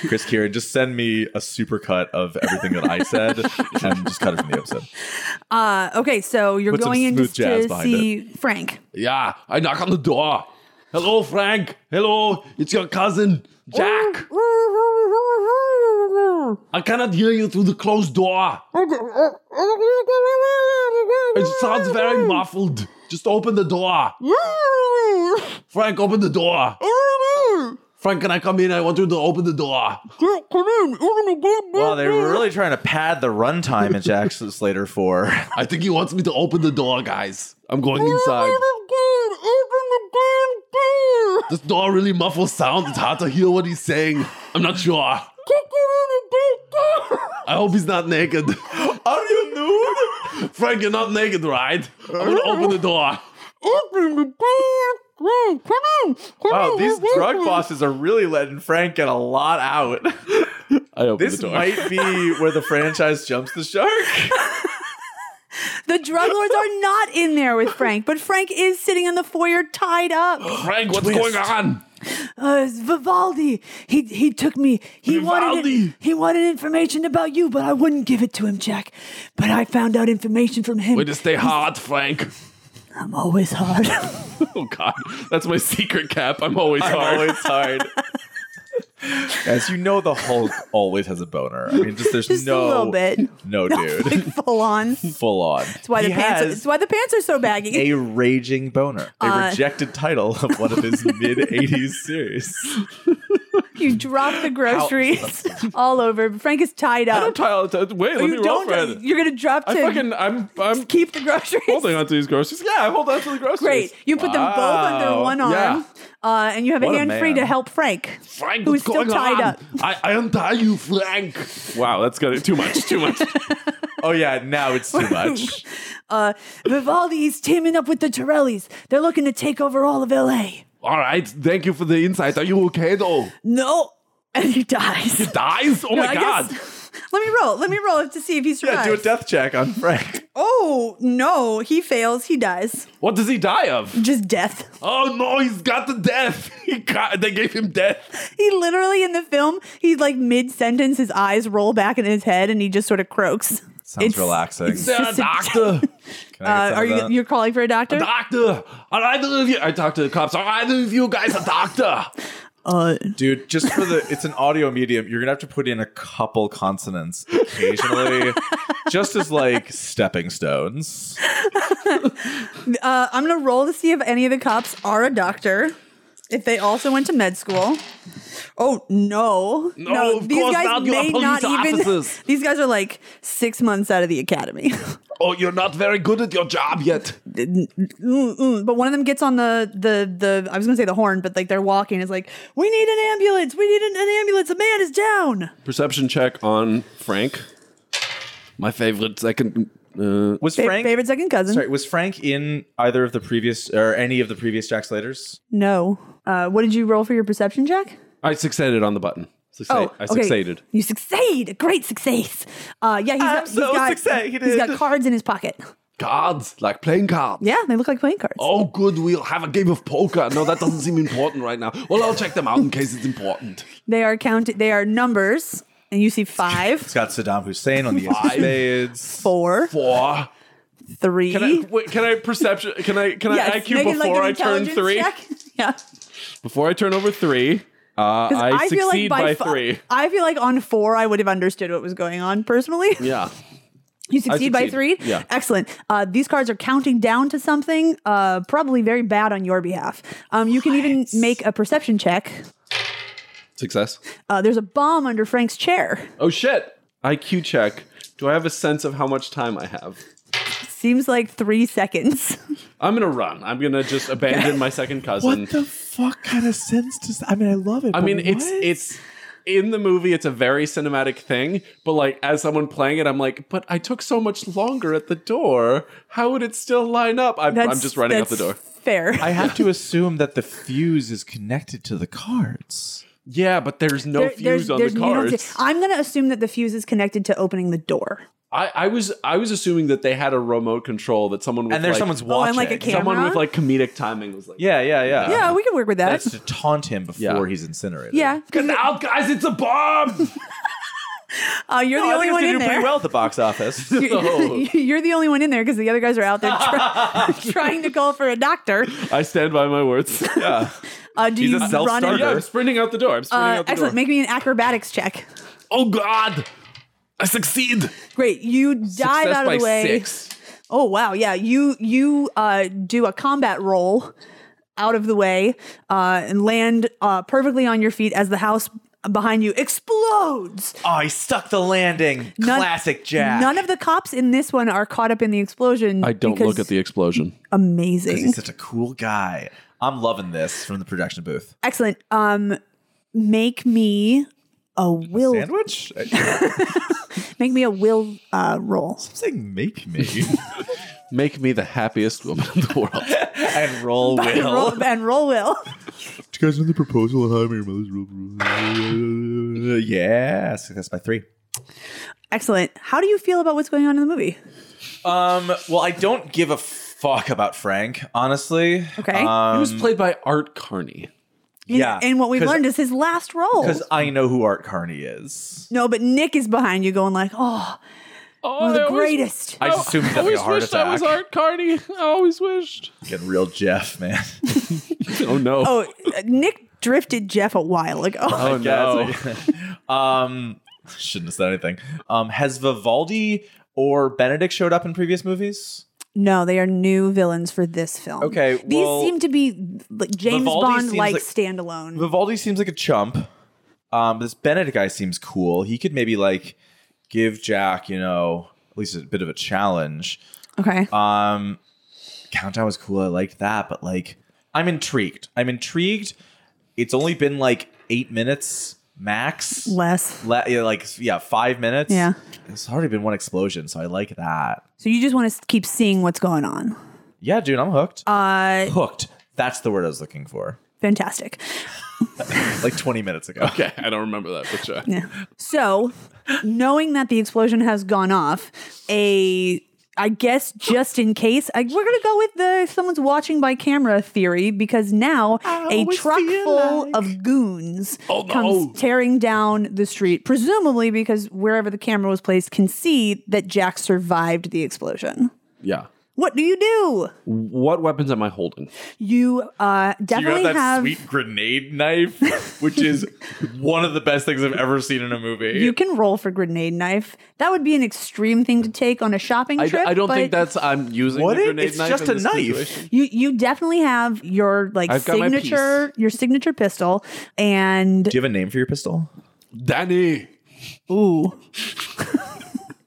Speaker 4: Chris Kieran, just send me a supercut of everything that I said and just cut it from the episode.
Speaker 3: Uh, okay, so you're
Speaker 4: Put some
Speaker 3: going in
Speaker 4: smooth
Speaker 3: just
Speaker 4: jazz
Speaker 3: to
Speaker 4: behind
Speaker 3: see Frank.
Speaker 5: Yeah, I knock on the door. Hello, Frank. Hello, it's your cousin, Jack. I cannot hear you through the closed door. It sounds very muffled. Just open the door. Frank, open the door. Frank, can I come in? I want you to open the door.
Speaker 4: Well, they were really trying to pad the runtime in Jackson Slater 4.
Speaker 5: I think he wants me to open the door, guys. I'm going inside. This door really muffles sound. It's hard to hear what he's saying. I'm not sure. I hope he's not naked. Are you nude? Frank, you're not naked, right? I'm gonna open the door.
Speaker 4: Wow, these drug bosses are really letting Frank get a lot out.
Speaker 5: I open
Speaker 4: This might be where the franchise jumps the shark.
Speaker 3: The drug lords are not in there with Frank, but Frank is sitting in the foyer tied up.
Speaker 5: Frank, what's going on?
Speaker 3: Uh, it's Vivaldi, he he took me. He wanted
Speaker 5: Vivaldi.
Speaker 3: he wanted information about you, but I wouldn't give it to him, Jack. But I found out information from him.
Speaker 5: Way to stay hard, Frank.
Speaker 3: I'm always hard.
Speaker 5: Oh God, that's my secret cap. I'm always hard.
Speaker 4: Always hard. As you know, the Hulk always has a boner. I mean, just there's
Speaker 3: Just
Speaker 4: no
Speaker 3: a little bit.
Speaker 4: No, dude,
Speaker 3: like full on. That's
Speaker 4: full on.
Speaker 3: why
Speaker 4: he
Speaker 3: the pants. Are,
Speaker 4: has
Speaker 3: that's why the pants are so baggy.
Speaker 4: a raging boner. A
Speaker 3: Uh,
Speaker 4: rejected title of one of his mid '80s series.
Speaker 3: You drop the groceries all over. Frank is tied
Speaker 5: I don't
Speaker 3: up.
Speaker 5: tile. Wait, let me
Speaker 3: you
Speaker 5: roll for it.
Speaker 3: You're gonna drop
Speaker 5: I
Speaker 3: to
Speaker 5: fucking, I'm, I'm
Speaker 3: keep the groceries.
Speaker 5: holding onto these groceries. Yeah, I hold on to the groceries.
Speaker 3: Great. You put them both under
Speaker 4: Wow.
Speaker 3: one arm,
Speaker 5: Yeah.
Speaker 3: uh, and you have a
Speaker 4: What a
Speaker 3: hand free to
Speaker 4: man.
Speaker 3: help Frank,
Speaker 5: Frank,
Speaker 3: who's
Speaker 5: what's
Speaker 3: still
Speaker 5: going
Speaker 3: tied
Speaker 5: on?
Speaker 3: up.
Speaker 5: I, I untie you, Frank. Wow, that's gonna too much. Too much.
Speaker 4: Oh yeah, now it's too much.
Speaker 3: Uh, Vivaldi's teaming up with the Torellis. They're looking to take over all of LA.
Speaker 5: All right, thank you for the insight. Are you okay though?
Speaker 3: No, and he dies.
Speaker 5: Dies? Oh
Speaker 3: No,
Speaker 5: my
Speaker 3: I
Speaker 5: god.
Speaker 3: guess- Let me roll. Let me roll to see if he
Speaker 4: Yeah,
Speaker 3: survives.
Speaker 4: do a death check on Frank.
Speaker 3: oh no, he fails. He dies.
Speaker 5: What does he die of?
Speaker 3: Just death.
Speaker 5: Oh no, he's got the death. He got, they gave him death.
Speaker 3: He literally in the film, he's like mid sentence, his eyes roll back in his head, and he just sort of croaks.
Speaker 4: Sounds
Speaker 3: It's-
Speaker 4: relaxing.
Speaker 5: Is there a doctor?
Speaker 4: Can I get
Speaker 3: Uh,
Speaker 4: some
Speaker 3: are
Speaker 4: of
Speaker 3: you
Speaker 4: that?
Speaker 3: you're calling for a doctor?
Speaker 5: doctor. Are either of you? I talked to the cops. Are either of you guys a doctor?
Speaker 3: uh,
Speaker 4: Dude, just for the it's an audio medium, you're gonna have to put in a couple consonants occasionally. just as like stepping stones.
Speaker 3: uh, I'm gonna roll to see if any of the cops are a doctor. If they also went to med school. Oh no!
Speaker 5: No, of course not. You are police officers.
Speaker 3: These guys are like six months out of the academy.
Speaker 5: Oh, you're not very good at your job yet.
Speaker 3: Mm-mm. Mm, But one of them gets on the the the I was gonna say the horn, but like they're walking. It's like we need an ambulance. We need an, an ambulance. A man is down.
Speaker 5: Perception check on Frank. My favorite second. Uh,
Speaker 4: Was
Speaker 3: Fa-
Speaker 4: Frank
Speaker 3: favorite second cousin.
Speaker 4: sorry, was Frank in either of the previous or any of the previous Jack Slaters?
Speaker 3: No. Uh, what did you roll for your perception check?
Speaker 5: I succeeded on the button.
Speaker 3: Oh,
Speaker 5: Succe- I succeeded.
Speaker 3: You succeed. Great success. Uh, yeah, he's got, he's
Speaker 4: so
Speaker 3: got
Speaker 4: succeeded.
Speaker 3: he's got cards in his pocket.
Speaker 5: Cards, like playing cards.
Speaker 3: Yeah, they look like playing cards.
Speaker 5: Oh, good. We'll have a game of poker. No, that doesn't seem important right now. Well, I'll check them out in case it's important.
Speaker 3: They are counted. They are numbers, and you see five,
Speaker 4: It's got Saddam Hussein on the ace of
Speaker 5: Five.
Speaker 4: spades.
Speaker 3: four,
Speaker 5: Four.
Speaker 3: three.
Speaker 5: Can I, wait, can I perception? Can I can
Speaker 3: Yes,
Speaker 5: I IQ
Speaker 3: make it like
Speaker 5: before
Speaker 3: an
Speaker 5: I turn
Speaker 3: intelligence
Speaker 5: three?
Speaker 3: check. Yeah,
Speaker 5: Before I turn over three, uh, I, succeed by,
Speaker 3: fi-
Speaker 5: three.
Speaker 3: I feel like on four, I would have understood what was going on personally.
Speaker 5: Yeah.
Speaker 3: You succeed, by
Speaker 4: succeed.
Speaker 3: three?
Speaker 4: Yeah.
Speaker 3: Excellent. Uh, these cards are counting down to something, uh, probably very bad on your behalf. Um, you can even make a perception check.
Speaker 2: Success.
Speaker 3: Uh, there's a bomb under Frank's chair.
Speaker 2: Oh shit! IQ check. Do I have a sense of how much time I have?
Speaker 3: Seems like three seconds.
Speaker 2: I'm gonna run. I'm gonna just abandon my second cousin.
Speaker 4: What the fuck kind of sense does? I mean, I love it.
Speaker 2: I
Speaker 4: but
Speaker 2: mean, it's
Speaker 4: what?
Speaker 2: it's in the movie. It's a very cinematic thing, but like as someone playing it, I'm like, but I took so much longer at the door. How would it still line up? I'm,
Speaker 3: That's,
Speaker 2: I'm just running out
Speaker 3: that's
Speaker 2: the door.
Speaker 3: Fair.
Speaker 4: I have to assume that the fuse is connected to the cards.
Speaker 2: Yeah, but there's no
Speaker 3: There-
Speaker 2: fuse
Speaker 3: there's-
Speaker 2: on
Speaker 3: there's-
Speaker 2: the
Speaker 3: you don't-
Speaker 2: cards.
Speaker 3: I'm going to assume that the fuse is connected to opening the door.
Speaker 2: I, I was I was assuming that they had a remote control that someone with
Speaker 4: And there's
Speaker 2: like,
Speaker 4: someone's
Speaker 3: Oh,
Speaker 4: watching.
Speaker 3: and, like, a camera.
Speaker 2: someone with like comedic timing was like,
Speaker 4: Yeah, yeah, yeah.
Speaker 3: yeah, we can work with that.
Speaker 4: Uh-huh. That's to taunt him before
Speaker 2: Yeah.
Speaker 4: he's incinerated.
Speaker 3: Yeah.
Speaker 2: "Get out, guys! It's a bomb!"
Speaker 3: Uh, you're the
Speaker 4: I think
Speaker 3: only
Speaker 4: it's
Speaker 3: one
Speaker 4: gonna
Speaker 3: in
Speaker 4: do pretty
Speaker 3: there.
Speaker 4: well at the box office.
Speaker 2: No.
Speaker 3: You're the only one in there because the other guys are out there try- trying to call for a doctor.
Speaker 2: I stand by my words. Yeah,
Speaker 3: Uh, do
Speaker 4: He's
Speaker 3: you
Speaker 4: a
Speaker 3: run?
Speaker 4: self-starter.
Speaker 2: yeah.
Speaker 3: Uh,
Speaker 2: I'm sprinting out the door. I'm sprinting out the
Speaker 3: excellent.
Speaker 2: door.
Speaker 3: Make me an acrobatics check.
Speaker 5: Oh God, I succeed.
Speaker 3: Great. You dive
Speaker 2: Success
Speaker 3: out
Speaker 2: by
Speaker 3: of the way.
Speaker 2: six.
Speaker 3: Oh wow, yeah. You you uh, do a combat roll out of the way uh, and land uh, perfectly on your feet as the house behind you explodes.
Speaker 4: oh, he stuck the landing.
Speaker 3: None-
Speaker 4: Classic Jack.
Speaker 3: None of the cops in this one are caught up in the explosion.
Speaker 2: I don't
Speaker 3: because-
Speaker 2: look at the explosion.
Speaker 3: amazing.
Speaker 4: He's such a cool guy. I'm loving this from the production booth.
Speaker 3: Excellent. Um, make me a will.
Speaker 4: Sandwich? I'm
Speaker 3: Make me a will uh, roll.
Speaker 4: saying make me
Speaker 2: Make me the happiest woman in the world.
Speaker 4: and roll
Speaker 3: And
Speaker 4: will.
Speaker 3: roll, and roll will.
Speaker 6: Do you guys know the proposal on How I Met Your Mother's real?
Speaker 4: Uh, yeah, success by three.
Speaker 3: Excellent. How do you feel about what's going on in the movie?
Speaker 4: Um, well, I don't give a fuck about Frank, honestly. Um,
Speaker 3: Okay.
Speaker 2: he was played by Art Carney.
Speaker 3: And-
Speaker 4: Uh, yeah,
Speaker 3: And what we've
Speaker 4: 'cause-
Speaker 3: learned is his last role.
Speaker 4: Because I know who Art Carney is.
Speaker 3: No, but Nick is behind you going like, oh,
Speaker 2: Oh,
Speaker 3: one of the greatest.
Speaker 4: I just assumed he'd have a heart attack.
Speaker 2: Carney. I always wished.
Speaker 4: Getting real Jeff, man.
Speaker 2: Oh no.
Speaker 3: oh, uh, Nick drifted Jeff a while ago.
Speaker 2: Oh, no.
Speaker 4: um, shouldn't have said anything. Um, has Vivaldi or Benedict showed up in previous movies?
Speaker 3: No, they are new villains for this film.
Speaker 4: Okay,
Speaker 3: These
Speaker 4: well-
Speaker 3: seem to be like James
Speaker 4: Vivaldi
Speaker 3: Bond
Speaker 4: seems
Speaker 3: like
Speaker 4: like-
Speaker 3: standalone.
Speaker 4: Vivaldi seems like a chump. Um, this Benedict guy seems cool. He could maybe like give Jack, you know, at least a bit of a challenge.
Speaker 3: okay.
Speaker 4: Um, Countdown was cool. I liked that, but like, I'm intrigued. I'm intrigued. It's only been like eight minutes max.
Speaker 3: Less.
Speaker 4: Le- yeah, like yeah, five minutes.
Speaker 3: Yeah.
Speaker 4: it's already been one explosion, so I like that.
Speaker 3: So you just want to keep seeing what's going on.
Speaker 4: Yeah, dude, I'm hooked.
Speaker 3: Uh,
Speaker 4: hooked. That's the word I was looking for.
Speaker 3: fantastic.
Speaker 4: Like 20 minutes ago.
Speaker 2: Okay, I don't remember that. But sure.
Speaker 3: Yeah. So, knowing that the explosion has gone off, a I guess just in case, I, we're gonna go with the someone's watching by camera theory because now a truck full of goons
Speaker 2: Oh,
Speaker 3: comes tearing down the street, presumably because wherever the camera was placed can see that Jack survived the explosion.
Speaker 2: Yeah.
Speaker 3: What do you do?
Speaker 2: What weapons am I holding?
Speaker 3: You uh, definitely have.
Speaker 4: grenade knife, which is one of the best things I've ever seen in a movie.
Speaker 3: you can roll for grenade knife. That would be an extreme thing to take on a shopping
Speaker 2: I,
Speaker 3: trip.
Speaker 2: I don't think
Speaker 3: but-
Speaker 2: that's I'm using
Speaker 4: What
Speaker 2: the
Speaker 4: it-
Speaker 2: grenade
Speaker 4: it's
Speaker 2: knife.
Speaker 4: just
Speaker 2: in
Speaker 4: a
Speaker 2: this
Speaker 4: knife.
Speaker 2: situation.
Speaker 3: You you definitely have your like
Speaker 2: I've got my
Speaker 3: signature your signature pistol and
Speaker 4: Do you have a name for your pistol?
Speaker 2: Danny.
Speaker 3: ooh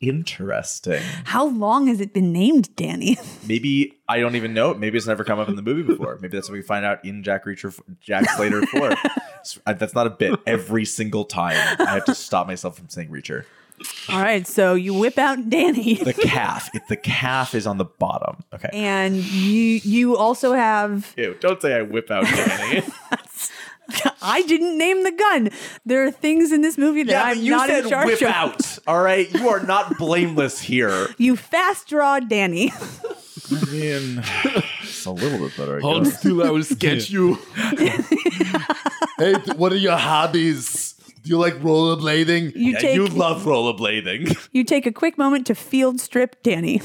Speaker 4: Interesting.
Speaker 3: how long has it been named Danny?
Speaker 4: Maybe I don't even know. Maybe it's never come up in the movie before. Maybe that's what we find out in Jack Reacher, Jack Slater Four. S- I- that's not a bit. Every single time, I have to stop myself from saying Reacher.
Speaker 3: All right, so you whip out Danny
Speaker 4: The calf. It, the calf is on the bottom. Okay.
Speaker 3: and you you also have
Speaker 4: Ew, don't say I whip out Danny.
Speaker 3: I didn't name the gun. There are things in this movie that I'm not in charge of.
Speaker 4: All right, you are not blameless here.
Speaker 3: You fast draw Danny.
Speaker 4: I mean, it's a little bit better. I
Speaker 5: Hold
Speaker 4: guess.
Speaker 5: still, I will sketch you. hey, th- what are your hobbies? Do you like rollerblading?
Speaker 3: You take you,
Speaker 4: love rollerblading.
Speaker 3: take a quick moment to field strip Danny.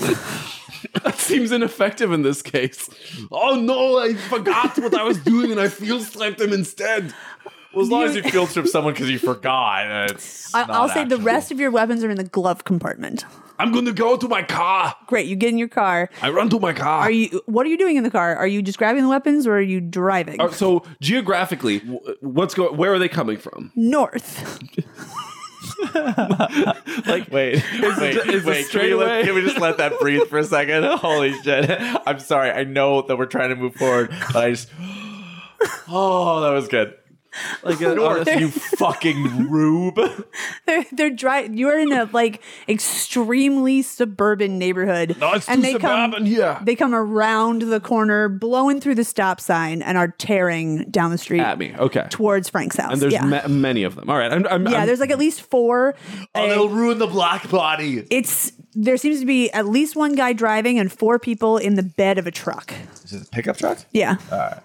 Speaker 2: That seems ineffective in this case.
Speaker 5: Oh no, I forgot what I was doing and I feel slapped him instead.
Speaker 4: Well, as long
Speaker 3: You-
Speaker 4: as you field trip someone because you forgot, uh, it's
Speaker 3: I,
Speaker 4: not
Speaker 3: I'll say the
Speaker 4: actionable.
Speaker 3: rest of your weapons are in the glove compartment.
Speaker 5: I'm going to go to my car.
Speaker 3: Great, you get in your car.
Speaker 5: I run to my car.
Speaker 3: Are you? What are you doing in the car? Are you just grabbing the weapons, or are you driving
Speaker 5: Uh, so geographically, wh- what's going? Where are they coming from?
Speaker 3: north?
Speaker 4: Like, wait, wait,
Speaker 5: ju- is it
Speaker 4: wait. Can we,
Speaker 5: straightaway?
Speaker 4: let, can we just let that breathe for a second? Holy shit! I'm sorry. I know that we're trying to move forward, but I just. Oh, that was good.
Speaker 5: Like uh,
Speaker 4: North, you fucking rube.
Speaker 3: They're, they're dri You're in a like extremely suburban neighborhood,
Speaker 5: No, it's too suburban here.
Speaker 3: They come around the corner, blowing through the stop sign, and are tearing down the street
Speaker 5: at me. Okay.
Speaker 3: towards Frank's house.
Speaker 5: And there's
Speaker 3: yeah.
Speaker 5: ma- many of them. All right. I'm, I'm,
Speaker 3: yeah,
Speaker 5: I'm-
Speaker 3: there's like at least four.
Speaker 9: Oh,
Speaker 3: Uh,
Speaker 9: they'll ruin the block party.
Speaker 3: it's there seems to be at least one guy driving and four people in the bed of a truck.
Speaker 4: Is it a pickup truck?
Speaker 3: Yeah.
Speaker 5: Uh,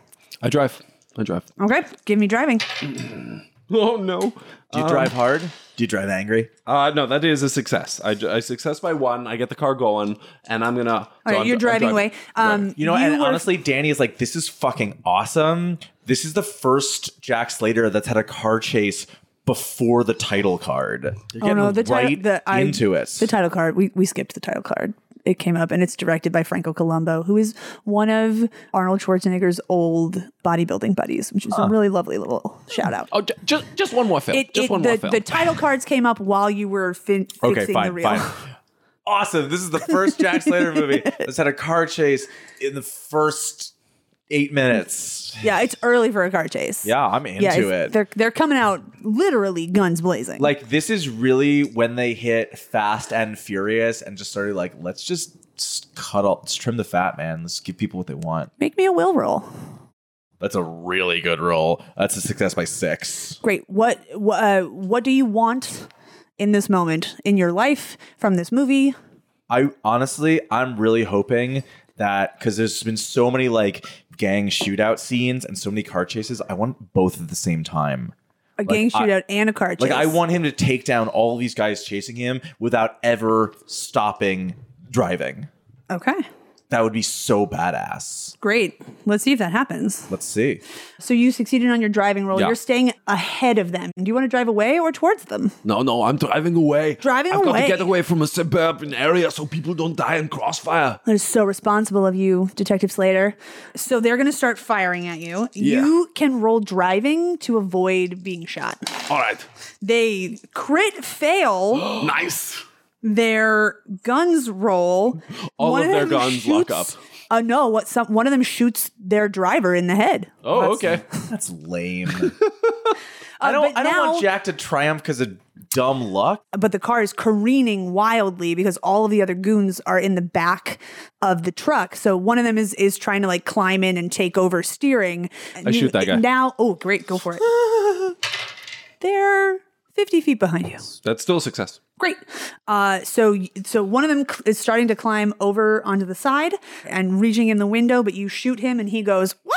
Speaker 5: I drive. I drive.
Speaker 3: okay. Give me driving.
Speaker 5: Oh no.
Speaker 4: Do you drive hard?
Speaker 7: Do you drive angry?
Speaker 5: Uh, no, that is a success. I, I success by one. I get the car going, and I'm gonna.
Speaker 3: All right,
Speaker 5: I'm-
Speaker 3: you're
Speaker 5: I'm
Speaker 3: driving away. Um,
Speaker 4: You know, and
Speaker 3: were-
Speaker 4: honestly, Danny is like, this is fucking awesome. This is the first Jack Slater that's had a car chase before the title card. You're
Speaker 3: Oh,
Speaker 4: getting
Speaker 3: no, the title-
Speaker 4: right
Speaker 3: the- I-
Speaker 4: into it.
Speaker 3: The title card. We we skipped the title card. It came up, and it's directed by Franco Colombo, who is one of Arnold Schwarzenegger's old bodybuilding buddies, which is a really lovely little shout out.
Speaker 5: Oh, ju- just just one more film.
Speaker 3: It,
Speaker 5: just
Speaker 3: it-
Speaker 5: one
Speaker 3: the,
Speaker 5: more film.
Speaker 3: the title cards came up while you were fin-
Speaker 4: okay,
Speaker 3: fixing the
Speaker 4: fine,
Speaker 3: reel.
Speaker 4: fine. Awesome. This is the first Jack Slater movie that's had a car chase in the first eight minutes.
Speaker 3: Yeah, it's early for a car chase.
Speaker 4: Yeah, I'm into
Speaker 3: yeah, it's-
Speaker 4: it.
Speaker 3: They're they're coming out literally guns blazing.
Speaker 4: like this is really when they hit fast and furious and just started like let's just s- cut all let's trim the fat man let's give people what they want
Speaker 3: make me a will roll.
Speaker 4: that's a really good roll that's a success by six
Speaker 3: Great. What wh- uh, what do you want in this moment in your life from this movie?
Speaker 4: i honestly i'm really hoping that because there's been so many like gang shootout scenes and so many car chases i want both at the same time
Speaker 3: A gang
Speaker 4: I-
Speaker 3: shootout and a car chase.
Speaker 4: like i want him to take down all these guys chasing him without ever stopping driving
Speaker 3: Okay.
Speaker 4: that would be so badass
Speaker 3: Great. Let's see if that happens.
Speaker 4: let's see
Speaker 3: So you succeeded on your driving roll.
Speaker 5: Yeah.
Speaker 3: You're staying ahead of them. Do you want to drive away or towards them?
Speaker 5: no, no, I'm driving away.
Speaker 3: Driving
Speaker 5: I've got
Speaker 3: away.
Speaker 5: to get away from a suburban area so people don't die in crossfire.
Speaker 3: That is so responsible of you, Detective Slater. So they're going to start firing at you.
Speaker 5: Yeah.
Speaker 3: You can roll driving to avoid being shot.
Speaker 5: All right.
Speaker 3: They crit fail
Speaker 5: nice.
Speaker 3: their guns roll.
Speaker 5: All of their
Speaker 3: them
Speaker 5: guns lock
Speaker 3: shoots- Uh, no, what some one of them shoots their driver in the head.
Speaker 5: Oh, okay.
Speaker 4: That's lame.
Speaker 3: Uh,
Speaker 4: I don't.
Speaker 3: but
Speaker 4: I don't
Speaker 3: now-
Speaker 4: want Jack to triumph because of dumb luck.
Speaker 3: but the car is careening wildly because all of the other goons are in the back of the truck. So one of them is is trying to like climb in and take over steering. I
Speaker 5: shoot that guy.
Speaker 3: Now, oh great, go for it. They're 50 feet behind you.
Speaker 5: That's still a success.
Speaker 3: Great. Uh, so, so one of them cl- is starting to climb over onto the side and reaching in the window, but you shoot him and he goes, Wah!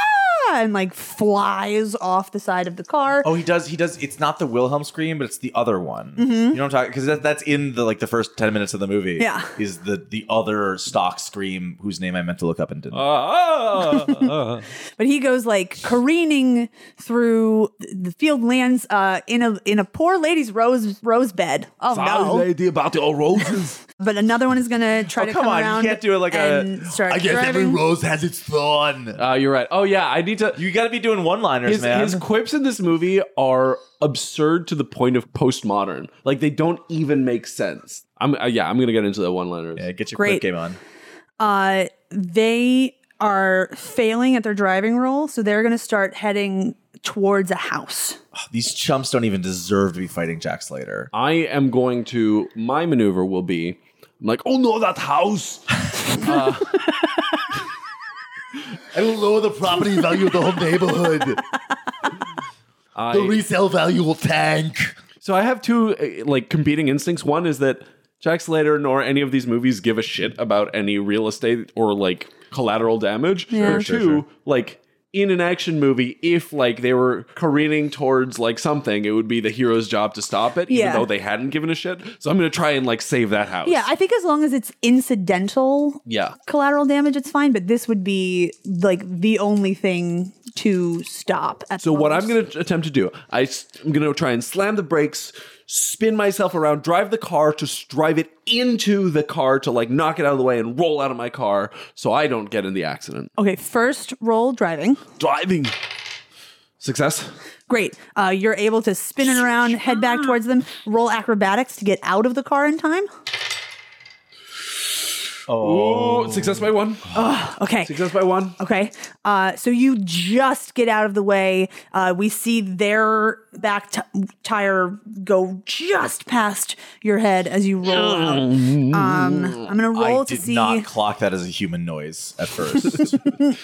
Speaker 3: and like flies off the side of the car.
Speaker 4: Oh, he does. He does. It's not the Wilhelm scream, but it's the other one. You know what I'm talking? Because that, that's in the like the first ten minutes of the movie.
Speaker 3: Yeah.
Speaker 4: Is the the other stock scream whose name I meant to look up and didn't.
Speaker 3: but he goes like careening through the field lands uh, in a in a poor lady's rose rose bed. Oh no!
Speaker 5: lady about your roses.
Speaker 3: But another one is gonna try to
Speaker 4: Oh, come
Speaker 3: come,
Speaker 4: on, you
Speaker 3: around.
Speaker 4: can't do it like a-
Speaker 3: and start
Speaker 9: I guess every
Speaker 3: driving.
Speaker 9: rose has its thorn.
Speaker 5: uh, you're right. Oh yeah, I need to.
Speaker 4: you got to be doing one liners,
Speaker 5: his,
Speaker 4: man.
Speaker 5: his quips in this movie are absurd to the point of postmodern. Like they don't even make sense. I'm uh, yeah, I'm gonna get into the one liners.
Speaker 4: yeah, get your
Speaker 3: Great.
Speaker 4: quick game on.
Speaker 3: uh, they are failing at their driving role, so they're gonna start heading towards a house.
Speaker 4: These chumps don't even deserve to be fighting Jack Slater.
Speaker 5: I am going to my maneuver will be I'm like, oh no, that house.
Speaker 9: I will lower the property value of the whole neighborhood. the
Speaker 5: I,
Speaker 9: resale value will tank.
Speaker 5: so I have two uh, like competing instincts. One is that Jack Slater nor any of these movies give a shit about any real estate or like collateral damage.
Speaker 3: Yeah.
Speaker 5: Or two, like in an action movie, if like they were careening towards like something, it would be the hero's job to stop it, even
Speaker 3: Yeah.
Speaker 5: though they hadn't given a shit. So I'm gonna try and like save that house.
Speaker 3: Yeah, I think as long as it's incidental
Speaker 5: yeah.
Speaker 3: collateral damage, it's fine. But this would be like the only thing to stop. At
Speaker 5: So
Speaker 3: the
Speaker 5: what
Speaker 3: moment.
Speaker 5: I'm going to attempt to do, I, am going to try and slam the brakes, spin myself around, drive the car to s- drive it into the car to like knock it out of the way and roll out of my car so I don't get in the accident.
Speaker 3: Okay, first roll driving.
Speaker 5: Driving. Success.
Speaker 3: Great. Uh, you're able to spin it around, head back towards them, roll acrobatics to get out of the car in time.
Speaker 5: Oh, success by one.
Speaker 3: Okay.
Speaker 5: Success by one.
Speaker 3: Okay. Uh, so you just get out of the way. Uh, we see their back t- tire go just past your head as you roll out. Um, I'm going to roll
Speaker 7: Mm. I
Speaker 3: to
Speaker 7: did
Speaker 3: see.
Speaker 7: not clock that as a human noise at first. I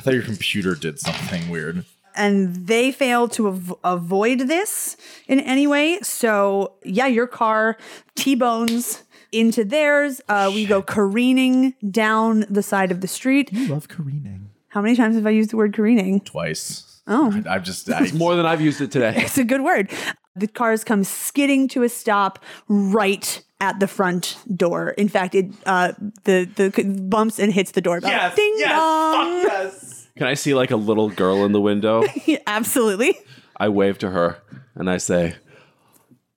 Speaker 7: thought your computer did something weird.
Speaker 3: and they fail to av- avoid this in any way. So yeah, your car t-bones into theirs. Uh, we go careening down the side of the street.
Speaker 10: I love careening.
Speaker 3: How many times have I used the word careening?
Speaker 7: Twice. Oh, I, I'm just I,
Speaker 5: More than I've used it today.
Speaker 3: It's a good word. The cars come skidding to a stop right at the front door. In fact, it uh, the the c- bumps and hits the doorbell. Ding dong!
Speaker 5: Can I see like a little girl in the window?
Speaker 3: Absolutely.
Speaker 5: I wave to her and I say,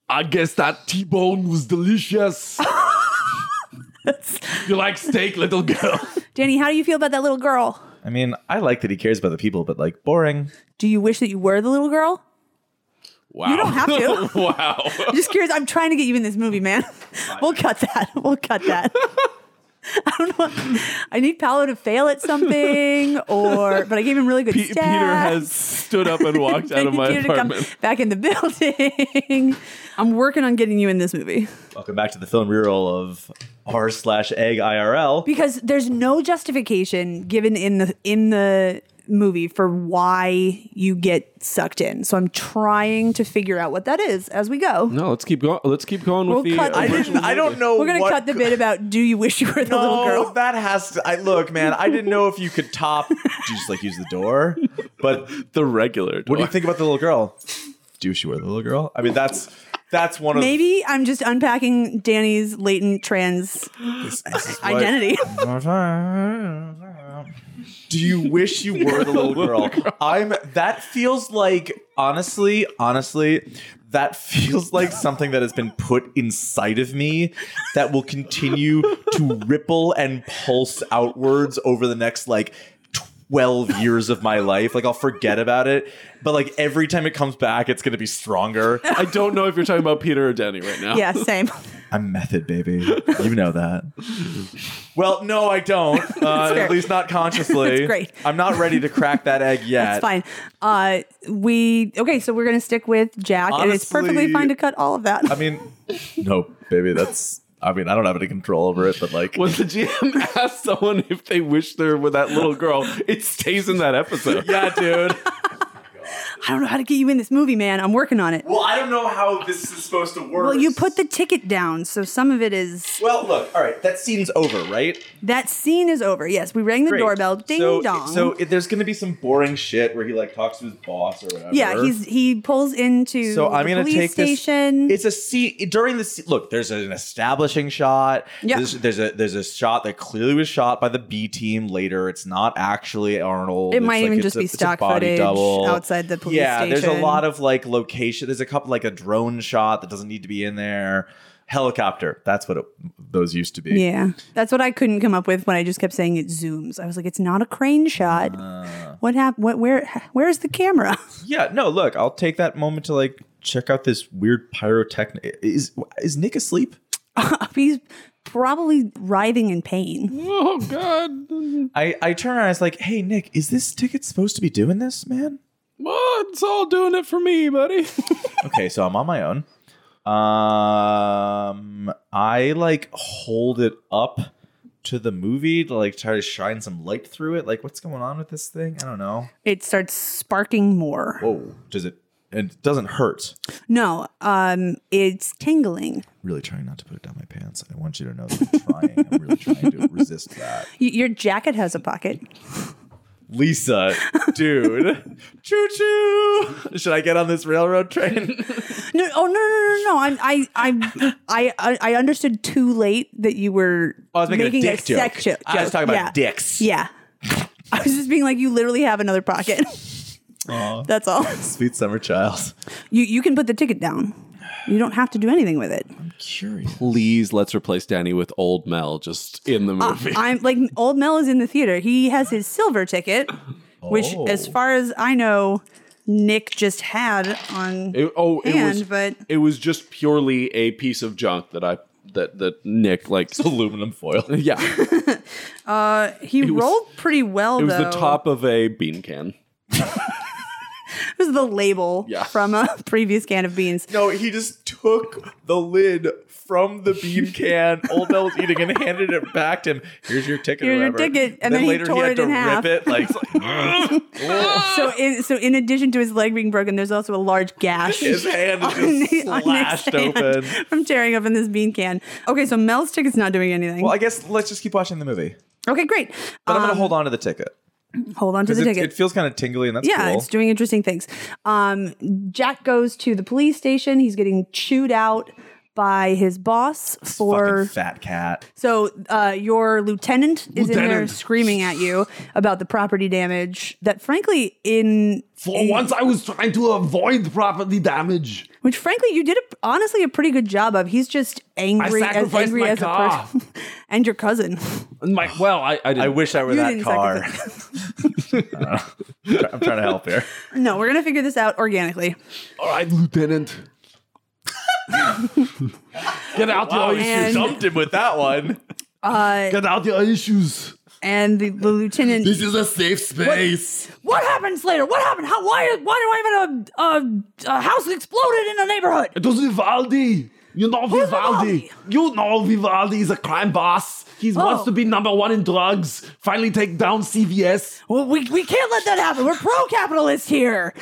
Speaker 5: I guess that T bone was delicious. you like steak, little girl.
Speaker 3: Danny, how do you feel about that little girl?
Speaker 7: I mean, I like that he cares about the people, but like boring.
Speaker 3: Do you wish that you were the little girl?
Speaker 5: Wow.
Speaker 3: don't have to.
Speaker 5: wow.
Speaker 3: I'm just curious. I'm trying to get you in this movie, man. We'll cut that. We'll cut that. I don't know. I need Paolo to fail at something, or but I gave him really good
Speaker 5: Pe-
Speaker 3: stats.
Speaker 5: Peter has stood up and walked out of my
Speaker 3: Peter to come
Speaker 5: apartment.
Speaker 3: back in the building. I'm working on getting you in this movie
Speaker 7: Welcome back to the film reroll of R slash egg IRL.
Speaker 3: because there's no justification given in the in the movie for why you get sucked in. So I'm trying to figure out what that is as we go.
Speaker 5: No, let's keep going. Let's keep going
Speaker 3: We'll
Speaker 5: with the.
Speaker 3: cut the- I
Speaker 5: original
Speaker 3: didn't-
Speaker 7: I don't know.
Speaker 3: We're gonna
Speaker 7: what-
Speaker 3: cut the bit about do you wish you were the little
Speaker 7: No,
Speaker 3: girl?
Speaker 7: that has to. I look, man. I didn't know if you could top. Did you just like use the door? But
Speaker 5: the regular.
Speaker 7: what do you
Speaker 5: door.
Speaker 7: think about the little girl? Do she wear the little girl? I mean, that's that's one of
Speaker 3: Maybe I'm just unpacking Danny's latent trans identity.
Speaker 7: Do you wish you were the little girl? I'm that feels like honestly, honestly, that feels like something that has been put inside of me that will continue to ripple and pulse outwards over the next like 12 years of my life. Like I'll forget about it, but like every time it comes back, it's going to be stronger.
Speaker 5: I don't know if you're talking about Peter or Danny right now.
Speaker 3: yeah, same.
Speaker 7: I'm method, baby. You know that. Well, no, I don't. Uh,
Speaker 3: fair.
Speaker 7: at least not consciously.
Speaker 3: That's great.
Speaker 7: I'm not ready to crack that egg yet.
Speaker 3: It's fine. Uh, we okay, so we're gonna stick with Jack, and it's perfectly
Speaker 7: Honestly-
Speaker 3: fine to cut all of that.
Speaker 7: I mean, no, baby, that's. I mean, I don't have any control over it, but like,
Speaker 5: When the GM asks someone if they wish they were that little girl, it stays in that episode.
Speaker 7: yeah, dude.
Speaker 3: I don't know how to get you in this movie, man. I'm working on it.
Speaker 7: Well, I don't know how this is supposed to work.
Speaker 3: Well, you put the ticket down, so some of it is
Speaker 7: Well, look, all right, that scene's over, right?
Speaker 3: that scene is over. Yes, we rang the
Speaker 7: Great.
Speaker 3: doorbell, ding
Speaker 7: so,
Speaker 3: dong.
Speaker 7: So it, there's going to be some boring shit where he like talks to his boss or whatever.
Speaker 3: yeah, he's he pulls into
Speaker 7: So I'm
Speaker 3: the
Speaker 7: gonna
Speaker 3: police
Speaker 7: take
Speaker 3: station.
Speaker 7: this. It's a scene during the scene. Look, there's an establishing shot.
Speaker 3: Yeah.
Speaker 7: There's, there's a there's a shot that clearly was shot by the B team later. It's not actually Arnold.
Speaker 3: It
Speaker 7: It's
Speaker 3: might
Speaker 7: like-
Speaker 3: even
Speaker 7: it's
Speaker 3: just
Speaker 7: a-
Speaker 3: be
Speaker 7: it's a
Speaker 3: stock
Speaker 7: body
Speaker 3: footage
Speaker 7: double.
Speaker 3: outside the police
Speaker 7: yeah, there's
Speaker 3: station.
Speaker 7: a lot of like location. There's a couple like a drone shot that doesn't need to be in there. Helicopter. That's what it, those used to be.
Speaker 3: Yeah, that's what I couldn't come up with when I just kept saying it zooms. I was like, it's not a crane shot.
Speaker 7: Ah.
Speaker 3: what happened? What? Where? Where's the camera?
Speaker 7: Yeah, no, look, I'll take that moment to like check out this weird pyrotechnic. Is is Nick asleep?
Speaker 3: He's probably writhing in pain.
Speaker 5: Oh God!
Speaker 7: I I turn around. I was like, hey, Nick, is this ticket supposed to be doing this, man?
Speaker 5: Oh, it's all doing it for me, buddy.
Speaker 7: okay, so I'm on my own. Um, I like hold it up to the movie to like try to shine some light through it. Like, what's going on with this thing? I don't know.
Speaker 3: It starts sparking more.
Speaker 7: Whoa, does it? It doesn't hurt.
Speaker 3: No, um, it's tingling.
Speaker 7: Really trying not to put it down my pants. I want you to know that I'm trying. I'm really trying to resist that.
Speaker 3: Y- your jacket has a pocket.
Speaker 7: Lisa, dude, choo choo. Should I get on this railroad train?
Speaker 3: No, oh no, no, no, no! I'm, I, I, I, I, I understood too late that you were
Speaker 7: Oh, I was making,
Speaker 3: making
Speaker 7: a dick joke.
Speaker 3: sex jo- joke.
Speaker 7: I was talking about
Speaker 3: yeah.
Speaker 7: dicks.
Speaker 3: Yeah, I was just being like, you literally have another pocket. That's all.
Speaker 7: Sweet summer child.
Speaker 3: You, you can put the ticket down. You don't have to do anything with it.
Speaker 7: Curious.
Speaker 2: Please let's replace Danny with old Mel just in the
Speaker 3: Uh,
Speaker 2: movie.
Speaker 3: I'm like old Mel is in the theater. He has his silver ticket, which,
Speaker 4: Oh.
Speaker 3: as far as I know, Nick just had on
Speaker 2: It- oh, it was
Speaker 3: hand. But
Speaker 2: it was just purely a piece of junk that I that that Nick like
Speaker 4: aluminum foil.
Speaker 2: yeah. It
Speaker 3: he
Speaker 2: was-
Speaker 3: rolled pretty well.
Speaker 2: was
Speaker 3: though.
Speaker 2: the top of a bean can.
Speaker 3: It was the label
Speaker 2: Yeah.
Speaker 3: from a previous can of beans.
Speaker 4: No, he just took the lid from the bean can Old Mel was eating and handed it back to him. Here's your ticket. or
Speaker 3: Here's your
Speaker 4: whatever.
Speaker 3: ticket, and then he
Speaker 4: later
Speaker 3: tore
Speaker 4: he had
Speaker 3: it
Speaker 4: to
Speaker 3: in
Speaker 4: rip
Speaker 3: half.
Speaker 4: it. Like, it's like,
Speaker 3: So, in, so in addition to his leg being broken, there's also a large gash.
Speaker 4: his hand is just
Speaker 3: the- on his
Speaker 4: slashed
Speaker 3: hand
Speaker 4: open.
Speaker 3: from tearing open this bean can. Okay, so Mel's ticket's not doing anything.
Speaker 4: Well, I guess let's just keep watching the movie.
Speaker 3: okay, great.
Speaker 4: But I'm
Speaker 3: Um,
Speaker 4: gonna hold on to the ticket
Speaker 3: hold on to
Speaker 4: because
Speaker 3: the
Speaker 4: it,
Speaker 3: ticket.
Speaker 4: it feels kind of tingly, and that's
Speaker 3: yeah,
Speaker 4: cool.
Speaker 3: it's doing interesting things. Um, Jack goes to the police station. He's getting chewed out by his boss for
Speaker 4: Fucking fat cat.
Speaker 3: so uh, your lieutenant is in there
Speaker 5: Lieutenant.
Speaker 3: screaming at you about the property damage that frankly in
Speaker 5: For once, I was trying to avoid property damage.
Speaker 3: which frankly you did a, honestly a pretty good job of he's just angry as
Speaker 5: sacrificed
Speaker 3: angry
Speaker 5: my
Speaker 3: as a
Speaker 5: car.
Speaker 3: person and your cousin
Speaker 2: My, well, I I, didn't.
Speaker 4: I wish I were
Speaker 3: You
Speaker 4: that
Speaker 3: didn't
Speaker 4: car.
Speaker 3: sacrifice-
Speaker 4: I'm trying to help here.
Speaker 3: no we're gonna figure this out organically
Speaker 5: All right, Lieutenant. Get out your
Speaker 3: And-
Speaker 5: issues.
Speaker 4: Dumped him with that one.
Speaker 3: uh,
Speaker 5: Get out your issues.
Speaker 3: and the, the lieutenant
Speaker 5: This is a safe space.
Speaker 3: What happened, Slater? What happened? How? Why? Why do I have a, a, a house exploded in a neighborhood?
Speaker 5: It was Vivaldi. You know Vivaldi.
Speaker 3: Vivaldi? Oh.
Speaker 5: You know Vivaldi is a crime boss. He wants to be number one in drugs. Finally take down CVS.
Speaker 3: Well, we, we can't let that happen. We're pro-capitalist here.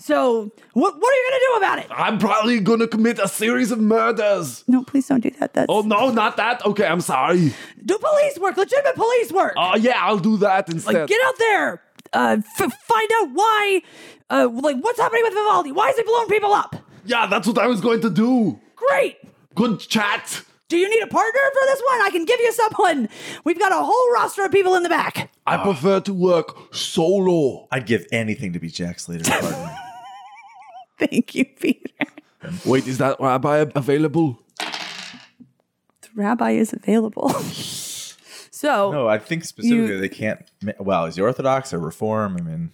Speaker 3: So what what are you gonna do about it?
Speaker 5: I'm probably gonna commit a series of murders.
Speaker 3: No, please don't do that. That's
Speaker 5: Oh no, not that. Okay, I'm sorry.
Speaker 3: do police work, legitimate police work.
Speaker 5: Oh yeah, I'll do that instead.
Speaker 3: like get out there, uh, f- find out why, uh, like what's happening with Vivaldi? Why is he blowing people up?
Speaker 5: yeah, that's what I was going to do.
Speaker 3: Great.
Speaker 5: Good chat.
Speaker 3: Do you need a partner for this one? I can give you someone. We've got a whole roster of people in the back.
Speaker 5: I
Speaker 2: Ah.
Speaker 5: prefer to work solo.
Speaker 7: I'd give anything to be Jack Slater's partner.
Speaker 3: Thank you, Peter.
Speaker 5: Wait, is that rabbi available?
Speaker 3: rabbi is available. so
Speaker 4: No, I think specifically
Speaker 3: You-
Speaker 4: they can't. ma- Wow, is he Orthodox or Reform? I mean,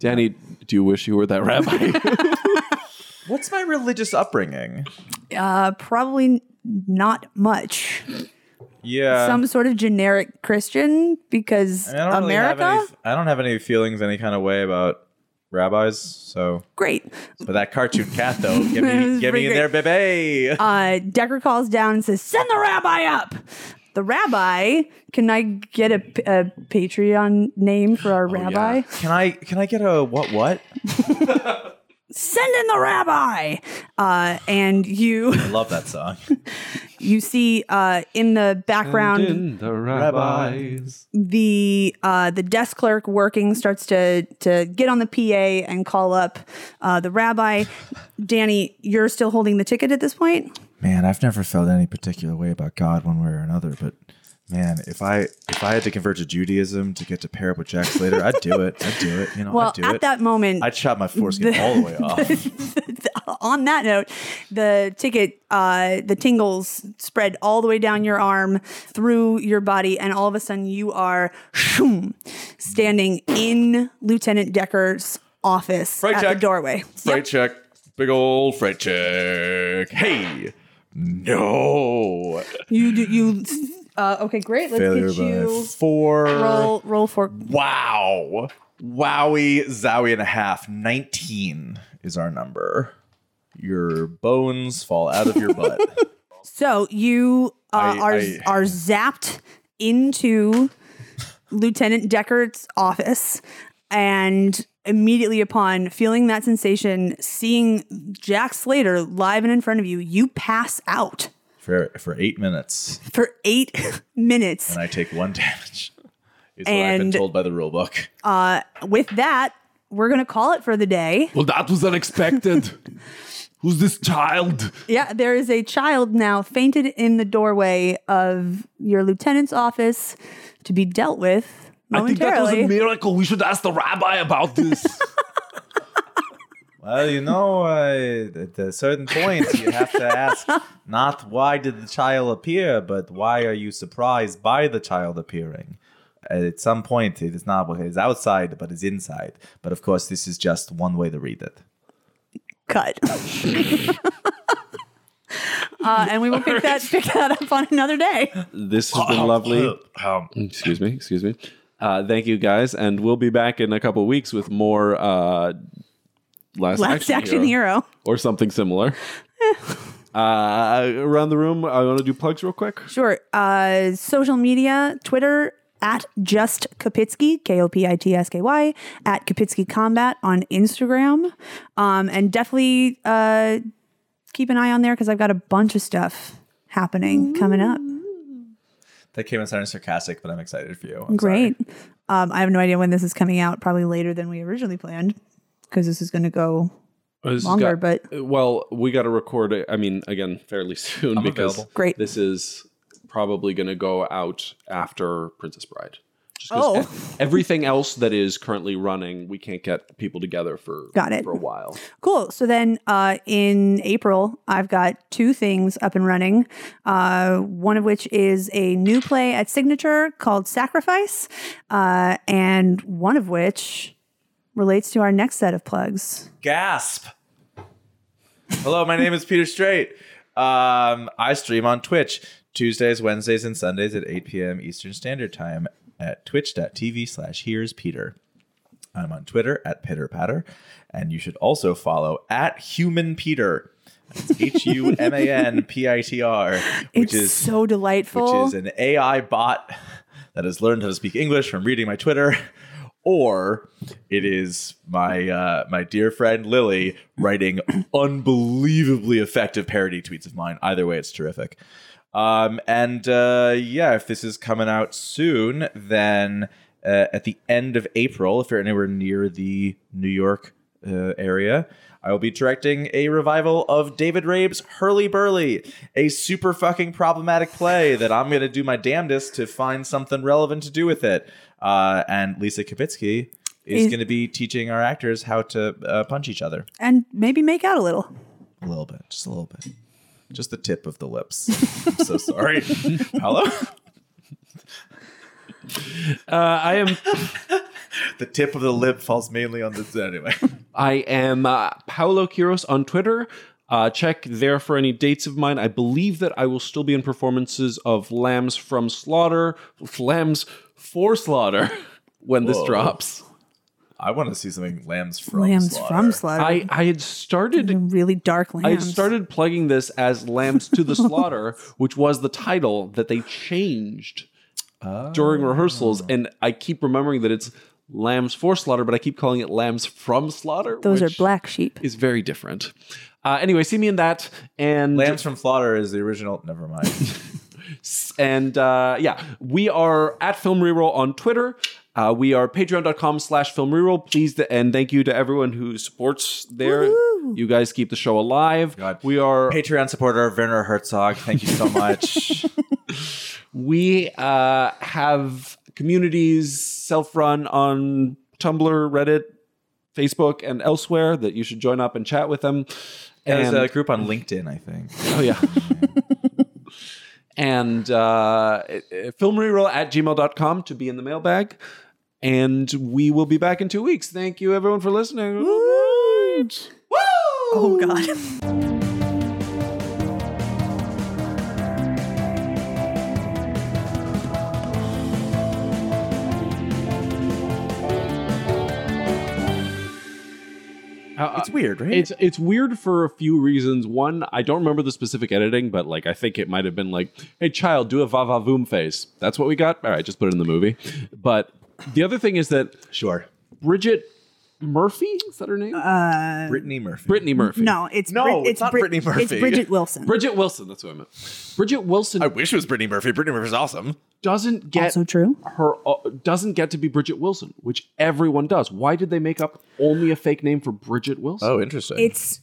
Speaker 2: Danny, do you wish you were that rabbi?
Speaker 4: what's my religious upbringing?
Speaker 3: uh, probably not much.
Speaker 4: Yeah,
Speaker 3: Some sort of generic Christian because
Speaker 4: Uh, I don't really have
Speaker 3: America.
Speaker 4: any. I don't have any feelings any kind of way about rabbis. So,
Speaker 3: Great.
Speaker 4: but that cartoon cat though, get
Speaker 3: It
Speaker 4: me,
Speaker 3: was
Speaker 4: get me in
Speaker 3: pretty
Speaker 4: there, baby.
Speaker 3: Uh, Decker calls down and says, "Send the rabbi up." The rabbi. Can I get a, p- a Patreon name for
Speaker 4: Oh,
Speaker 3: our rabbi?
Speaker 4: can I? Can I get a what? What?
Speaker 3: Send in the rabbi. Uh, and you
Speaker 4: I love that song.
Speaker 3: you see uh, in the background.
Speaker 2: the
Speaker 4: rabbis.
Speaker 3: the uh, the desk clerk working starts to to get on the PA and call up uh, the rabbi. Danny, you're still holding the ticket at this point.
Speaker 7: man, I've never felt any particular way about God one way or another, but man, if I if I had to convert to Judaism to get to pair up with Jack Slater, I'd do it. I'd do it. You know,
Speaker 3: Well,
Speaker 7: I'd do
Speaker 3: at
Speaker 7: it.
Speaker 3: that moment,
Speaker 7: I'd chop my foreskin all the way off.
Speaker 3: on that note, the ticket, uh, the tingles spread all the way down your arm, through your body, and all of a sudden you are shoom, standing in Lieutenant Decker's office
Speaker 4: Right,
Speaker 3: at
Speaker 4: Jack.
Speaker 3: the doorway.
Speaker 4: Freight check, big old freight check. Hey, no.
Speaker 3: You do you. Uh, okay, great. Let's
Speaker 7: Failure
Speaker 3: get
Speaker 7: by
Speaker 3: you
Speaker 7: four.
Speaker 3: roll roll for
Speaker 4: Wow. Wowie, zowie and a half. 19 is our number. Your bones fall out of your butt.
Speaker 3: So you uh,
Speaker 4: I-
Speaker 3: are
Speaker 4: I-
Speaker 3: are zapped into Lieutenant Deckard's office, and immediately upon feeling that sensation, seeing Jack Slater live and in front of you, you pass out
Speaker 4: for for eight minutes.
Speaker 3: for eight minutes.
Speaker 4: And I take one damage. Is what I've been
Speaker 3: And-
Speaker 4: told by the rule book.
Speaker 3: With that, we're gonna call it for the day.
Speaker 5: Well, that was unexpected. Who's this child?
Speaker 3: Yeah, there is a child now fainted in the doorway of your lieutenant's office to be dealt with
Speaker 5: I think that
Speaker 3: momentarily.
Speaker 5: was a miracle. We should ask the rabbi about this.
Speaker 4: Well, you know, uh, at a certain point, you have to ask not why did the child appear, but why are you surprised by the child appearing? Uh, At some point, it is not what is outside, but is inside. But of course, this is just one way to read it.
Speaker 3: Cut. uh, and we will pick that pick that up on another day.
Speaker 5: This has been lovely. Excuse me. Excuse me. Uh, thank you guys, and we'll be back in a couple weeks with more uh, last,
Speaker 3: Last action hero.
Speaker 5: or something similar. uh, around the room, I want to do plugs real quick.
Speaker 3: Sure. Uh, social media, Twitter at just Kapitsky, K O P I T S K Y, at Kapitsky Combat on Instagram. Um, and definitely uh, keep an eye on there because I've got a bunch of stuff happening coming up.
Speaker 4: That came out sounding sarcastic, but I'm excited for you. I'm
Speaker 3: Great. Um, I have no idea when this is coming out, probably later than we originally planned because this is going to go longer, but
Speaker 5: well, we got to record. it, I mean, again, fairly soon because
Speaker 4: available.
Speaker 3: Great.
Speaker 5: This is probably going to go out after Princess Bride. Just 'cause
Speaker 3: Oh.
Speaker 5: e- everything else that is currently running, we can't get people together for
Speaker 3: Got it.
Speaker 5: for a while.
Speaker 3: Cool. So then uh, in April, I've got two things up and running. Uh, one of which is a new play at Signature called Sacrifice, uh, and one of which relates to our next set of plugs.
Speaker 4: Gasp. Hello, my name is Peter Strait. Um, I stream on Twitch Tuesdays, Wednesdays, and Sundays at 8 p.m. Eastern Standard Time at twitch.tv slash here's Peter. I'm on Twitter at Pitter Patter, and you should also follow at Human Peter. That's H U M A N P I T R, which
Speaker 3: it's
Speaker 4: is
Speaker 3: so delightful.
Speaker 4: which is an AI bot that has learned how to speak English from reading my Twitter, or it is my uh, my dear friend Lily writing unbelievably effective parody tweets of mine. Either way, it's terrific. Um, and uh, yeah, if this is coming out soon, then uh, at the end of April, if you're anywhere near the New York uh, area, I will be directing a revival of David Rabe's Hurly Burly, a super fucking problematic play that I'm going to do my damnedest to find something relevant to do with it. Uh, and Lisa Kapitsky is,
Speaker 3: Is-
Speaker 4: going to be teaching our actors how to uh, punch each other
Speaker 3: and maybe make out a little.
Speaker 4: a little bit, just a little bit, just the tip of the lips. I'm so sorry, Paolo.
Speaker 5: Uh, I am
Speaker 4: the tip of the lip falls mainly on this anyway.
Speaker 5: I am uh, Paolo Quiros on Twitter. Uh, check there for any dates of mine. I believe that I will still be in performances of Lambs from Slaughter, Lambs for Slaughter when this
Speaker 4: Whoa.
Speaker 5: drops.
Speaker 4: I want to see something lambs from
Speaker 3: lambs
Speaker 4: slaughter.
Speaker 3: from slaughter.
Speaker 5: I, I had started
Speaker 3: really dark lambs.
Speaker 5: I had started plugging this as Lambs to the Slaughter, which was the title that they changed during rehearsals, and I keep remembering that it's Lambs for Slaughter, but I keep calling it Lambs from Slaughter.
Speaker 3: Those
Speaker 5: which
Speaker 3: are black sheep.
Speaker 5: Is very different. Uh, anyway, see me in that and
Speaker 4: Lambs from Slaughter is the original. Never mind.
Speaker 5: and uh, yeah we are at film reroll on twitter uh, we are patreon.com slash film reroll please th- and thank you to everyone who supports there you guys keep the show alive
Speaker 4: God.
Speaker 5: we are
Speaker 4: Patreon supporter Werner Herzog, thank you so much.
Speaker 5: we uh, have communities self-run on tumblr reddit facebook and elsewhere that you should join up and chat with them
Speaker 4: There's
Speaker 5: And-
Speaker 4: a group on LinkedIn, I think.
Speaker 5: Oh yeah. and uh, filmreroll at gmail.com to be in the mailbag. And we will be back in two weeks. Thank you everyone for listening.
Speaker 3: Oh god.
Speaker 4: It's weird, right?
Speaker 5: It's it's weird for a few reasons. One, I don't remember the specific editing, but like I think it might have been like, "Hey child, do a va va voom face." That's what we got. All right, just put it in the movie. But the other thing is that
Speaker 4: sure.
Speaker 5: Bridget Murphy is that her name?
Speaker 4: Brittany Murphy.
Speaker 5: Brittany Murphy.
Speaker 3: No, it's
Speaker 4: No,
Speaker 3: Brit-
Speaker 4: it's not
Speaker 3: Brit-
Speaker 4: Brittany Murphy.
Speaker 3: It's Bridget Wilson.
Speaker 5: Bridget Wilson. That's what I meant. Bridget Wilson
Speaker 11: I wish it was Brittany Murphy. Brittany Murphy's awesome.
Speaker 5: doesn't get
Speaker 3: Also true.
Speaker 5: her uh, doesn't get to be Bridget Wilson, which everyone does. Why did they make up only a fake name for Bridget Wilson?
Speaker 11: Oh, interesting.
Speaker 3: it's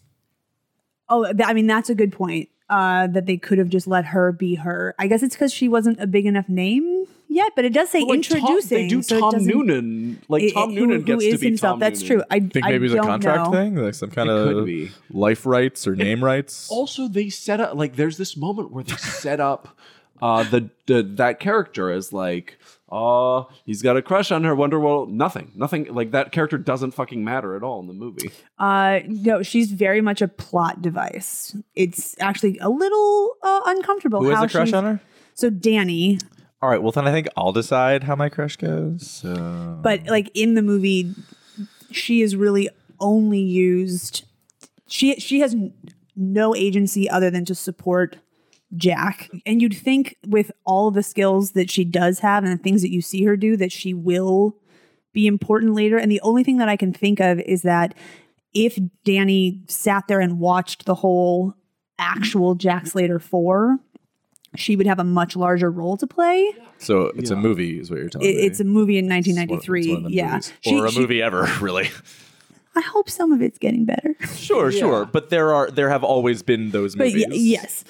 Speaker 3: oh th- i mean that's a good point uh that they could have just let her be her i guess it's because she wasn't a big enough name yet, but it does say
Speaker 5: But, like, Tom-
Speaker 3: introducing.
Speaker 5: they do
Speaker 3: so it
Speaker 5: Tom
Speaker 3: doesn't-
Speaker 5: Noonan. Like
Speaker 3: it-
Speaker 5: Tom
Speaker 3: who-
Speaker 5: Noonan
Speaker 3: who
Speaker 5: gets
Speaker 3: is
Speaker 5: to be
Speaker 3: himself.
Speaker 5: Tom
Speaker 3: That's
Speaker 5: Noonan.
Speaker 3: true. I
Speaker 4: think maybe
Speaker 3: I
Speaker 4: it's a
Speaker 3: don't
Speaker 4: contract
Speaker 3: know.
Speaker 4: thing, like some kind
Speaker 5: could
Speaker 4: of
Speaker 5: be.
Speaker 4: life rights or name rights.
Speaker 5: Also, they set up like there's this moment where they set up uh, the, the that character as like, oh, he's got a crush on her. Wonder Well, nothing, nothing. Like that character doesn't fucking matter at all in the movie.
Speaker 3: Uh, no, she's very much a plot device. It's actually a little uh, uncomfortable.
Speaker 4: Who has
Speaker 3: how
Speaker 4: a crush
Speaker 3: she's-
Speaker 4: on her?
Speaker 3: So Danny,
Speaker 4: All right, well then I think I'll decide how my crush goes. So
Speaker 3: but like in the movie, she is really only used. She she has n- no agency other than to support Jack. And you'd think with all of the skills that she does have and the things that you see her do, that she will be important later. And the only thing that I can think of is that if Danny sat there and watched the whole actual Jack Slater four, she would have a much larger role to play.
Speaker 4: so it's a movie, is what you're telling
Speaker 3: It,
Speaker 4: me.
Speaker 3: it's a movie in
Speaker 4: Oh, It's uh, one- it's one
Speaker 3: 1993.
Speaker 4: of them
Speaker 3: yeah,
Speaker 4: movies.
Speaker 3: She-
Speaker 4: or a
Speaker 3: she-
Speaker 4: movie ever, really.
Speaker 3: I hope some of it's getting better.
Speaker 4: Sure, sure. But there are there have always been those
Speaker 3: But
Speaker 4: movies.
Speaker 3: y- yes,